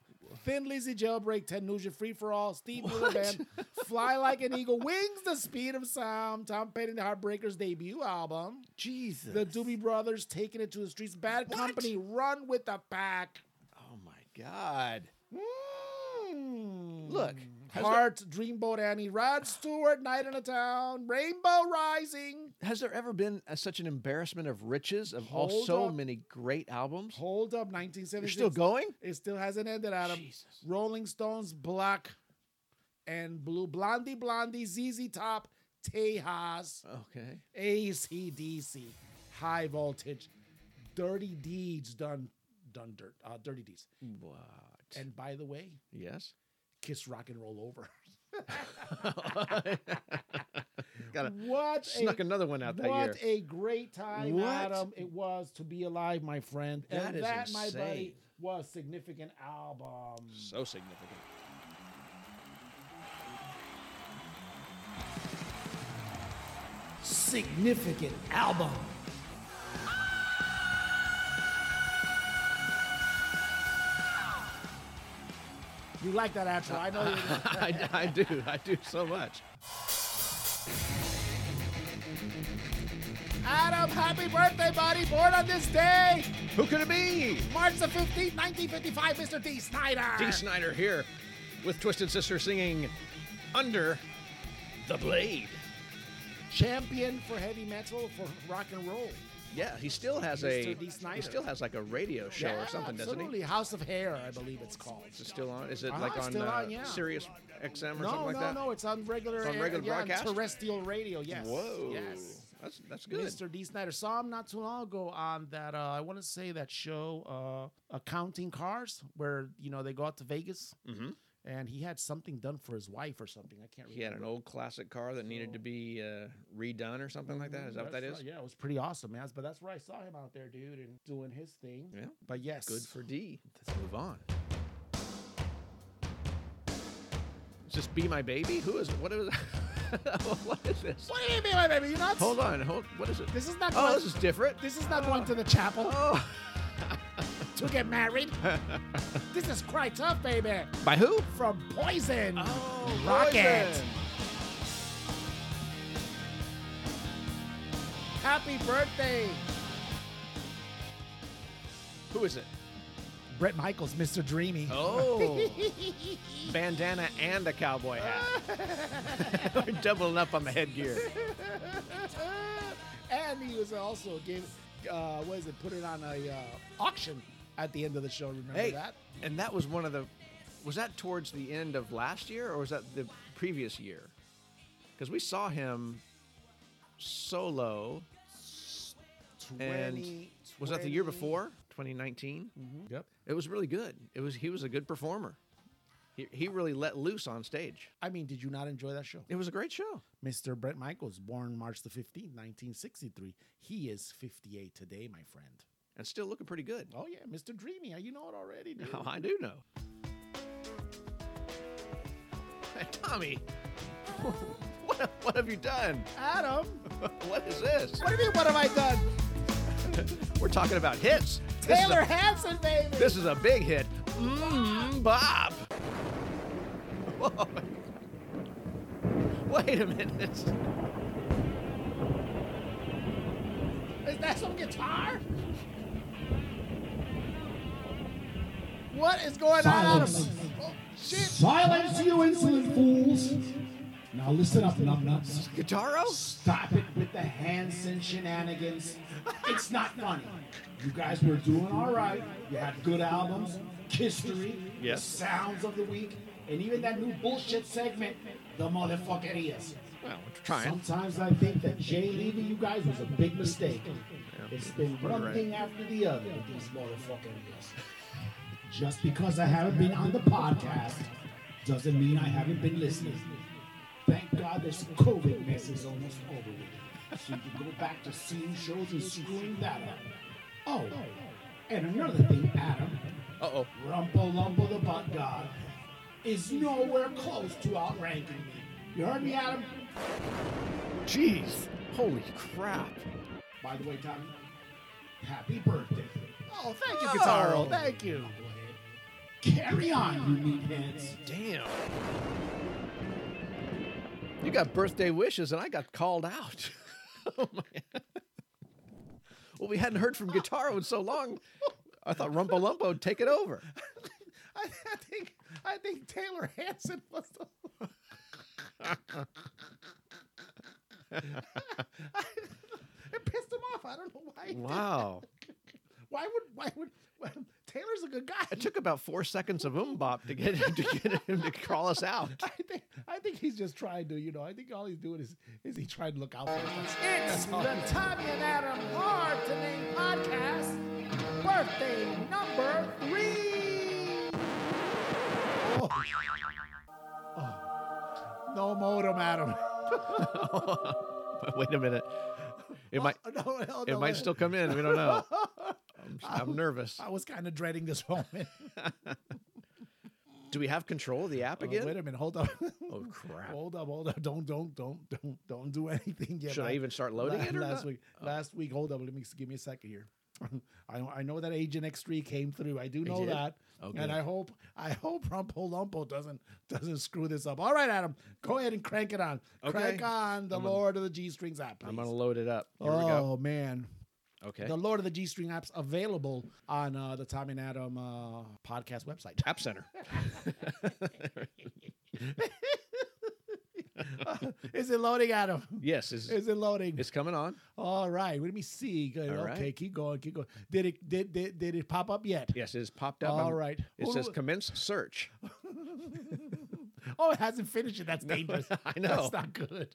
Speaker 3: Thin Lizzy Jailbreak, Tanuja Free for All, Steve Miller
Speaker 2: What?
Speaker 3: Band, Fly Like an Eagle, Wings the Speed of Sound, Tom Petty and the Heartbreakers debut album.
Speaker 2: Jesus.
Speaker 3: The Doobie Brothers taking it to the streets. Bad Company, Run with the Pack.
Speaker 2: oh my God!
Speaker 3: Mm.
Speaker 2: Look, has there,
Speaker 3: Heart, Dreamboat Annie, Rod Stewart, Night in a Town, Rainbow Rising.
Speaker 2: has there ever been a, such an embarrassment of riches of all
Speaker 3: Hold
Speaker 2: so
Speaker 3: up.
Speaker 2: many great albums?
Speaker 3: Hold up,
Speaker 2: You're
Speaker 3: 1976.
Speaker 2: still going?
Speaker 3: It still hasn't ended, Adam.
Speaker 2: Jesus.
Speaker 3: Rolling Stones, Black and Blue, Blondie Blondie, ZZ Top, Tejas,
Speaker 2: Okay.
Speaker 3: ACDC, High Voltage, Dirty Deeds, done, done dirt, uh, Dirty Deeds.
Speaker 2: What?
Speaker 3: And by the way,
Speaker 2: yes.
Speaker 3: Kiss Rock and Roll Over.
Speaker 2: Gotta
Speaker 3: What
Speaker 2: snuck
Speaker 3: a,
Speaker 2: another one out that year.
Speaker 3: what a great time,
Speaker 2: What?
Speaker 3: Adam, it was to be alive, my friend.
Speaker 2: That
Speaker 3: and
Speaker 2: is
Speaker 3: that, my buddy,
Speaker 2: insane.
Speaker 3: was significant album.
Speaker 2: so significant.
Speaker 3: Significant album. You like that outro? I know you.
Speaker 2: I, I do. I do so much.
Speaker 3: Adam, happy birthday, buddy! Born on this day,
Speaker 2: Who could it be?
Speaker 3: March the fifteenth, nineteen fifty-five. Mr. D. Snyder.
Speaker 2: D. Snyder here with Twisted Sister singing Under the Blade.
Speaker 3: champion for heavy metal for rock and roll.
Speaker 2: Yeah, he still has a
Speaker 3: Mr. D.
Speaker 2: he
Speaker 3: Snyder.
Speaker 2: still has like a radio show or something, doesn't
Speaker 3: absolutely.
Speaker 2: he?
Speaker 3: House of Hair, I believe it's called.
Speaker 2: Is it still on? Is it
Speaker 3: Ah,
Speaker 2: like
Speaker 3: it's
Speaker 2: on,
Speaker 3: still
Speaker 2: uh,
Speaker 3: on, yeah.
Speaker 2: Sirius XM or
Speaker 3: no,
Speaker 2: something like
Speaker 3: no,
Speaker 2: that?
Speaker 3: no, it's on regular,
Speaker 2: It's on
Speaker 3: air-
Speaker 2: regular
Speaker 3: yeah,
Speaker 2: broadcast?
Speaker 3: terrestrial radio. Yes.
Speaker 2: Whoa,
Speaker 3: Yes.
Speaker 2: that's that's good.
Speaker 3: Mr. D. Snyder saw him not too long ago on that. Uh, I want to say that show, uh, Accounting Cars, where you know they go out to Vegas,
Speaker 2: Mhm.
Speaker 3: and he had something done for his wife or something. I can't.
Speaker 2: He had an
Speaker 3: remember.
Speaker 2: old classic car that needed to be uh, redone or something like that. Is that what that
Speaker 3: That's
Speaker 2: is?
Speaker 3: right, Yeah, it was pretty awesome, man. But that's where I saw him out there, dude, and doing his thing.
Speaker 2: Yeah.
Speaker 3: But yes,
Speaker 2: Good for D. Let's move on. Is this Be My Baby? Who is it? What is what is this?
Speaker 3: What do you mean, my baby? You're not.
Speaker 2: Hold on, hold what is it?
Speaker 3: This is not.
Speaker 2: Oh,
Speaker 3: going-
Speaker 2: this is different.
Speaker 3: This is not going to the chapel
Speaker 2: Oh
Speaker 3: to get married. this is Cry Tough, baby,
Speaker 2: By who?
Speaker 3: from Poison.
Speaker 2: Oh
Speaker 3: Rocket. Happy birthday,
Speaker 2: Who is it?
Speaker 3: Brett Michaels, Mr. Dreamy.
Speaker 2: Oh bandana and a cowboy hat. We're doubling up on the headgear.
Speaker 3: and he was also gave uh, what is it? Put it on a uh, auction at the end of the show. Remember
Speaker 2: Hey,
Speaker 3: that?
Speaker 2: and that was one of the. Was that towards the end of last year, or was that the previous year? Because we saw him solo. and
Speaker 3: 20
Speaker 2: was that the year
Speaker 3: 20
Speaker 2: before, 2019?
Speaker 11: Yep.
Speaker 2: It was really good. It was he was a good performer. He, he really let loose on stage.
Speaker 3: I mean, did you not enjoy that show?
Speaker 2: It was a great show.
Speaker 3: Mr. Brett Michaels, born March the 15th, 1963. He is 58 today, my friend.
Speaker 2: And still looking pretty good.
Speaker 3: Oh, yeah, Mr. Dreamy. You know it already, dude.
Speaker 2: Now I do know. Hey, Tommy, what, what have you done?
Speaker 3: Adam,
Speaker 2: what is this?
Speaker 3: What do you mean, what have I done?
Speaker 2: We're talking about hits. This is a-
Speaker 3: Taylor Hanson, baby.
Speaker 2: This is a big hit. Mmm, Bob. Whoa. Wait a minute.
Speaker 3: Is that some guitar? What is going
Speaker 12: Silence.
Speaker 3: on, Adam? Oh, shit.
Speaker 12: Silence, you insolent fools! Now listen up, numbnuts.
Speaker 2: Guitaro?
Speaker 12: Stop it with the Hanson shenanigans. It's not funny. You guys were doing all right. You had good albums, History,
Speaker 11: Yes.
Speaker 12: the Sounds of the Week, and even that new bullshit segment, The Motherfuckerias.
Speaker 2: Well, we're trying.
Speaker 12: Sometimes I think that Jay leaving you guys was a big mistake. It's been
Speaker 2: you're
Speaker 12: one
Speaker 2: right.
Speaker 12: thing after the other with these motherfuckerias. Just because I haven't been on the podcast doesn't mean I haven't been listening. Thank God this COVID mess is almost over with. So you can go back to seeing shows and screwing that up. Oh, and another thing, Adam.
Speaker 2: Uh-oh.
Speaker 12: Rumpo Lumpo the Butt God is nowhere close to outranking me. You heard me, Adam?
Speaker 2: Jeez. Holy crap.
Speaker 12: By the way, Tommy, happy birthday.
Speaker 3: Oh, thank you, Guitaro.
Speaker 12: Oh.
Speaker 3: Thank you.
Speaker 12: Carry on, you meatheads.
Speaker 2: Damn. You got birthday wishes, and I got called out. oh my. Well, we hadn't heard from Guitaro in so long. I thought Rumpo Lumpo would take it over.
Speaker 3: I, I think I think Taylor Hanson was the. it pissed him off. I don't know why. he did that.
Speaker 2: Wow.
Speaker 3: Why would why would well, Taylor's a good guy?
Speaker 2: It took about four seconds of oom bop to get him to get him to call us out.
Speaker 3: I think I think he's just trying to, you know, I think all he's doing is is he trying to look out for us. It's the Tommy and Adam Hard to Name podcast, birthday number three. Oh. Oh. No modem, Adam.
Speaker 2: Wait a minute. It might
Speaker 3: no, no,
Speaker 2: it
Speaker 3: no.
Speaker 2: might still come in. We don't know. I'm, I'm nervous.
Speaker 3: I was kind of dreading this moment.
Speaker 2: Do we have control of the app
Speaker 3: Uh,
Speaker 2: again?
Speaker 3: wait a minute, hold up.
Speaker 2: Oh crap!
Speaker 3: Hold up, hold up. Don't, don't, don't, don't, don't do anything yet.
Speaker 2: Should I
Speaker 3: La-
Speaker 2: even start loading
Speaker 3: la-
Speaker 2: it or
Speaker 3: last
Speaker 2: not? Oh.
Speaker 3: week? Last week, hold up. Let me give me a second here. I I know that Agent X3 came through. I do
Speaker 2: He
Speaker 3: know
Speaker 2: did?
Speaker 3: that.
Speaker 2: Oh, good.
Speaker 3: and I hope I hope Rumpo Lumpo doesn't doesn't screw this up. All right, Adam, go ahead and crank it on.
Speaker 2: Okay.
Speaker 3: Crank on the
Speaker 2: I'm gonna-
Speaker 3: Lord of the G Strings app.
Speaker 2: I'm gonna
Speaker 3: please.
Speaker 2: load it up. Here we go.
Speaker 3: oh man,
Speaker 2: Okay.
Speaker 3: the Lord of the G String app's available on uh, the Tommy and Adam uh, podcast website.
Speaker 2: App Center.
Speaker 3: Is it loading, Adam?
Speaker 2: yes, it's,
Speaker 3: Is it loading?
Speaker 2: it's coming on.
Speaker 3: All right, let me see. Good.
Speaker 2: All
Speaker 3: Okay,
Speaker 2: right.
Speaker 3: keep going, keep going. Did it did did, did it pop up yet?
Speaker 2: Yes, it's popped up.
Speaker 3: All
Speaker 2: I'm-
Speaker 3: right.
Speaker 2: It
Speaker 3: Who
Speaker 2: says
Speaker 3: do-
Speaker 2: commence search.
Speaker 3: Oh, it hasn't finished it. That's dangerous.
Speaker 2: I know.
Speaker 3: That's not good.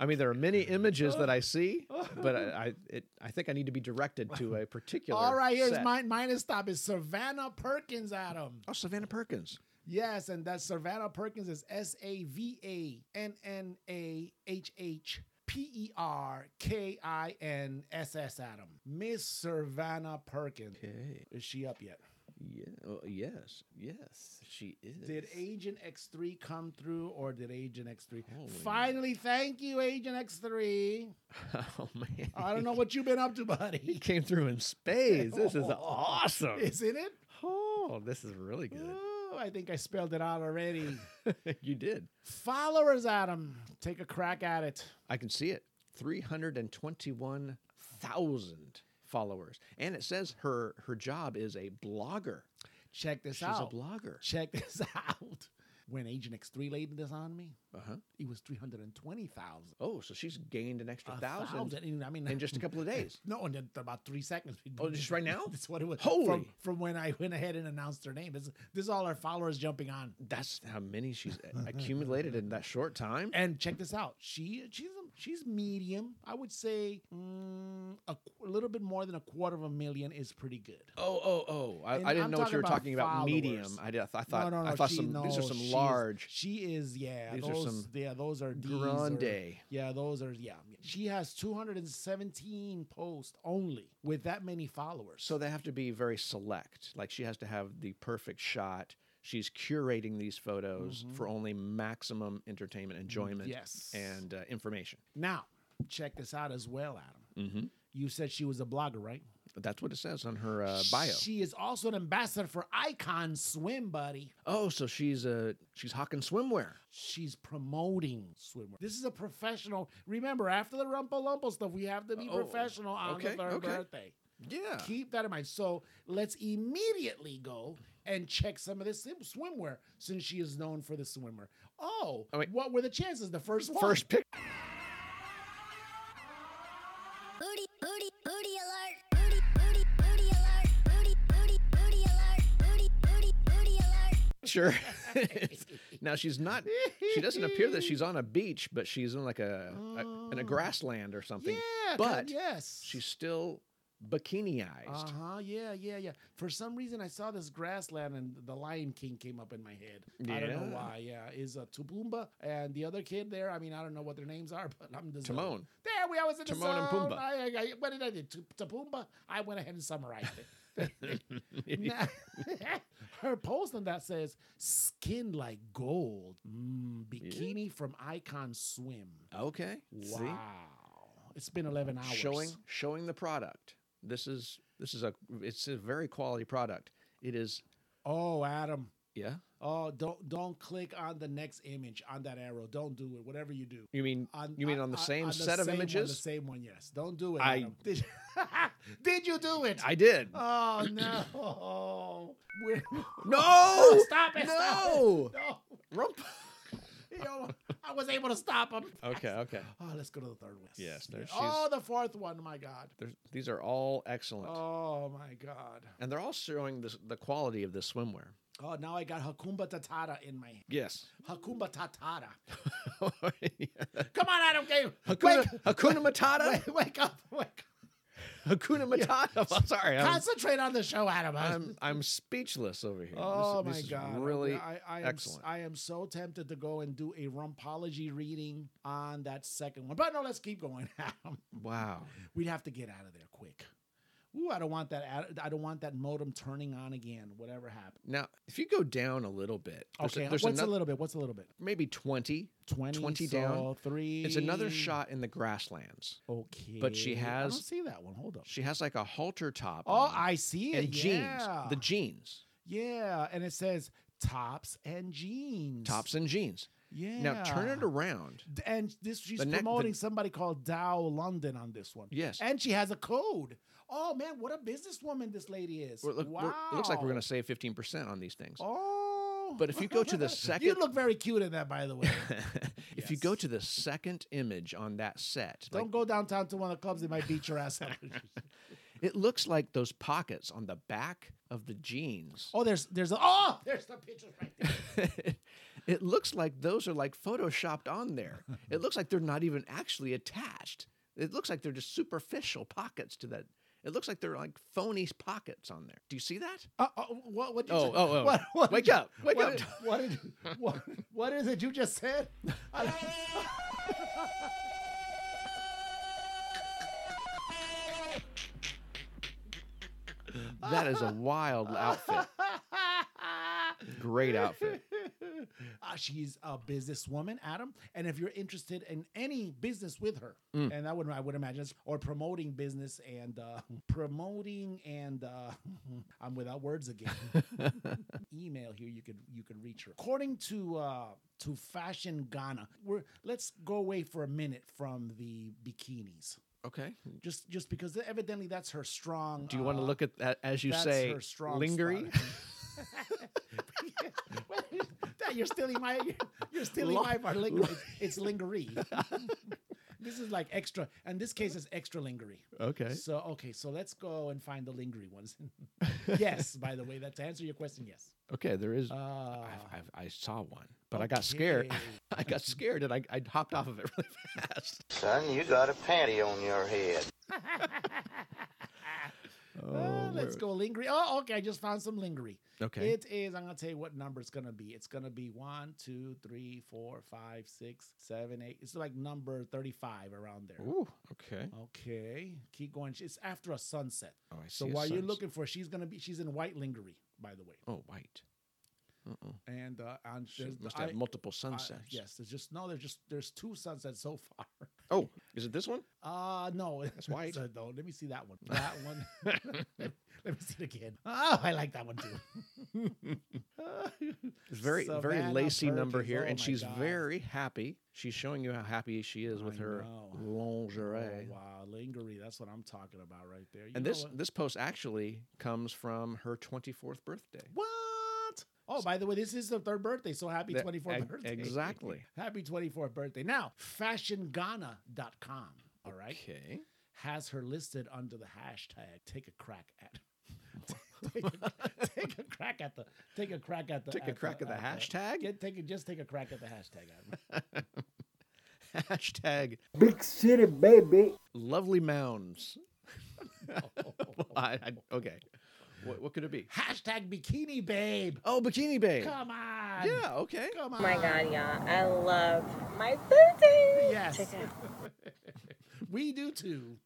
Speaker 2: I mean, there are many images that I see, but I I, it, I think I need to be directed to a particular.
Speaker 3: All right, here's
Speaker 2: set.
Speaker 3: mine. Mine is stop. Is Savannah Perkins, Adam?
Speaker 2: Oh, Savannah Perkins.
Speaker 3: Yes, and that's Savannah Perkins is S A V A N N A H H P E R K I N S S Adam. Miss Savannah Perkins.
Speaker 2: Okay.
Speaker 3: Is she up yet?
Speaker 2: Yeah. oh, yes. Yes. She is.
Speaker 3: Did Agent X3 come through or did Agent X3?
Speaker 2: Holy-
Speaker 3: Finally, thank you, Agent X3.
Speaker 2: Oh man.
Speaker 3: I don't know what you've been up to, buddy.
Speaker 2: He came through in spades. This is awesome.
Speaker 3: Isn't it?
Speaker 2: Oh, this is really good.
Speaker 3: Oh, I think I spelled it out already.
Speaker 2: you did.
Speaker 3: Followers, Adam, take a crack at it.
Speaker 2: I can see it. 321,000 followers. And it says her her job is a blogger.
Speaker 3: Check this
Speaker 2: She's
Speaker 3: out.
Speaker 2: a blogger.
Speaker 3: Check this out. when Agent X3 laid this on me,
Speaker 2: uh-huh.
Speaker 3: it was 320,000.
Speaker 2: Oh, so she's gained an extra
Speaker 3: A
Speaker 2: thousand.
Speaker 3: thousand, I mean,
Speaker 2: in just a couple of days.
Speaker 3: No, in about three seconds.
Speaker 2: Oh, just right now?
Speaker 3: That's what it was.
Speaker 2: Holy.
Speaker 3: From, from when I went ahead and announced her name. This, this is all our followers jumping on.
Speaker 2: That's how many she's accumulated in that short time.
Speaker 3: And check this out. She she's she's medium. I would say mm, a, qu- a little bit more than a quarter of a million is pretty good.
Speaker 2: Oh, oh, oh! I,
Speaker 3: And
Speaker 2: I didn't
Speaker 3: I'm
Speaker 2: know what
Speaker 3: talking
Speaker 2: you were
Speaker 3: about
Speaker 2: talking about. Medium.
Speaker 3: followers.
Speaker 2: I, did, I thought.
Speaker 3: no, no, no.
Speaker 2: I thought
Speaker 3: she-
Speaker 2: some. these are
Speaker 3: no,
Speaker 2: some
Speaker 3: she's-
Speaker 2: large.
Speaker 3: She is, yeah.
Speaker 2: These are
Speaker 3: those,
Speaker 2: some
Speaker 3: yeah, those are Ds
Speaker 2: grande.
Speaker 3: Or, yeah, those are yeah. She has 217 posts only with that many followers.
Speaker 2: So they have to be very select. Like she has to have the perfect shot. She's curating these photos
Speaker 3: Mhm.
Speaker 2: for only maximum entertainment, enjoyment,
Speaker 3: Mm, yes.
Speaker 2: and uh, information.
Speaker 3: Now, check this out as well, Adam.
Speaker 2: Mm-hmm.
Speaker 3: You said she was a blogger, right?
Speaker 2: That's what it says on her uh, bio.
Speaker 3: She is also an ambassador for Icon Swim, buddy.
Speaker 2: oh, so she's uh, she's hawking swimwear.
Speaker 3: She's promoting swimwear. This is a professional. Remember, after the Rumple Lumple stuff, we have to be
Speaker 2: Oh,
Speaker 3: professional on
Speaker 2: okay,
Speaker 3: the third
Speaker 2: okay.
Speaker 3: birthday.
Speaker 2: Yeah.
Speaker 3: Keep that in mind. So let's immediately go and check some of this swim- swimwear since she is known for the swimwear. Oh,
Speaker 2: Oh, wait.
Speaker 3: what were the chances? The first one.
Speaker 2: First pick.
Speaker 11: Booty, booty, booty alert. Booty, booty, booty alert. Booty, booty, booty alert. Booty, booty, booty alert.
Speaker 2: Sure. now she's not. She doesn't appear that she's on a beach, but she's in like a, a
Speaker 3: Oh.
Speaker 2: in a grassland or something.
Speaker 3: Yeah,
Speaker 2: but
Speaker 3: yes.
Speaker 2: she's still bikiniized.
Speaker 3: Uh huh. Yeah, yeah, yeah. For some reason, I saw this grassland, and the Lion King came up in my head. I don't
Speaker 2: Yeah.
Speaker 3: know why. Yeah, is uh, Tupumba and the other kid there. I mean, I don't know what their names are, but I'm the zone.
Speaker 2: Timon.
Speaker 3: There we are. Was in the
Speaker 2: Timon and
Speaker 3: zone.
Speaker 2: Pumbaa.
Speaker 3: I, I, I, what did I do? Tup- Tupumba. I went ahead and summarized it. Now- her post on that says skin like gold mm, bikini from icon swim
Speaker 2: okay. see?
Speaker 3: wow it's been 11 hours
Speaker 2: Showing showing the product. This is this is a it's a very quality product. It is
Speaker 3: oh adam
Speaker 2: yeah.
Speaker 3: oh don't don't click on the next image on that arrow don't do it whatever you do
Speaker 2: You mean you mean on the same
Speaker 3: on the
Speaker 2: set of
Speaker 3: same one,
Speaker 2: images?
Speaker 3: the same one yes don't do it
Speaker 2: I-
Speaker 3: adam. Did, did you do it
Speaker 2: I did.
Speaker 3: oh no We're-
Speaker 2: no.
Speaker 3: stop it stop it.
Speaker 2: Oh, No.
Speaker 3: no
Speaker 2: Rump.
Speaker 3: You know, I was able to stop him.
Speaker 2: Okay. Okay.
Speaker 3: Oh, let's go to the third one.
Speaker 2: Yes, there she's-
Speaker 3: Oh, the fourth one. My God.
Speaker 2: There's, these are all excellent,
Speaker 3: Oh my God.
Speaker 2: and they're all showing this, the quality of the swimwear.
Speaker 3: Oh, now I got Hakumba Tatara in my hand.
Speaker 2: Yes.
Speaker 3: Hakumba Tatara.
Speaker 2: Hakuna,
Speaker 3: Come on, Adam Game.
Speaker 2: Hakuna Matata.
Speaker 3: wake, wake up. Wake
Speaker 2: Hakuna Matata. Well, sorry,
Speaker 3: up.
Speaker 2: I'm,
Speaker 3: Concentrate on the show, Adam.
Speaker 2: Um, I'm I'm speechless over here. This-
Speaker 3: oh
Speaker 2: this,
Speaker 3: my
Speaker 2: is
Speaker 3: God.
Speaker 2: really
Speaker 3: I, I, I
Speaker 2: excellent.
Speaker 3: Am, s- I am so tempted to go and do a rumpology reading on that second one. But no, let's keep going, Adam.
Speaker 2: wow.
Speaker 3: We'd have to get out of there quick. Ooh, I don't want that. ad- I don't want that modem turning on again. Whatever happened.
Speaker 2: Now, if you go down a little bit, there's,
Speaker 3: Okay,
Speaker 2: a, there's
Speaker 3: what's
Speaker 2: another
Speaker 3: a little bit? What's a little bit?
Speaker 2: maybe 20.
Speaker 3: 20,
Speaker 2: 20
Speaker 3: so
Speaker 2: down.
Speaker 3: Three.
Speaker 2: It's another shot in the grasslands.
Speaker 3: Okay.
Speaker 2: but she
Speaker 3: I
Speaker 2: has-
Speaker 3: don't see that one. Hold up.
Speaker 2: She has like a halter top.
Speaker 3: Oh,
Speaker 2: on
Speaker 3: I see it.
Speaker 2: and
Speaker 3: yeah.
Speaker 2: jeans. The jeans,
Speaker 3: yeah, and it says tops and jeans.
Speaker 2: tops and jeans.
Speaker 3: Yeah.
Speaker 2: Now turn it around.
Speaker 3: D- And this she's
Speaker 2: The neck- the-
Speaker 3: promoting somebody called Dow London on this one.
Speaker 2: Yes.
Speaker 3: And she has a code. Oh man, what a businesswoman this lady is.
Speaker 2: We're- look-
Speaker 3: wow.
Speaker 2: we're- it looks like we're going to save 15% on these things.
Speaker 3: Oh.
Speaker 2: But if you go to the
Speaker 3: you
Speaker 2: second-
Speaker 3: look very cute in that, by the way.
Speaker 2: if you go to the second image on that set,
Speaker 3: Don't
Speaker 2: like,
Speaker 3: go downtown to one of the clubs; they might beat your ass up.
Speaker 2: it looks like those pockets on the back of the jeans.
Speaker 3: oh, there's there's a, oh there's the pictures right there.
Speaker 2: it looks like those are like photoshopped on there. It looks like they're not even actually attached. It looks like they're just superficial pockets to that. It looks like they're like phony pockets on there. Do you see that?
Speaker 3: Uh, oh, what what? did You
Speaker 2: Oh,
Speaker 3: say?
Speaker 2: oh, oh.
Speaker 3: What, what
Speaker 2: Wake
Speaker 3: did you-
Speaker 2: up, wake
Speaker 3: what
Speaker 2: up.
Speaker 3: did- what, did, what what is it you just said? I-
Speaker 2: That is a wild outfit. Great outfit.
Speaker 3: Uh, she's a businesswoman, Adam. And if you're interested in any business with her,
Speaker 2: Mm.
Speaker 3: and I would I would imagine, it's- or promoting business and uh, promoting and uh, I'm without words again. Email here, you could you could reach her. According to uh, to Fashion Ghana, we're let's go away for a minute from the bikinis,
Speaker 2: Okay.
Speaker 3: just just because evidently that's her strong.
Speaker 2: Do you want to
Speaker 3: uh,
Speaker 2: look at that as you
Speaker 3: that's
Speaker 2: say
Speaker 3: her strong
Speaker 2: lingering?
Speaker 3: spot. Well, yeah, you're stealing my you're, you're stealing
Speaker 2: Lo-
Speaker 3: my of our lingo. It's, it's lingerie. this is like extra, and this case is extra lingerie.
Speaker 2: Okay.
Speaker 3: So okay, so let's go and find the lingerie ones. yes, by the way, that to answer your question, yes.
Speaker 2: Okay, there is.
Speaker 3: Ah.
Speaker 2: I've, I've, I saw one, but I got scared. I got scared and I, I hopped off of it really fast.
Speaker 13: Son, you got a patty on your head.
Speaker 2: Oh,
Speaker 3: Uh, let's
Speaker 2: where-
Speaker 3: go lingerie. Oh, okay. I just found some lingerie.
Speaker 2: Okay.
Speaker 3: It is, I'm going to tell you what number it's going to be. It's going to be one, two, three, four, five, six, seven, eight. It's like number 35 around there.
Speaker 2: Ooh, okay.
Speaker 3: Okay. Keep going. It's after a sunset.
Speaker 2: Oh, I
Speaker 3: So
Speaker 2: see a
Speaker 3: while you're
Speaker 2: sunset.
Speaker 3: looking for, she's going to be, she's in white lingerie, by the way.
Speaker 2: Oh, white. Uh-oh.
Speaker 3: And uh, on
Speaker 2: She
Speaker 3: there's the-
Speaker 2: must have
Speaker 3: I-
Speaker 2: multiple
Speaker 3: I-
Speaker 2: sunsets.
Speaker 3: yes, there's just no. There's just there's two sunsets so far.
Speaker 2: Oh, is it this one?
Speaker 3: Uh no,
Speaker 2: That's white.
Speaker 3: So, no, let me see that one. That one. let, let me see it again. Oh, I like that one too.
Speaker 2: It's very very
Speaker 3: Savannah
Speaker 2: lacy number
Speaker 3: Perkins,
Speaker 2: here,
Speaker 3: oh
Speaker 2: and
Speaker 3: my
Speaker 2: she's
Speaker 3: God.
Speaker 2: very happy. She's showing you how happy she is with
Speaker 3: I
Speaker 2: her
Speaker 3: know.
Speaker 2: lingerie.
Speaker 3: Oh, wow, lingerie. That's what I'm talking about right there. You
Speaker 2: And
Speaker 3: know
Speaker 2: this
Speaker 3: what?
Speaker 2: this post actually comes from her 24th birthday.
Speaker 3: What? Oh, by the way, this is the third birthday. So happy
Speaker 2: That-
Speaker 3: 24th
Speaker 2: eg-
Speaker 3: birthday.
Speaker 2: exactly.
Speaker 3: happy 24th birthday. Now, fashionghana.com, all right,
Speaker 2: okay.
Speaker 3: has her listed under the hashtag take a crack at. take, a, take a crack at the take a crack at the
Speaker 2: Take a crack at the
Speaker 3: hashtag get, take a, just take a crack at the hashtag at
Speaker 2: Hashtag
Speaker 14: Big city, baby.
Speaker 2: lovely mounds. Well, I- I- okay. What, what could it be?
Speaker 3: hashtag bikini babe
Speaker 2: oh bikini babe
Speaker 3: come on
Speaker 2: Yeah, okay.
Speaker 3: come on
Speaker 15: Oh my god, y'all. I love my birthday.
Speaker 3: Yes.
Speaker 15: Check it
Speaker 3: we do too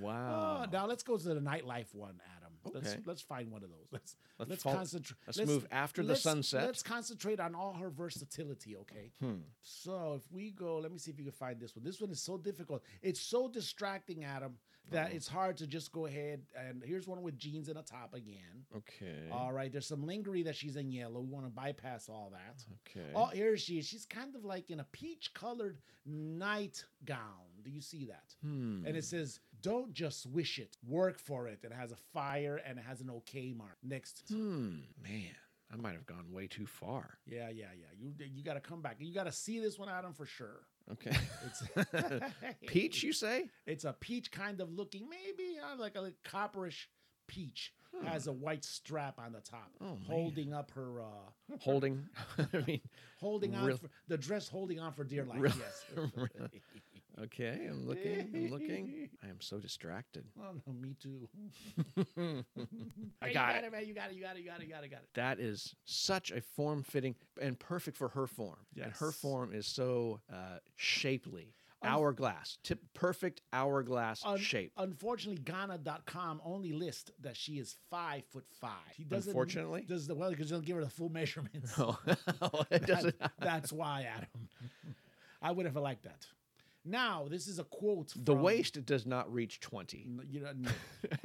Speaker 2: Wow.
Speaker 3: Oh, now let's go to the nightlife one, Adam. Let's
Speaker 2: Okay.
Speaker 3: let's find one of those. Let's
Speaker 2: Let's
Speaker 3: let's,
Speaker 2: fall-
Speaker 3: concentrate.
Speaker 2: let's move after the sunset.
Speaker 3: Let's concentrate on all her versatility, okay?
Speaker 2: Hmm.
Speaker 3: So if we go, let me see if you can find this one. This one is so difficult. It's so distracting, Adam, that
Speaker 2: Uh-oh.
Speaker 3: it's hard to just go ahead and here's one with jeans and a top again.
Speaker 2: Okay.
Speaker 3: All right, there's some lingerie that she's in yellow. We want to bypass all that.
Speaker 2: Okay.
Speaker 3: Oh, here she is. She's kind of like in a peach colored nightgown. Do you see that?
Speaker 2: Hmm.
Speaker 3: And it says, don't just wish it, work for it. And it has a fire and it has an okay mark next.
Speaker 2: Hmm. Man, I might have gone way too far.
Speaker 3: Yeah, yeah, yeah. You you got to come back. You got to see this one, Adam, for sure.
Speaker 2: Okay. Peach, you say?
Speaker 3: It's a peach kind of looking, maybe uh, like a like copperish peach. Has a white strap on the top,
Speaker 2: Oh,
Speaker 3: holding up her, uh,
Speaker 2: Holding. I mean,
Speaker 3: holding on
Speaker 2: real-
Speaker 3: for, the dress, holding on for dear life.
Speaker 2: real-
Speaker 3: yes.
Speaker 2: real- okay, I'm looking. I'm looking. I am so distracted.
Speaker 3: Oh no, me too.
Speaker 2: I
Speaker 3: Hey,
Speaker 2: got
Speaker 3: you
Speaker 2: it.
Speaker 3: man. You got it. You got it. You got it. You got it. Got it.
Speaker 2: That is such a form fitting and perfect for her form. And her
Speaker 3: Yes.
Speaker 2: form is so uh, shapely.
Speaker 3: Unf-
Speaker 2: hourglass. Tip perfect hourglass
Speaker 3: Un-
Speaker 2: shape.
Speaker 3: Unfortunately, Ghana.com only lists that she is five foot five. He doesn't.
Speaker 2: Unfortunately?
Speaker 3: does the well because doesn't give her the full measurements.
Speaker 2: Oh, it
Speaker 3: That-
Speaker 2: doesn't.
Speaker 3: that's why, Adam. I would have liked that. Now this is a quote. From,
Speaker 2: The waist does not reach 20.
Speaker 3: You know, no.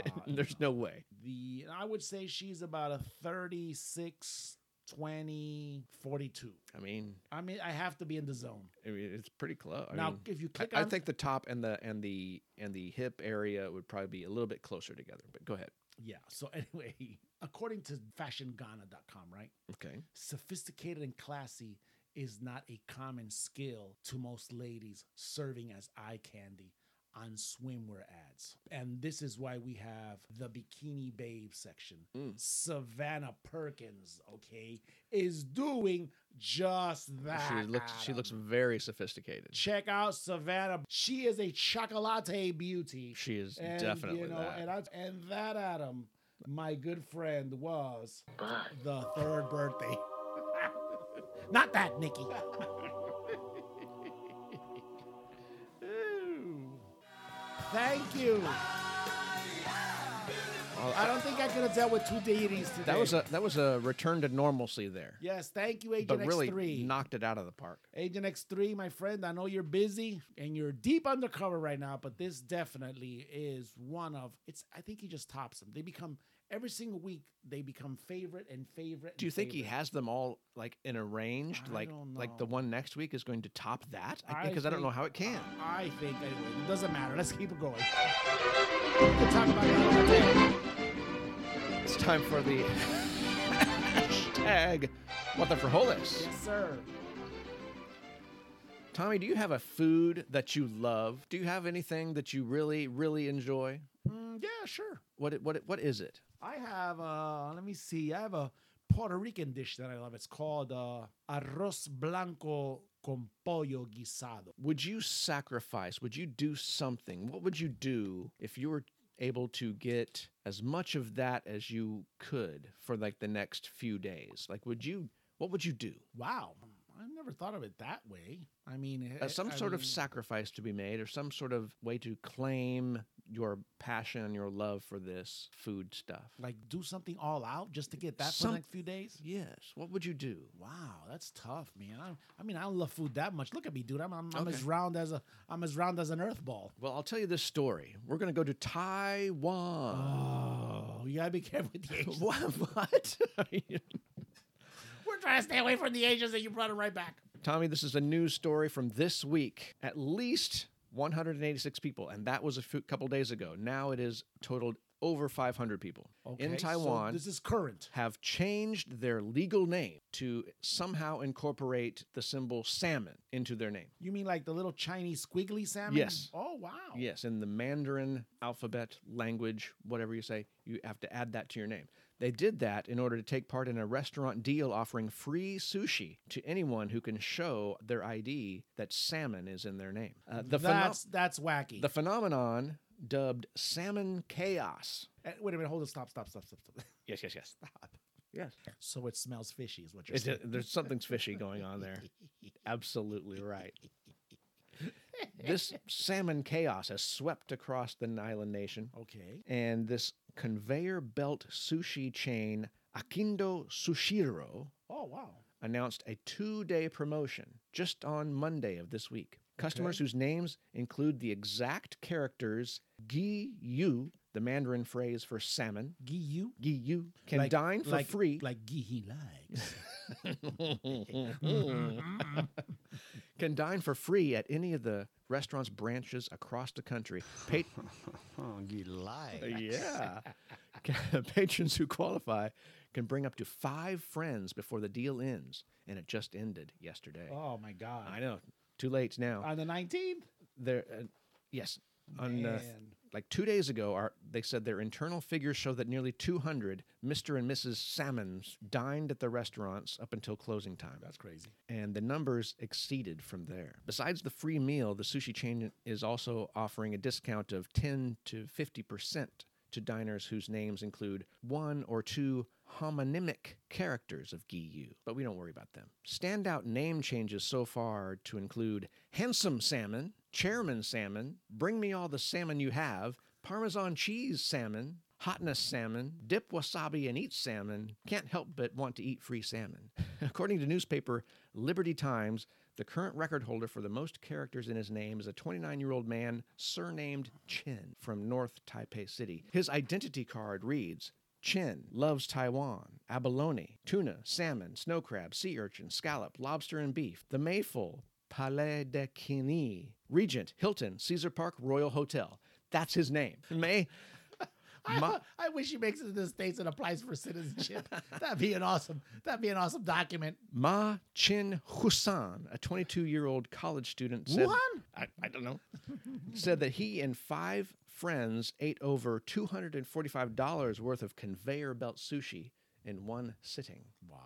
Speaker 3: Ah,
Speaker 2: There's no way.
Speaker 3: the I would say she's about a 36, 20, 42.
Speaker 2: I mean,
Speaker 3: I mean, I have to be in the zone.
Speaker 2: I mean, it's pretty close. I
Speaker 3: Now,
Speaker 2: mean,
Speaker 3: if you
Speaker 2: I-
Speaker 3: click
Speaker 2: I,
Speaker 3: on-
Speaker 2: think the top and the and the and the hip area would probably be a little bit closer together. But go ahead.
Speaker 3: Yeah. So anyway, according to fashionghana.com, right?
Speaker 2: Okay.
Speaker 3: Sophisticated and classy is not a common skill to most ladies serving as eye candy on swimwear ads. And this is why we have the bikini babe section.
Speaker 2: Mm.
Speaker 3: Savannah Perkins, okay, is doing just that.
Speaker 2: she looks she looks
Speaker 3: Ah.
Speaker 2: very sophisticated.
Speaker 3: Check out Savannah. She is a chocolate beauty.
Speaker 2: She is definitely that.
Speaker 3: And, I, and that, Adam, my good friend, was the third birthday. Not that, Nikki. Thank you.
Speaker 2: Oh,
Speaker 3: I don't think I could have dealt with two deities today.
Speaker 2: That was a that was a return to normalcy there.
Speaker 3: Yes, thank you, Agent
Speaker 2: But really
Speaker 3: X3.
Speaker 2: knocked it out of the park.
Speaker 3: Agent X3, my friend, I know you're busy and you're deep undercover right now, but this definitely is one of it's I think he just tops them. They become every single week they become favorite and favorite.
Speaker 2: Do you
Speaker 3: and
Speaker 2: think he
Speaker 3: favorite.
Speaker 2: has them all like in arranged?
Speaker 3: I
Speaker 2: like
Speaker 3: don't
Speaker 2: like the
Speaker 3: know.
Speaker 2: one next week is going to top that? I because I, don't know
Speaker 3: think-
Speaker 2: how it can.
Speaker 3: I think anyway, it doesn't matter. Let's keep it going. We can talk about that all day.
Speaker 2: It's time for the Hashtag what the frijoles.
Speaker 3: Yes, sir.
Speaker 2: Tommy, do you have a food that you love? Do you have anything that you really, really enjoy?
Speaker 3: Mm, yeah, sure.
Speaker 2: What it- what it- what is it?
Speaker 3: I have, uh, let me see, I have a Puerto Rican dish that I love. It's called uh, arroz blanco con pollo guisado.
Speaker 2: Would you sacrifice? Would you do something? What would you do if you were able to get as much of that as you could for like the next few days? Like would you what would you do?
Speaker 3: Wow. I never thought of it that way. I mean,
Speaker 2: As Uh, some
Speaker 3: I
Speaker 2: sort of
Speaker 3: mean,
Speaker 2: sacrifice to be made or some sort of way to claim your passion, your love for this food stuff.
Speaker 3: like do something all out just to get that for
Speaker 2: Some-
Speaker 3: the next few days.
Speaker 2: Yes. What would you do?
Speaker 3: Wow, that's tough, man. I, I mean, I don't love food that much. Look at me, dude. I'm, I'm, I'm
Speaker 2: Okay.
Speaker 3: as round as a I'm as round as an earth ball.
Speaker 2: Well, I'll tell you this story. We're going to go to Taiwan.
Speaker 3: Oh, you gotta be careful with the Asians.
Speaker 2: What? what?
Speaker 3: We're trying to stay away from the Asians, and you brought them right back.
Speaker 2: Tommy, this is a news story from this week. At least 186 people, and that was a few, couple days ago. Now it is totaled over 500 people in
Speaker 3: Okay, so
Speaker 2: Taiwan.
Speaker 3: this is current.
Speaker 2: have changed their legal name to somehow incorporate the symbol salmon into their name.
Speaker 3: You mean like the little Chinese squiggly salmon?
Speaker 2: Yes.
Speaker 3: Oh wow.
Speaker 2: Yes, in the Mandarin alphabet language, whatever you say, you have to add that to your name. They did that in order to take part in a restaurant deal offering free sushi to anyone who can show their ID that salmon is in their name. Uh, the, pheno-
Speaker 3: that's that's wacky.
Speaker 2: the phenomenon dubbed salmon chaos.
Speaker 3: Eh, Wait a minute. Hold on. Stop. Stop. Stop. Stop. Stop.
Speaker 2: Yes, yes, yes.
Speaker 3: stop.
Speaker 2: Yes.
Speaker 3: So it smells fishy, is what you're
Speaker 2: It-
Speaker 3: saying.
Speaker 2: there's something's fishy going on there. Absolutely right. This salmon chaos has swept across the island nation.
Speaker 3: Okay.
Speaker 2: and this conveyor belt sushi chain Akindo Sushiro
Speaker 3: Oh wow.
Speaker 2: announced a two day promotion just on Monday of this week. Customers whose names include the exact characters Gi Yu, the Mandarin phrase for salmon,
Speaker 3: Gee you
Speaker 2: Gi Yu, can
Speaker 3: Like-
Speaker 2: dine for
Speaker 3: like,
Speaker 2: free.
Speaker 3: Like gee he likes.
Speaker 2: Mm-hmm. can dine for free at any of the restaurant's branches across the country. Pa-
Speaker 10: Oh, you lie.
Speaker 2: Yeah. Ca- Patrons who qualify can bring up to five friends before the deal ends, and it just ended yesterday.
Speaker 3: oh my god.
Speaker 2: I know. Too late now.
Speaker 3: On the nineteenth.
Speaker 2: there, uh, yes. On uh,
Speaker 3: Man.
Speaker 2: like two days ago, our, they said their internal figures show that nearly 200 Mr. and Mrs. Salmons dined at the restaurants up until closing time
Speaker 3: That's crazy.
Speaker 2: and the numbers exceeded from there. Besides the free meal, the sushi chain is also offering a discount of 10 to 50% to diners whose names include one or two homonymic characters of Giyu, but we don't worry about them. Standout name changes so far to include Handsome Salmon, Chairman Salmon, Bring Me All the Salmon You Have, Parmesan Cheese Salmon, Hotness salmon, dip wasabi and eat salmon, can't help but want to eat free salmon. According to newspaper Liberty Times, the current record holder for the most characters in his name is a 29 year old man surnamed Chin from North Taipei City. His identity card reads Chin loves Taiwan, abalone, tuna, salmon, snow crab, sea urchin, scallop, lobster, and beef, the Mayful, Palais de Quigny, Regent, Hilton, Caesar Park, Royal Hotel. That's his name. May.
Speaker 3: I,
Speaker 2: Ma-
Speaker 3: ho- I wish he makes it to the states and applies for citizenship. That'd be an awesome. That'd be an awesome document.
Speaker 2: Ma Chin Husan, a 22 year old college student, said,
Speaker 3: Wuhan?
Speaker 2: I, I don't know, said that he and five friends ate over $245 worth of conveyor belt sushi in one sitting.
Speaker 3: Wow.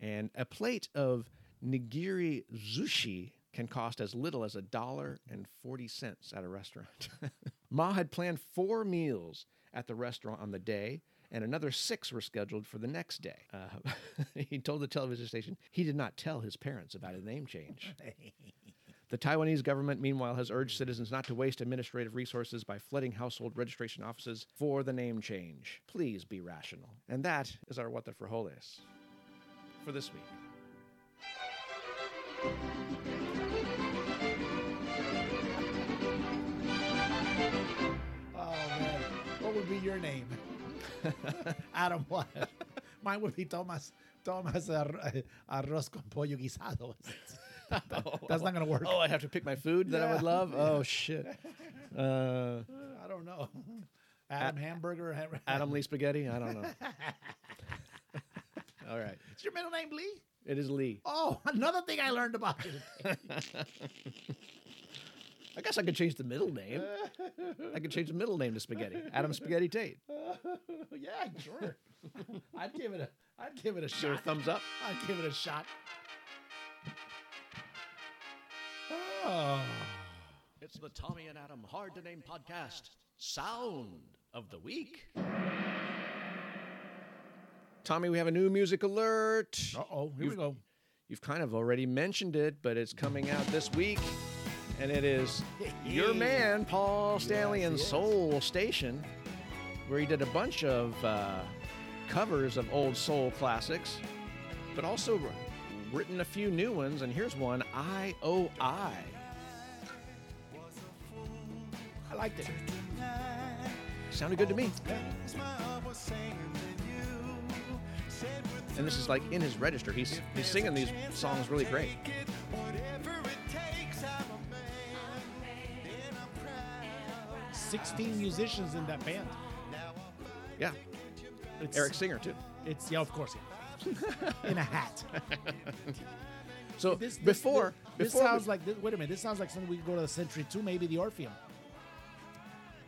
Speaker 2: And a plate of nigiri sushi can cost as little as a dollar and 40 cents at a restaurant. Ma had planned four meals at the restaurant on the day, and another six were scheduled for the next day. Uh, he told the television station he did not tell his parents about his name change. The Taiwanese government, meanwhile, has urged citizens not to waste administrative resources by flooding household registration offices for the name change. Please be rational. And that is our What the Frijoles for this week.
Speaker 3: Oh man, what would be your name? Adam what? Mine would be Thomas Thomas Ar- uh, Arroz con pollo guisado. That's not gonna work.
Speaker 2: Oh, I have to pick my food that I would
Speaker 3: Yeah.
Speaker 2: love? Oh, shit. Uh,
Speaker 3: I don't know. Adam hamburger. Ham-
Speaker 2: Adam Lee Spaghetti? I don't know. All right.
Speaker 3: Is your middle name Lee?
Speaker 2: It is Lee.
Speaker 3: Oh, another thing I learned about you. today.
Speaker 2: I guess I could change the middle name. I could change the middle name to Spaghetti. Adam Spaghetti Tate.
Speaker 3: yeah, sure. I'd give it a. I'd give it a
Speaker 2: Sure,
Speaker 3: shot.
Speaker 2: thumbs up.
Speaker 3: I'd give it a shot. Oh.
Speaker 2: It's the Tommy and Adam Hard to Name podcast. Sound of the week. Tommy, we have a new music alert. Uh
Speaker 3: oh, here we go.
Speaker 2: You've kind of already mentioned it, but it's coming out this week, and it is your man Paul Stanley and Soul Station, where he did a bunch of uh, covers of old soul classics, but also written a few new ones. And here's one, I O I.
Speaker 3: I liked it.
Speaker 2: Sounded good to me. And this is like in his register. He's he's singing these songs really great.
Speaker 3: Sixteen musicians in that band.
Speaker 2: Yeah.
Speaker 3: It's-
Speaker 2: Eric Singer too.
Speaker 3: It's yeah, of course. Yeah. in a hat.
Speaker 2: So
Speaker 3: This- this-
Speaker 2: before
Speaker 3: this,
Speaker 2: before we-
Speaker 3: sounds like this, wait a minute. This sounds like something we could go to the Century Two, maybe the Orpheum.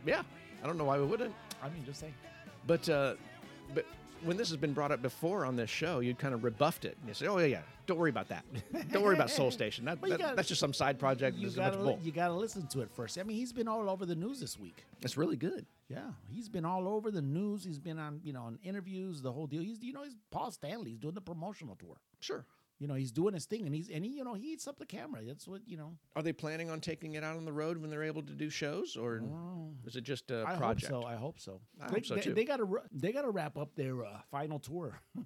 Speaker 2: yeah, I don't know why we wouldn't.
Speaker 3: I mean, just saying.
Speaker 2: But uh, but when this has been brought up before on this show, you kind of rebuffed it. And you said, "Oh yeah, yeah, don't worry about that. don't worry about Soul Station. That,
Speaker 3: Well, you
Speaker 2: that-
Speaker 3: gotta-
Speaker 2: that's just some side project.
Speaker 3: You
Speaker 2: There's a bunch
Speaker 3: gotta,
Speaker 2: of
Speaker 3: li-
Speaker 2: bull.
Speaker 3: you gotta listen to it first. I mean, he's been all over the news this week.
Speaker 2: It's really good.
Speaker 3: Yeah, he's been all over the news. He's been on, you know, on interviews, the whole deal. He's, you know, he's Paul Stanley. He's doing the promotional tour.
Speaker 2: Sure.
Speaker 3: You know, he's doing his thing, and he's and he, you know, he eats up the camera. That's what you know.
Speaker 2: Are they planning on taking it out on the road when they're able to do shows, or is it just a
Speaker 3: I
Speaker 2: project?
Speaker 3: hope so. I hope so.
Speaker 2: I
Speaker 3: they,
Speaker 2: hope so,
Speaker 3: they,
Speaker 2: too.
Speaker 3: They gotta ru- they gotta wrap up their uh, final tour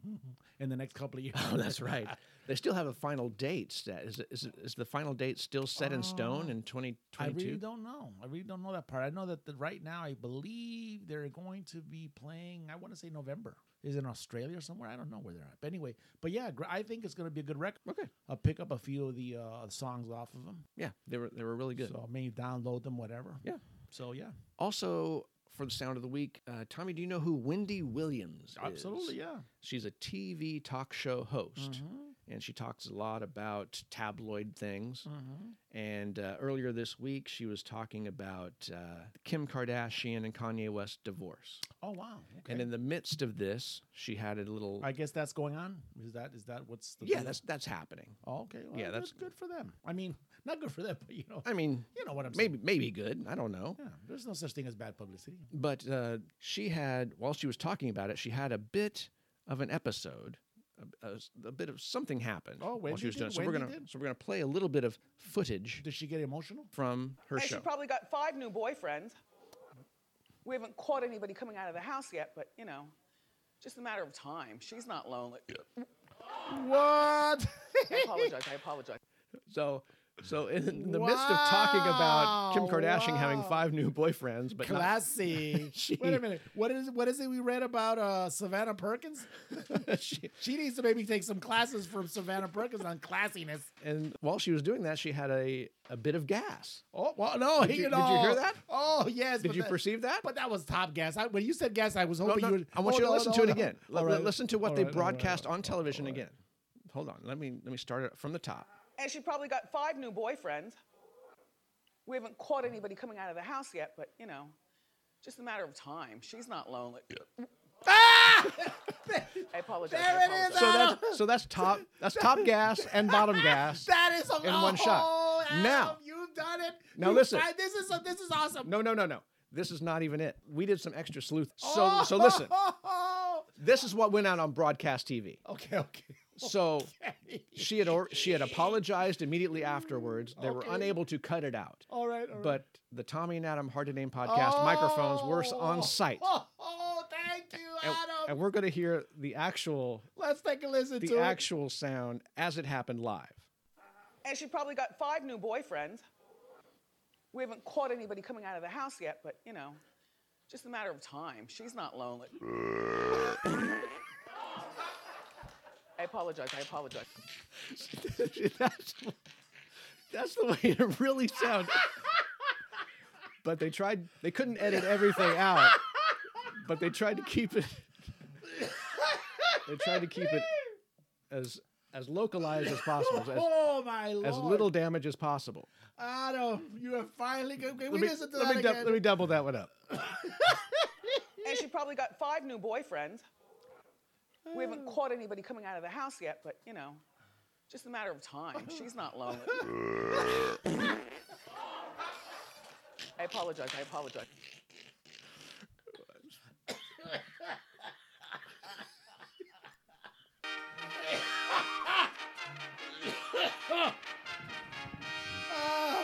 Speaker 3: in the next couple of years.
Speaker 2: Oh, that's right. They still have a final date set. Is, it, is, it, is the final date still set in stone in
Speaker 3: Oh. I really
Speaker 2: 2022?
Speaker 3: don't know. I really don't know that part. I know that the, right now, I believe they're going to be playing. I want to say November. Is it in Australia or somewhere? I don't know where they're at. But anyway, but yeah, gr- I think it's going to be a good record.
Speaker 2: Okay.
Speaker 3: I'll pick up a few of the uh, songs off of them.
Speaker 2: Yeah, they were they were really good.
Speaker 3: So maybe download them, whatever.
Speaker 2: Yeah.
Speaker 3: So yeah,
Speaker 2: Also, for the sound of the week, uh, Tommy, do you know who Wendy Williams is?
Speaker 3: absolutely, yeah. Mm-hmm.
Speaker 2: She's a TV talk show host, and she talks a lot about tabloid things.
Speaker 3: Mm-hmm.
Speaker 2: And uh, earlier this week, she was talking about uh, Kim Kardashian and Kanye West divorce.
Speaker 3: Oh wow. Okay.
Speaker 2: And in the midst of this, she had a little.
Speaker 3: I guess that's going on. Is that is that what's the
Speaker 2: yeah,
Speaker 3: deal?
Speaker 2: that's that's happening.
Speaker 3: oh, okay. Well,
Speaker 2: yeah,
Speaker 3: yeah, that's
Speaker 2: that's-
Speaker 3: good for them. I mean, not good for them, but you know,
Speaker 2: I mean,
Speaker 3: you know what I'm saying.
Speaker 2: maybe maybe good. I don't know.
Speaker 3: Yeah, there's no such thing as bad publicity.
Speaker 2: But uh, she had, while she was talking about it, she had a bit of an episode. A, a s- a bit of something happened
Speaker 3: Oh,
Speaker 2: while
Speaker 3: Wendy
Speaker 2: she was doing.
Speaker 3: did-
Speaker 2: So we're
Speaker 3: Wendy
Speaker 2: gonna
Speaker 3: did?
Speaker 2: so we're gonna play a little bit of footage
Speaker 3: Did she get emotional?
Speaker 2: from her
Speaker 16: and
Speaker 2: show.
Speaker 16: she probably got five new boyfriends. We haven't caught anybody coming out of the house yet, but you know, just a matter of time. She's not lonely.
Speaker 3: What?
Speaker 16: I apologize. I apologize.
Speaker 2: so so in the midst of talking about Kim
Speaker 3: Wow,
Speaker 2: Kardashian having
Speaker 3: wow.
Speaker 2: five new boyfriends, but not-
Speaker 3: Classy.
Speaker 2: She-
Speaker 3: Wait a minute. What is what is it we read about uh, Savannah Perkins?
Speaker 2: she,
Speaker 3: She needs to maybe take some classes from Savannah Perkins on classiness.
Speaker 2: and while she was doing that, she had a a bit of gas.
Speaker 3: Oh well, no,
Speaker 2: Did
Speaker 3: you,
Speaker 2: you- did you
Speaker 3: know.
Speaker 2: hear that?
Speaker 3: Oh yes.
Speaker 2: Did
Speaker 3: but
Speaker 2: you
Speaker 3: that-
Speaker 2: perceive that?
Speaker 3: But that was top gas. I, when you said gas, I was
Speaker 2: No,
Speaker 3: hoping
Speaker 2: no,
Speaker 3: you. Would,
Speaker 2: I
Speaker 3: Oh,
Speaker 2: want you to
Speaker 3: Hold on,
Speaker 2: listen to
Speaker 3: hold
Speaker 2: it
Speaker 3: on.
Speaker 2: again. Let-
Speaker 3: All
Speaker 2: let-
Speaker 3: right.
Speaker 2: listen to what
Speaker 3: All
Speaker 2: they
Speaker 3: right, all right, all right.
Speaker 2: broadcast on television again. Hold on. Let me let me start it from the top.
Speaker 16: And she probably got five new boyfriends. We haven't caught anybody coming out of the house yet, but you know, just a matter of time. She's not lonely. I apologize. I
Speaker 3: There it is,
Speaker 16: apologize.
Speaker 2: So that's so that's top that's top gas and bottom gas.
Speaker 3: That is a
Speaker 2: in one shot.
Speaker 3: oh, Adam,
Speaker 2: Now-
Speaker 3: you've done it.
Speaker 2: Now
Speaker 3: You
Speaker 2: listen.
Speaker 3: tried- this is this is awesome.
Speaker 2: No, no, no, no. This is not even it. We did some extra sleuth. So
Speaker 3: Oh.
Speaker 2: so listen. This is what went out on broadcast TV.
Speaker 3: Okay, okay.
Speaker 2: So she had or, she had apologized immediately afterwards. They were
Speaker 3: Okay. Oh.
Speaker 2: unable to cut it out.
Speaker 3: All right, all right.
Speaker 2: But the Tommy and Adam Hard to Name podcast microphones were s- on site.
Speaker 3: Oh, oh, thank you,
Speaker 2: And,
Speaker 3: Adam.
Speaker 2: and we're going to hear the actual
Speaker 3: Let's take a listen
Speaker 2: the
Speaker 3: to it.
Speaker 2: actual sound as it happened live.
Speaker 16: And she probably got five new boyfriends. We haven't caught anybody coming out of the house yet, but you know, just a matter of time. She's not lonely. I apologize. I apologize.
Speaker 2: that's, that's the way it really sounded. but they tried they couldn't edit everything out. But they tried to keep it they tried to keep it as as localized as possible, as,
Speaker 3: Oh, my
Speaker 2: as
Speaker 3: Lord.
Speaker 2: little damage as possible.
Speaker 3: I don't. You are finally. Good. Can we
Speaker 2: let me,
Speaker 3: listen to
Speaker 2: let
Speaker 3: that
Speaker 2: me dou-
Speaker 3: again?
Speaker 2: let me double that one up.
Speaker 16: and she probably got five new boyfriends. We haven't caught anybody coming out of the house yet, but you know, just a matter of time. She's not lonely. I apologize. I apologize.
Speaker 3: Ah.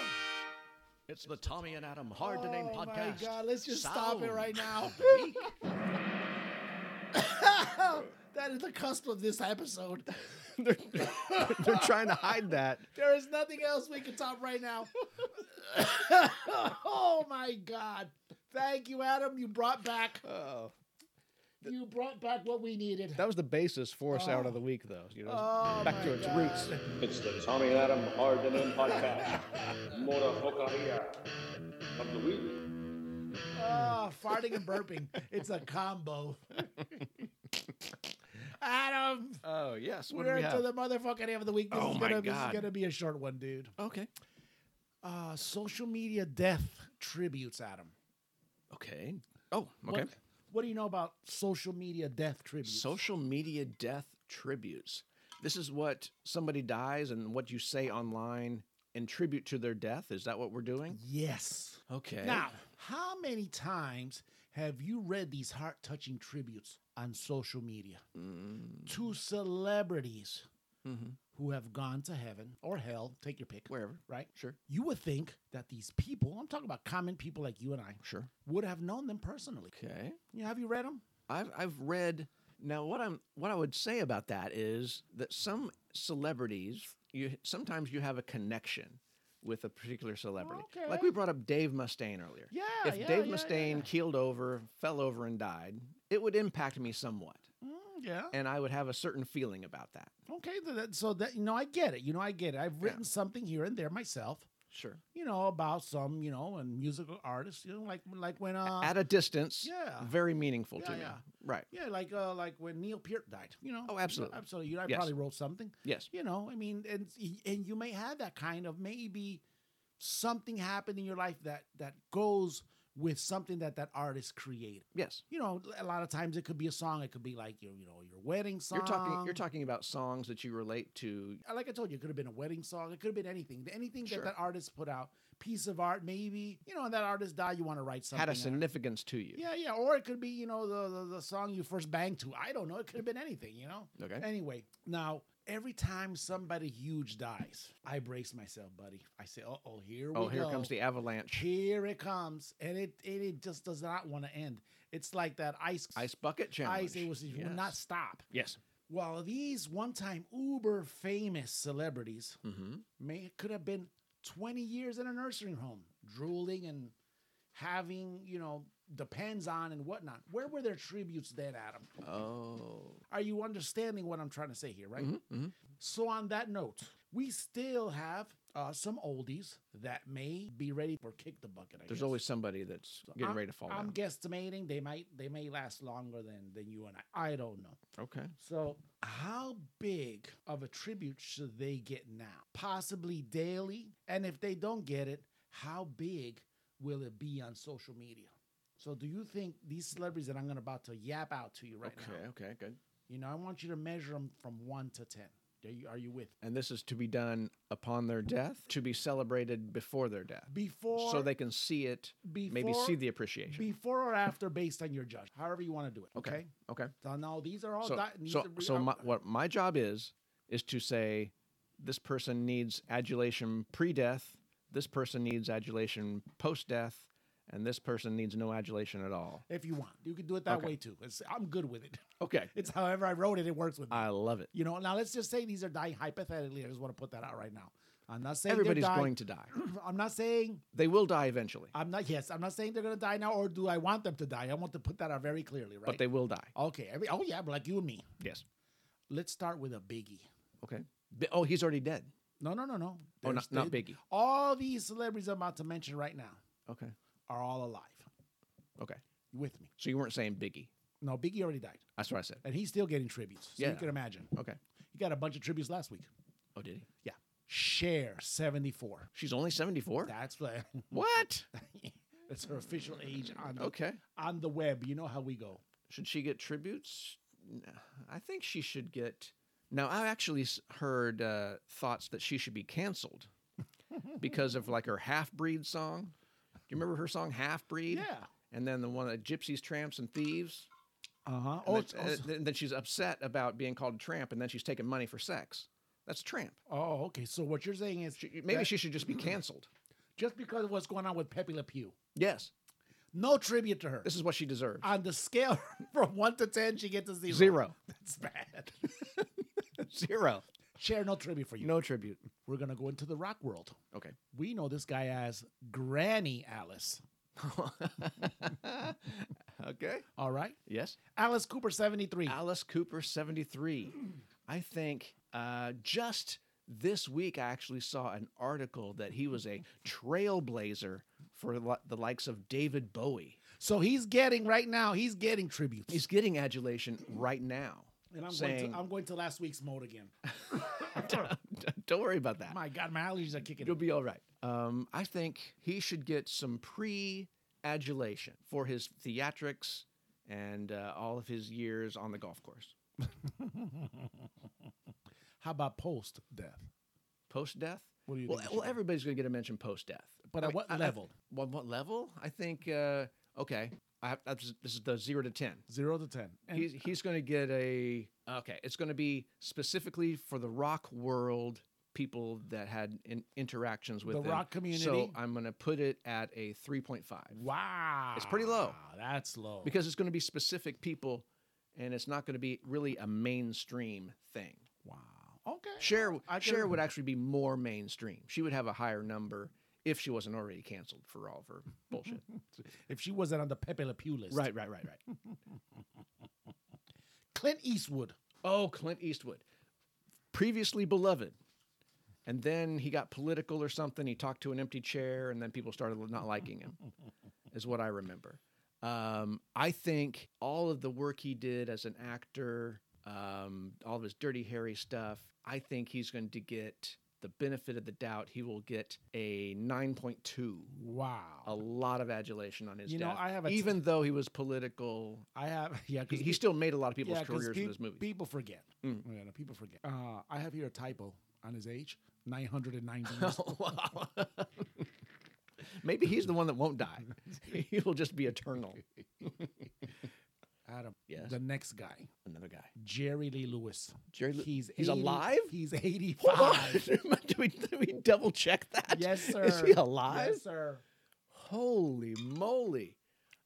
Speaker 2: It's the Tommy and Adam Hard to Name
Speaker 3: Oh, my
Speaker 2: podcast.
Speaker 3: God, let's just stop it
Speaker 2: Sound
Speaker 3: right now.
Speaker 2: of the week.
Speaker 3: that is the cusp of this episode.
Speaker 2: They're trying to hide that.
Speaker 3: There is nothing else we can top right now. oh my God! Thank you, Adam. You brought back. you brought back what we needed.
Speaker 2: That was Oh. the basis for Sound of the Week, though. You know,
Speaker 3: Oh,
Speaker 2: back to
Speaker 3: my
Speaker 2: its
Speaker 3: God.
Speaker 2: roots.
Speaker 17: It's the Tommy and Adam Hard to Name podcast. Mora Hokaria of the week.
Speaker 3: Oh, farting and burping. It's a combo. Adam.
Speaker 2: Oh yes. What do
Speaker 3: We're
Speaker 2: we
Speaker 3: into
Speaker 2: have?
Speaker 3: the motherfucking name of the week. This
Speaker 2: Oh,
Speaker 3: is
Speaker 2: my
Speaker 3: gonna, This is
Speaker 2: God.
Speaker 3: gonna be a short one, dude.
Speaker 2: Okay.
Speaker 3: Uh, social media death tributes, Adam.
Speaker 2: Okay. Oh,
Speaker 3: What-
Speaker 2: okay.
Speaker 3: What, do you know about social media death tributes?
Speaker 2: Social media death tributes. This is what somebody dies and what you say online in tribute to their death. Is that what we're doing?
Speaker 3: Yes.
Speaker 2: Okay.
Speaker 3: Now, how many times have you read these heart touching tributes on social media
Speaker 2: Mm-hmm.
Speaker 3: to celebrities who have gone to heaven or hell? Take your pick.
Speaker 2: Wherever.
Speaker 3: Right?
Speaker 2: Sure.
Speaker 3: You would think that these people, I'm talking about common people like you and I,
Speaker 2: sure,
Speaker 3: would have known them personally.
Speaker 2: Okay.
Speaker 3: Yeah, have you read them?
Speaker 2: I've I've read now what I'm what I would say about that is that some celebrities you sometimes you have a connection with a particular celebrity. Like we
Speaker 3: Okay.
Speaker 2: brought up Dave Mustaine earlier.
Speaker 3: Yeah,
Speaker 2: If
Speaker 3: yeah,
Speaker 2: Dave
Speaker 3: yeah, yeah,
Speaker 2: Mustaine keeled over, fell over and died, it would impact me somewhat.
Speaker 3: Yeah.
Speaker 2: And I would have a certain feeling about that.
Speaker 3: Okay, th- that, so that you know, I get it. You know, I get it. I've written something here and there myself.
Speaker 2: Sure.
Speaker 3: You know about some, you know, and musical artists. You know, like like when uh,
Speaker 2: At a distance,
Speaker 3: yeah.
Speaker 2: very meaningful to
Speaker 3: Yeah,
Speaker 2: me.
Speaker 3: yeah.
Speaker 2: Right.
Speaker 3: yeah, like uh, like when Neil Peart died. You know,
Speaker 2: Oh,
Speaker 3: You know,
Speaker 2: absolutely.
Speaker 3: absolutely. You know, I
Speaker 2: Yes.
Speaker 3: probably wrote something.
Speaker 2: Yes.
Speaker 3: You know, I mean, and and you may have that kind of maybe something happened in your life that that goes with something that that artist created.
Speaker 2: Yes.
Speaker 3: You know, a lot of times it could be a song. It could be like your you know your wedding song.
Speaker 2: You're talking you're talking about songs that you relate to
Speaker 3: Uh, like I told you, it could have been a wedding song. It could have been anything. Anything
Speaker 2: Sure.
Speaker 3: that that artist put out, piece of art, maybe. You know, and that artist died. You want to write something.
Speaker 2: had a
Speaker 3: out.
Speaker 2: significance to you.
Speaker 3: Yeah, yeah. Or it could be, you know, the, the the song you first banged to. I don't know. It could have been anything. You know.
Speaker 2: Okay.
Speaker 3: Anyway, now every time somebody huge dies, I brace myself, buddy. I say, "Uh oh, here we
Speaker 2: oh, here
Speaker 3: go.
Speaker 2: comes the avalanche.
Speaker 3: Here it comes, and it it, it just does not want to end. It's like that ice
Speaker 2: Ice bucket challenge.
Speaker 3: Ice. It was it
Speaker 2: Yes.
Speaker 3: will not stop.
Speaker 2: Yes.
Speaker 3: While these one-time uber famous celebrities
Speaker 2: Mhm.
Speaker 3: may could have been 20 years in a nursing home, drooling and having, you know, depends on and whatnot. Where were their tributes then, Adam?
Speaker 2: Oh.
Speaker 3: Are you understanding what I'm trying to say here, right?
Speaker 2: Mhm, mhm.
Speaker 3: So on that note, we still have uh, some oldies that may be ready for kick the bucket. I
Speaker 2: There's
Speaker 3: guess.
Speaker 2: always somebody that's getting
Speaker 3: I'm-
Speaker 2: ready to fall down.
Speaker 3: I'm guesstimating they might they may last longer than than you and I. I don't know.
Speaker 2: okay.
Speaker 3: So, how big of a tribute should they get now? Possibly daily? And if they don't get it, how big will it be on social media? So, do you think these celebrities that I'm going to about to yap out to you right
Speaker 2: okay.
Speaker 3: now?
Speaker 2: Okay. Good.
Speaker 3: You know, I want you to measure them from 1 to 10. Are you, are you with? me?
Speaker 2: And this is to be done upon their death, to be celebrated before their death,
Speaker 3: Before
Speaker 2: so they can see it, maybe
Speaker 3: before-
Speaker 2: see the appreciation.
Speaker 3: before or after based on your judge. However you want to do it, okay?
Speaker 2: Okay. Okay.
Speaker 3: So now these are all
Speaker 2: so,
Speaker 3: di- these
Speaker 2: so,
Speaker 3: are-
Speaker 2: so
Speaker 3: uh,
Speaker 2: my, what my job is is to say this person needs adulation pre-death, this person needs adulation post-death, and this person needs no adulation at all.
Speaker 3: if you want. You can do it that
Speaker 2: Okay.
Speaker 3: way too. It's, I'm good with it.
Speaker 2: Okay.
Speaker 3: It's however I wrote it, it works with me.
Speaker 2: I love it.
Speaker 3: You know, now let's just say these are dying hypothetically. I just want to put that out right now. I'm not saying they're
Speaker 2: Everybody's
Speaker 3: dying.
Speaker 2: going to die.
Speaker 3: I'm not saying
Speaker 2: They will die eventually,
Speaker 3: I'm not. Yes, I'm not saying they're going to die now, or do I want them to die? I want to put that out very clearly, right?
Speaker 2: but they will die.
Speaker 3: okay. Every, oh yeah, like you and me.
Speaker 2: Yes.
Speaker 3: Let's start with a biggie.
Speaker 2: Okay. Bi- Oh, he's already dead.
Speaker 3: No, no, no, no.
Speaker 2: Oh, not,
Speaker 3: There's-
Speaker 2: not
Speaker 3: there-
Speaker 2: Biggie.
Speaker 3: All these celebrities I'm about to mention right now
Speaker 2: Okay.
Speaker 3: are all alive.
Speaker 2: Okay.
Speaker 3: You with me?
Speaker 2: So you weren't saying Biggie.
Speaker 3: No, Biggie already died,
Speaker 2: That's what I said.
Speaker 3: and he's still getting tributes. So
Speaker 2: Yeah.
Speaker 3: you can imagine.
Speaker 2: Okay.
Speaker 3: He got a bunch of tributes last week.
Speaker 2: Oh, did he?
Speaker 3: Yeah. Share 74.
Speaker 2: She's only 74?
Speaker 3: That's what.
Speaker 2: What?
Speaker 3: That's her official age on the,
Speaker 2: Okay.
Speaker 3: on the web. You know how we go.
Speaker 2: Should she get tributes? N- I think she should get. Now, I actually s- heard uh, thoughts that she should be canceled because of like her half breed song. Do you remember her song Half Breed?
Speaker 3: Yeah.
Speaker 2: And then the one that Gypsies, Tramps, and Thieves.
Speaker 3: Uh huh.
Speaker 2: And, then, and then- then she's upset about being called a tramp, and then she's taking money for sex. That's a tramp.
Speaker 3: Oh, okay. So what you're saying is
Speaker 2: Maybe
Speaker 3: that-
Speaker 2: she should just be canceled.
Speaker 3: just because of what's going on with Pepe Le Pew.
Speaker 2: Yes.
Speaker 3: No tribute to her.
Speaker 2: This is what she deserves.
Speaker 3: on the scale from one to ten, she gets a zero.
Speaker 2: Zero.
Speaker 3: That's bad.
Speaker 2: Zero.
Speaker 3: Share no tribute for you.
Speaker 2: No tribute.
Speaker 3: We're gonna go into the rock world.
Speaker 2: Okay.
Speaker 3: We know this guy as Granny Alice.
Speaker 2: okay.
Speaker 3: All right.
Speaker 2: Yes.
Speaker 3: Alice Cooper, 73.
Speaker 2: Alice Cooper, 73. I think uh, just this week, I actually saw an article that he was a trailblazer for li- the likes of David Bowie.
Speaker 3: So he's getting right now. He's getting tributes.
Speaker 2: He's getting adulation right now.
Speaker 3: and I'm going
Speaker 2: saying,
Speaker 3: to I'm going to last week's mode again.
Speaker 2: don't worry about that.
Speaker 3: My God, my allergies are kicking.
Speaker 2: You'll
Speaker 3: in.
Speaker 2: be all right. Um, I think he should get some pre adulation for his theatrics and uh, all of his years on the golf course.
Speaker 3: How about post death?
Speaker 2: Post death?
Speaker 3: What do you
Speaker 2: Well,
Speaker 3: think?
Speaker 2: well everybody's going to get a mention post death.
Speaker 3: But at what level?
Speaker 2: what, what level? I think, uh, okay, I have, that's, this is the zero to 10.
Speaker 3: Zero to ten. And
Speaker 2: he's he's going to get a, okay, it's going to be specifically for the rock world people that had in, interactions with
Speaker 3: The
Speaker 2: him.
Speaker 3: rock community?
Speaker 2: So I'm going to put it at a 3.5.
Speaker 3: wow,
Speaker 2: It's pretty low.
Speaker 3: That's low.
Speaker 2: because it's going to be specific people and it's not going to be really a mainstream thing.
Speaker 3: wow. Okay.
Speaker 2: Cher,
Speaker 3: I can-
Speaker 2: Cher would actually be more mainstream. She would have a higher number if she wasn't already canceled for all of her bullshit.
Speaker 3: If she wasn't on the Pepe Le Pew list,
Speaker 2: right, right, right, right.
Speaker 3: Clint Eastwood.
Speaker 2: Oh, Clint Eastwood. Previously beloved. And then he got political or something. He talked to an empty chair, and then people started not liking him, is what I remember. Um, I think all of the work he did as an actor, um, all of his Dirty Harry stuff, I think he's going to get the benefit of the doubt. He will get a 9.2.
Speaker 3: Wow.
Speaker 2: A lot of adulation on his
Speaker 3: You know,
Speaker 2: death,
Speaker 3: I have a t-
Speaker 2: even though he was political.
Speaker 3: I have yeah. 'cause
Speaker 2: He, he
Speaker 3: we-
Speaker 2: still made a lot of people's
Speaker 3: yeah, 'cause
Speaker 2: careers
Speaker 3: peop-
Speaker 2: with his movies.
Speaker 3: People forget. Oh,
Speaker 2: Mm.
Speaker 3: Yeah, no, people forget. Uh, I have here a typo on his age: nine hundred and ninety. years.
Speaker 2: wow. Maybe he's the one that won't die. he will just be eternal.
Speaker 3: Adam.
Speaker 2: Yes.
Speaker 3: The next guy,
Speaker 2: Another guy.
Speaker 3: Jerry Lee Lewis.
Speaker 2: Jerry Lee-
Speaker 3: He's
Speaker 2: he's
Speaker 3: 80
Speaker 2: alive?
Speaker 3: He's eighty-five.
Speaker 2: do, we, do we double check that?
Speaker 3: yes, sir.
Speaker 2: Is he alive?
Speaker 3: Yes, sir.
Speaker 2: Holy moly.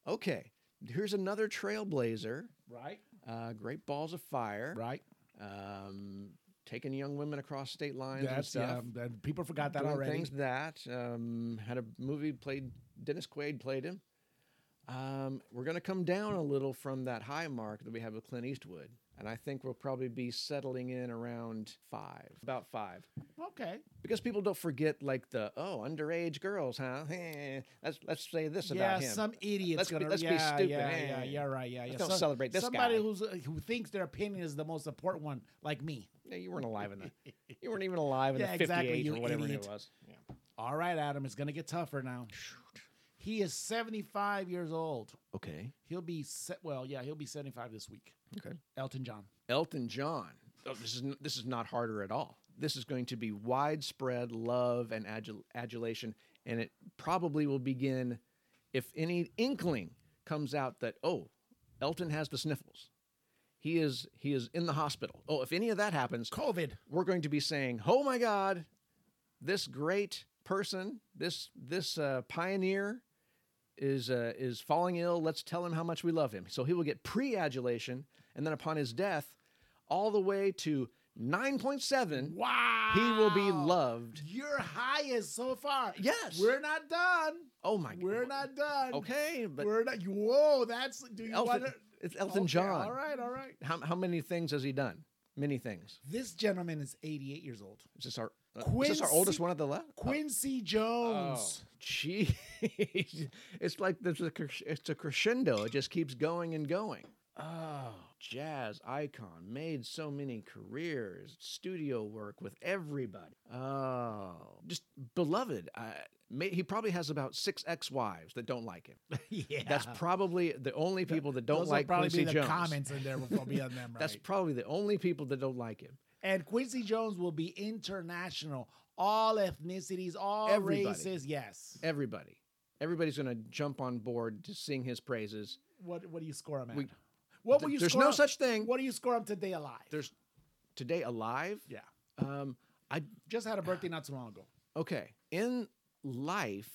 Speaker 2: Okay. Here's another trailblazer.
Speaker 3: Right.
Speaker 2: Uh, great balls of fire.
Speaker 3: Right.
Speaker 2: Um, taking young women across state lines and
Speaker 3: That's yeah.
Speaker 2: stuff.
Speaker 3: that- People forgot that
Speaker 2: doing
Speaker 3: already.
Speaker 2: Things that um, had a movie played. Dennis Quaid played him. Um, we're going to come down a little from that high mark that we have with Clint Eastwood, and I think we'll probably be settling in around five, about five,
Speaker 3: Okay.
Speaker 2: because people don't forget like the oh underage girls, huh? Eh, let's let's say this
Speaker 3: yeah,
Speaker 2: about him.
Speaker 3: some idiot's
Speaker 2: Let's be-
Speaker 3: gonna.
Speaker 2: let's be
Speaker 3: yeah,
Speaker 2: stupid.
Speaker 3: Yeah,
Speaker 2: Hey,
Speaker 3: yeah, yeah, right. Yeah,
Speaker 2: let's
Speaker 3: yeah.
Speaker 2: don't celebrate this
Speaker 3: somebody
Speaker 2: guy.
Speaker 3: who's uh, who thinks their opinion is the most important one, like me.
Speaker 2: Yeah, you weren't alive in the you weren't even alive in
Speaker 3: Yeah,
Speaker 2: the fifty eight
Speaker 3: exactly, you
Speaker 2: or whatever
Speaker 3: idiot.
Speaker 2: it was. Yeah.
Speaker 3: All right, Adam, it's gonna get tougher now. He is seventy-five years old.
Speaker 2: Okay.
Speaker 3: He'll be se- well, yeah, he'll be seventy-five this week.
Speaker 2: Okay.
Speaker 3: Elton John.
Speaker 2: Elton John. Oh, this is n- this is not harder at all. This is going to be widespread love and adul- adulation, and it probably will begin if any inkling comes out that oh, Elton has the sniffles. He is he is in the hospital. Oh, if any of that happens,
Speaker 3: COVID.
Speaker 2: we're going to be saying, "Oh my God, this great person, this this uh, pioneer, is uh, is falling ill. Let's tell him how much we love him." So he will get pre-adulation, and then upon his death, all the way to nine point seven,
Speaker 3: Wow.
Speaker 2: he will be loved.
Speaker 3: Your highest so far.
Speaker 2: Yes.
Speaker 3: We're not done.
Speaker 2: Oh my,
Speaker 3: We're not done.
Speaker 2: okay, but
Speaker 3: We're not. Whoa, that's. Do you
Speaker 2: Elton,
Speaker 3: want to?
Speaker 2: it's Elton John.
Speaker 3: All right, all right.
Speaker 2: How how many things has he done? Many things.
Speaker 3: This gentleman is 88 years old.
Speaker 2: Is this our uh, is this our oldest
Speaker 3: Quincy-
Speaker 2: one at the left? Oh,
Speaker 3: Quincy Jones.
Speaker 2: Gee, it's like there's a, cres- it's a crescendo. It just keeps going and going.
Speaker 3: Oh.
Speaker 2: jazz icon, made so many careers, studio work with everybody. Oh, just beloved. I, may, he probably has about six ex-wives that don't like him.
Speaker 18: yeah,
Speaker 2: Oh. That's probably the only people that don't
Speaker 3: Those
Speaker 2: like
Speaker 3: will probably
Speaker 2: Quincy
Speaker 3: be the
Speaker 2: Jones.
Speaker 3: comments in there will be on them, right?
Speaker 2: That's probably the only people that don't like him.
Speaker 3: and Quincy Jones will be international. All ethnicities, all
Speaker 2: Everybody. E-,
Speaker 3: races. Yes.
Speaker 2: Everybody, everybody's going to jump on board to sing his praises.
Speaker 3: What What do you score him at?
Speaker 2: We-
Speaker 3: what will you?
Speaker 2: there's
Speaker 3: score
Speaker 2: no
Speaker 3: him-
Speaker 2: such thing.
Speaker 3: What do you score him today alive?
Speaker 2: There's today alive.
Speaker 3: Yeah.
Speaker 2: Um, I
Speaker 3: Just had a birthday
Speaker 2: Ah.
Speaker 3: not too long ago.
Speaker 2: Okay. In life,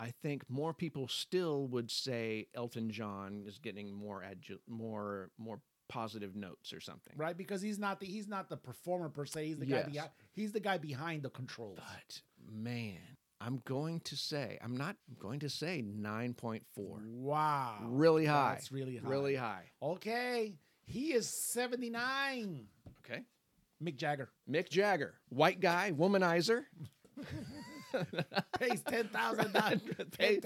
Speaker 2: I think more people still would say Elton John is getting more adju- more more positive notes or something.
Speaker 3: Right, because he's not the he's not the performer per se. He's the guy
Speaker 2: Yes.
Speaker 3: behind, he's the guy behind the controls.
Speaker 2: But man, I'm going to say I'm not I'm going to say 9.4.
Speaker 3: Wow.
Speaker 2: Really high.
Speaker 3: That's really high.
Speaker 2: Really high.
Speaker 3: Okay. He is 79.
Speaker 2: Okay.
Speaker 3: Mick Jagger
Speaker 2: Mick Jagger, white guy, womanizer.
Speaker 3: pays ten thousand dollars.
Speaker 2: Hey,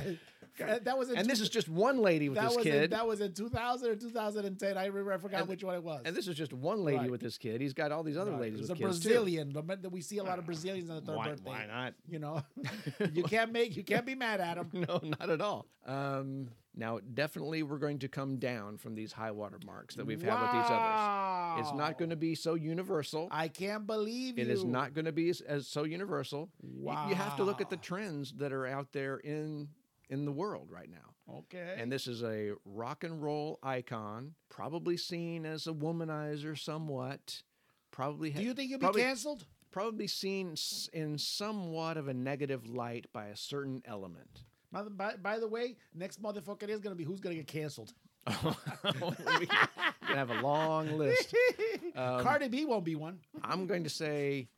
Speaker 3: That was in
Speaker 2: and this is just one lady with
Speaker 3: that
Speaker 2: this
Speaker 3: was
Speaker 2: kid.
Speaker 3: In, that was in 2000 or 2010. I remember. I forgot
Speaker 2: And-
Speaker 3: which one it was.
Speaker 2: and this is just one lady
Speaker 3: Right.
Speaker 2: with this kid. He's got all these other
Speaker 3: Right.
Speaker 2: ladies
Speaker 3: It was
Speaker 2: with
Speaker 3: a
Speaker 2: kids too. Ah,
Speaker 3: Brazilian. Remember, We see a lot of Brazilians on the third
Speaker 2: Why-
Speaker 3: birthday.
Speaker 2: why not?
Speaker 3: You know, you can't make you can't be mad at him.
Speaker 2: No, not at all. Um, now, definitely, we're going to come down from these high water marks that we've had with these others. It's not going to be so universal.
Speaker 3: I can't believe
Speaker 2: It is
Speaker 3: you.
Speaker 2: not going to be as, as so universal. Y- You have to look at the trends that are out there in in the world right now.
Speaker 3: Okay.
Speaker 2: And this is a rock and roll icon, probably seen as a womanizer somewhat. Probably. ha-
Speaker 3: Do you think you'll
Speaker 2: probably-
Speaker 3: be canceled?
Speaker 2: Probably seen s- in somewhat of a negative light by a certain element.
Speaker 3: By, the- by, by the way, next motherfucker is gonna be who's gonna get canceled.
Speaker 2: we can have a long list. Um,
Speaker 3: Cardi B won't be one.
Speaker 2: I'm going to say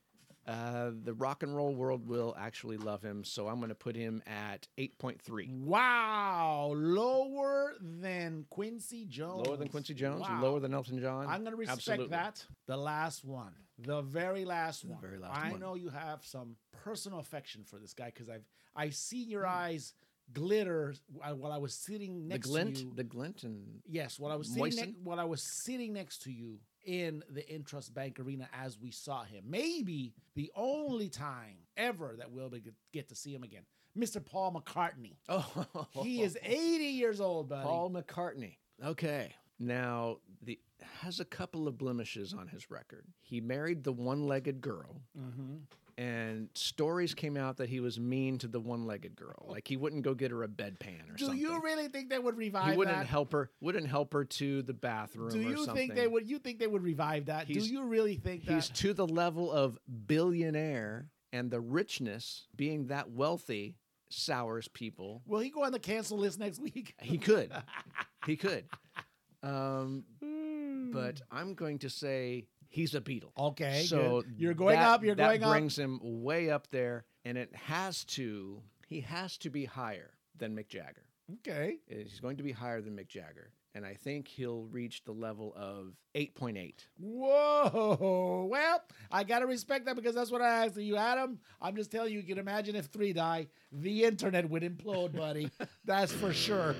Speaker 2: uh, the rock and roll world will actually love him, so I'm going to put him at 8.3.
Speaker 3: Wow, lower than Quincy Jones.
Speaker 2: Lower than Quincy Jones,
Speaker 3: Wow.
Speaker 2: lower than Elton John.
Speaker 3: I'm gonna respect
Speaker 2: Absolutely.
Speaker 3: that. The last one, the very last one.
Speaker 2: very last
Speaker 3: I
Speaker 2: one.
Speaker 3: know you have some personal affection for this guy because I've I've seen your eyes glitter wh- while I was
Speaker 2: Hmm.
Speaker 3: sitting
Speaker 2: The
Speaker 3: next to you.
Speaker 2: glint, the glint, and
Speaker 3: Yes, while I was sitting
Speaker 2: Moisten?
Speaker 3: ne- while I was sitting next to you in the Intrust Bank Arena as we saw him. Maybe the only time ever that we'll be get, get to see him again. Mr. Paul McCartney.
Speaker 2: oh,
Speaker 3: He is 80 years old, buddy.
Speaker 2: Paul McCartney. Okay, now the has a couple of blemishes on his record. He married the one-legged girl.
Speaker 3: Mm-hmm.
Speaker 2: and stories came out that he was mean to the one-legged girl. Like he wouldn't go get her a bedpan or
Speaker 3: Do
Speaker 2: something.
Speaker 3: you really think they would revive
Speaker 2: he wouldn't
Speaker 3: that?
Speaker 2: help her. Wouldn't help her to the bathroom.
Speaker 3: Do
Speaker 2: or
Speaker 3: you
Speaker 2: something.
Speaker 3: think they would? You think they would revive that?
Speaker 2: He's-
Speaker 3: Do you really think
Speaker 2: He's
Speaker 3: that?
Speaker 2: to the level of billionaire, and the richness being that wealthy sours people.
Speaker 3: Will he go on the cancel list next week?
Speaker 2: He could. he could. Um, but I'm going to say he's a Beatle.
Speaker 3: Okay,
Speaker 2: So
Speaker 3: good. You're going
Speaker 2: that-
Speaker 3: up, you're
Speaker 2: that
Speaker 3: going up.
Speaker 2: brings him way up there, and it has to. He has to be higher than Mick Jagger.
Speaker 3: Okay.
Speaker 2: Uh, He's going to be higher than Mick Jagger, and I think he'll reach the level of 8.8.
Speaker 3: Whoa. Well, I gotta respect that because that's what I asked of you, Adam. I'm just telling you. You can imagine if three die, the internet would implode, buddy. that's for sure.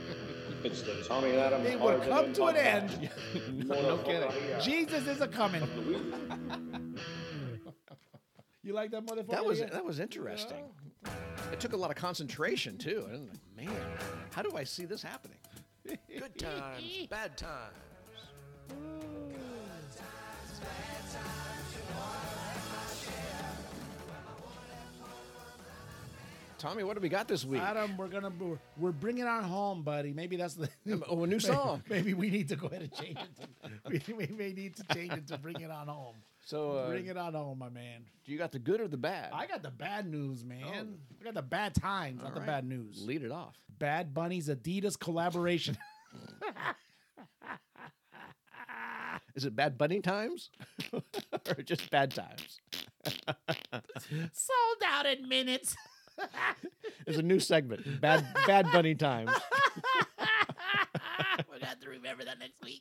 Speaker 17: It's the Tommy and Adam.
Speaker 3: It would
Speaker 17: Arden
Speaker 3: come
Speaker 17: and
Speaker 3: to an
Speaker 17: Podcast.
Speaker 3: end.
Speaker 2: No, no kidding.
Speaker 17: Yeah.
Speaker 3: Jesus is a coming. you like that motherfucker?
Speaker 2: That was
Speaker 3: yeah?
Speaker 2: that was interesting. It took a lot of concentration too. And like, man, how do I see this happening? Good times, bad times. Tommy, what do we got this week?
Speaker 3: Adam, we're gonna we're, we're bringing on home, buddy. Maybe that's the
Speaker 2: Oh, a new song.
Speaker 3: Maybe we need to go ahead and change it. To, we, we may need to change it to bring it on home.
Speaker 2: So, uh,
Speaker 3: bring it on home, my man.
Speaker 2: do you got the good or the bad?
Speaker 3: I got the bad news, man. I got the bad times, not
Speaker 2: Oh. All
Speaker 3: the
Speaker 2: right.
Speaker 3: bad news.
Speaker 2: Lead it off.
Speaker 3: Bad Bunny's Adidas collaboration.
Speaker 2: Is it bad bunny times or just bad times?
Speaker 3: Sold out in minutes.
Speaker 2: It's a new segment. Bad bad bunny times.
Speaker 3: We're gonna have to remember that next week.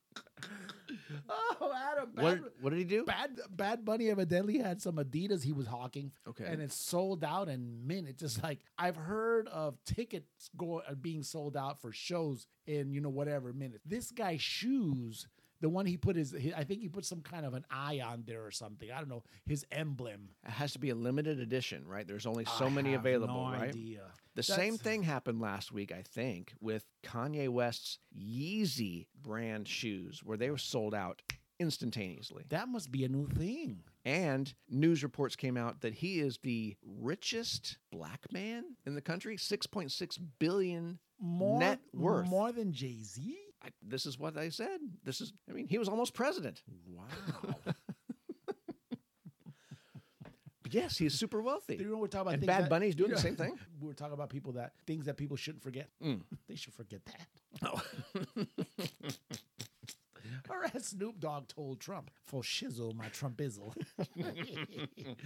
Speaker 3: oh, Adam, bad,
Speaker 2: What, what What did he do?
Speaker 3: Bad Bad Bunny evidently had some Adidas he was hawking.
Speaker 2: Okay.
Speaker 3: And it sold out in minutes. Just like I've heard of tickets go, uh, being sold out for shows in, you know, whatever minutes. This guy's shoes, the one he put his, he- I think he put some kind of an eye on there or something. I don't know. His emblem.
Speaker 2: It has to be a limited edition, right? There's only so
Speaker 3: I
Speaker 2: many
Speaker 3: have
Speaker 2: available,
Speaker 3: no
Speaker 2: right?
Speaker 3: idea.
Speaker 2: The
Speaker 3: That's-
Speaker 2: same thing happened last week, I think, with Kanye West's Yeezy brand shoes, where they were sold out instantaneously.
Speaker 3: That must be a new thing.
Speaker 2: And news reports came out that he is the richest black man in the country, 6.6 billion
Speaker 3: More,
Speaker 2: net worth.
Speaker 3: More than Jay Z?
Speaker 2: I, this is what they said. This is, I mean, he was almost president.
Speaker 3: Wow.
Speaker 2: yes, he's super wealthy.
Speaker 3: You know, we're talking about
Speaker 2: and
Speaker 3: things
Speaker 2: Bad
Speaker 3: that-
Speaker 2: Bunny's doing
Speaker 3: you
Speaker 2: the
Speaker 3: know,
Speaker 2: same thing.
Speaker 3: We were talking about people that things that people shouldn't forget.
Speaker 2: Mm.
Speaker 3: They should forget that.
Speaker 2: Oh.
Speaker 3: Or as Snoop Dogg told Trump, "For shizzle, my Trumpizzle."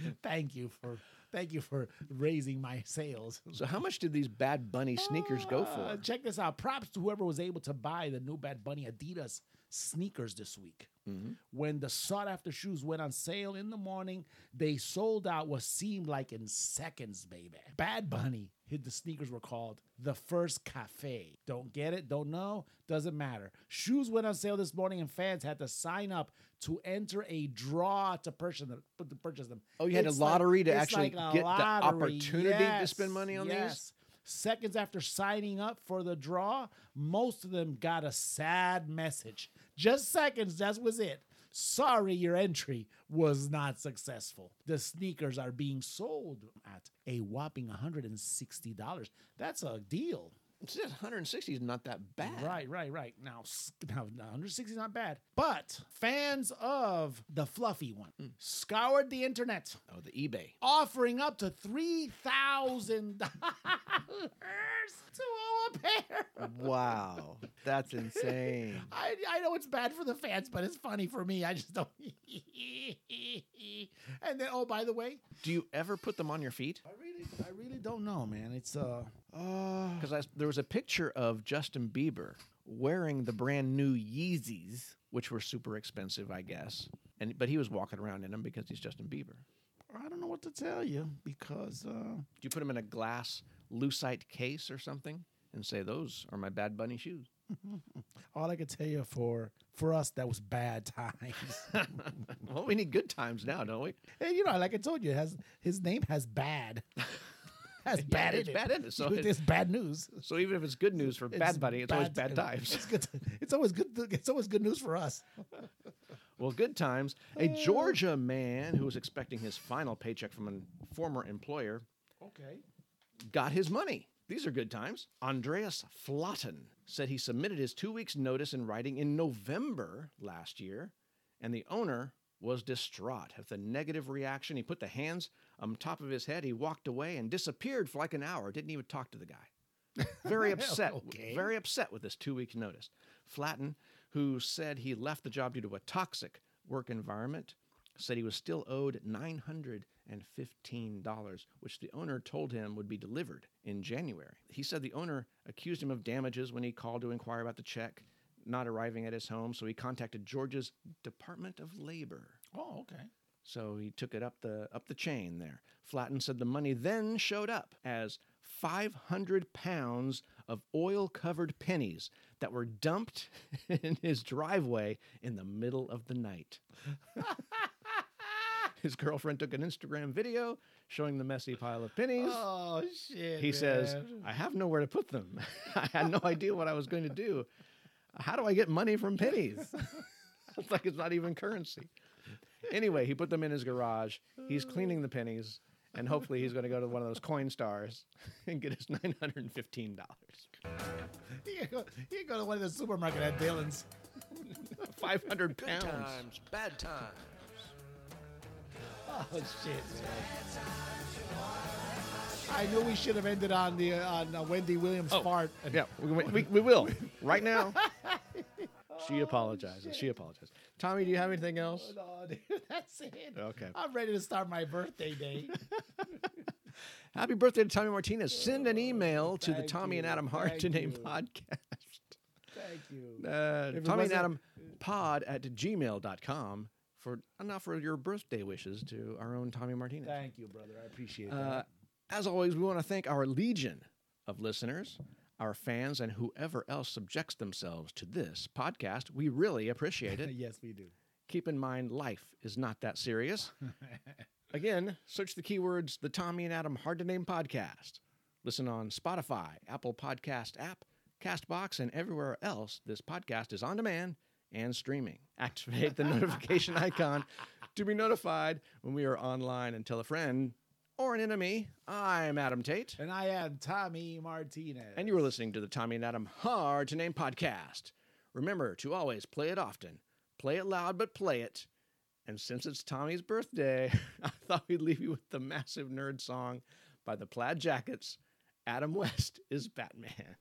Speaker 3: thank you for thank you for raising my sales.
Speaker 2: So, how much did these Bad Bunny sneakers go
Speaker 3: Uh,
Speaker 2: for?
Speaker 3: check this out. Props to whoever was able to buy the new Bad Bunny Adidas sneakers this week.
Speaker 2: Mm-hmm.
Speaker 3: When the sought after shoes went on sale in the morning, they sold out what seemed like in seconds, baby. Bad Bunny, his- the sneakers were called the first cafe. Don't get it? Don't know? Doesn't matter. Shoes went on sale this morning, and fans had to sign up to enter a draw to purchase them. To purchase them.
Speaker 2: Oh, you had a lottery to
Speaker 3: it's
Speaker 2: actually
Speaker 3: a
Speaker 2: get the opportunity to spend money on these?
Speaker 3: Seconds after signing up for the draw, most of them got a sad message. Just seconds, that was it. Sorry, your entry was not successful. The sneakers are being sold at a whopping $160. That's a deal.
Speaker 2: It's just 160 is not that bad.
Speaker 3: Right, right, right. Now, s- now, now 160 is not bad, but fans of the fluffy one scoured the internet,
Speaker 2: Oh, the eBay.
Speaker 3: offering up to three thousand dollars to own a pair.
Speaker 2: Wow, that's insane.
Speaker 3: I, I know it's bad for the fans, but it's funny for me. I just don't. and then, oh, by the way,
Speaker 2: Do you ever put them on your feet?
Speaker 3: I really, I really don't know, man. It's uh, uh
Speaker 2: Because there was a picture of Justin Bieber wearing the brand new Yeezys, which were super expensive, I guess. And but he was walking around in them because he's Justin Bieber.
Speaker 3: I don't know what to tell you because uh,
Speaker 2: Do you put them in a glass lucite case or something and say those are my Bad Bunny shoes?
Speaker 3: all I could tell you for for us that was bad times.
Speaker 2: well, we need good times now, don't we?
Speaker 3: and you know, like I told you, it has his name has bad. Has
Speaker 2: Yeah,
Speaker 3: bad in
Speaker 2: it's
Speaker 3: it.
Speaker 2: bad in it, so it-
Speaker 3: it's bad news.
Speaker 2: So even if it's good news for Bad Bunny, it's always bad
Speaker 3: uh, It's
Speaker 2: times.
Speaker 3: good. It's always good. It's always good news for us.
Speaker 2: Well, good times. A Georgia man who was expecting his final paycheck from a former employer
Speaker 3: Okay.
Speaker 2: got his money. These are good times. Andreas Flotten said he submitted his two weeks' notice in writing in November last year, and the owner was distraught at the negative reaction. He put the hands on top of his head, he walked away, and disappeared for like an hour. Didn't even talk to the guy. Very upset.
Speaker 3: Okay.
Speaker 2: Very upset with this two weeks' notice. Flatten, who said he left the job due to a toxic work environment, said he was still owed $915, which the owner told him would be delivered in January. He said the owner accused him of damages when he called to inquire about the check not arriving at his home, so he contacted Georgia's Department of Labor.
Speaker 3: Oh, okay.
Speaker 2: So he took it up the up the chain there. Flatten said the money then showed up as 500 pounds of oil-covered pennies that were dumped in his driveway in the middle of the night. his girlfriend took an Instagram video showing the messy pile of pennies.
Speaker 3: Oh shit.
Speaker 2: he says,
Speaker 3: man.
Speaker 2: "I have nowhere to put them. I had no idea what I was going to do. How do I get money from pennies?" It's like it's not even currency. Anyway, he put them in his garage. He's cleaning the pennies, and hopefully he's going to go to one of those coin stars and get his nine hundred and fifteen dollars.
Speaker 3: "You can go, you can go to one of the supermarket at Dillon's."
Speaker 2: Five hundred
Speaker 9: Good
Speaker 2: pounds.
Speaker 9: times, bad times.
Speaker 3: Oh shit. man. I knew we should have ended on the uh, on uh, Wendy Williams
Speaker 2: Oh.
Speaker 3: fart.
Speaker 2: Yeah, we, we, we will right now. She apologizes. She apologizes. Tommy, do you have anything else?
Speaker 3: Oh, dude, that's it.
Speaker 2: Okay.
Speaker 3: I'm ready to start my birthday day.
Speaker 2: Happy birthday to Tommy Martinez. Send an email to the
Speaker 3: Thank
Speaker 2: Tommy and
Speaker 3: you.
Speaker 2: Adam Hard
Speaker 3: Thank
Speaker 2: to Name
Speaker 3: you.
Speaker 2: podcast.
Speaker 3: Thank you.
Speaker 2: Uh,
Speaker 3: If it
Speaker 2: Tommy and
Speaker 3: wasn't-
Speaker 2: Adam pod at gmail.com for enough for your birthday wishes to our own Tommy Martinez.
Speaker 3: Thank you, brother. I appreciate
Speaker 2: Uh,
Speaker 3: that.
Speaker 2: as always, we want to thank our legion of listeners, our fans, and whoever else subjects themselves to this podcast. We really appreciate it.
Speaker 3: yes, we do.
Speaker 2: Keep in mind, life is not that serious. Again, search the keywords The Tommy and Adam Hard to Name Podcast. Listen on Spotify, Apple Podcast app, Castbox, and everywhere else this podcast is on demand and streaming. Activate the notification icon to be notified when we are online and tell a friend or an enemy. I'm Adam Tate.
Speaker 3: And I am Tommy Martinez.
Speaker 2: And you are listening to the Tommy and Adam Hard to Name Podcast. Remember to always play it often, play it loud, but play it. And since it's Tommy's birthday, I thought we'd leave you with the massive nerd song by the Plaid Jackets Adam West is Batman.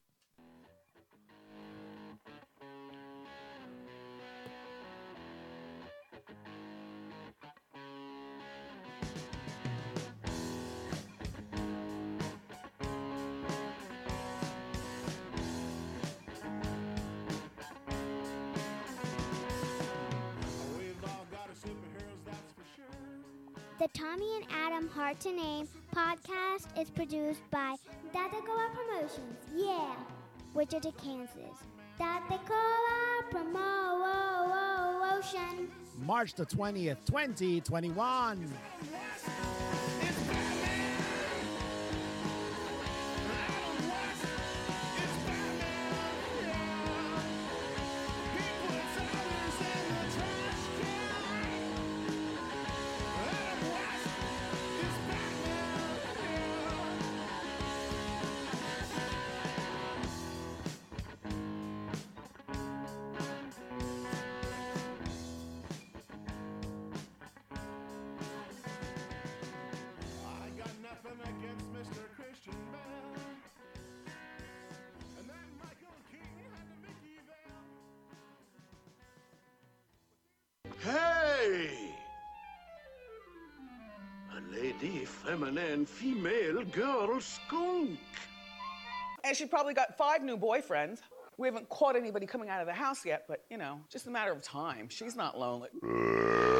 Speaker 18: We've all got our superheroes, that's for sure.
Speaker 11: The Tommy and Adam Hard to Name podcast is produced by Datacoa Promotions, yeah, Wichita, Kansas. Datacoa Promotion.
Speaker 3: March the 20th, 2021.
Speaker 18: I got nothing against Mr. Christian Bell. And that Michael King had the Mickey Bell.
Speaker 5: Hey! A lady, feminine, female, girl, skunk.
Speaker 16: And she probably got five new boyfriends. We haven't caught anybody coming out of the house yet, but you know, just a matter of time. She's not lonely.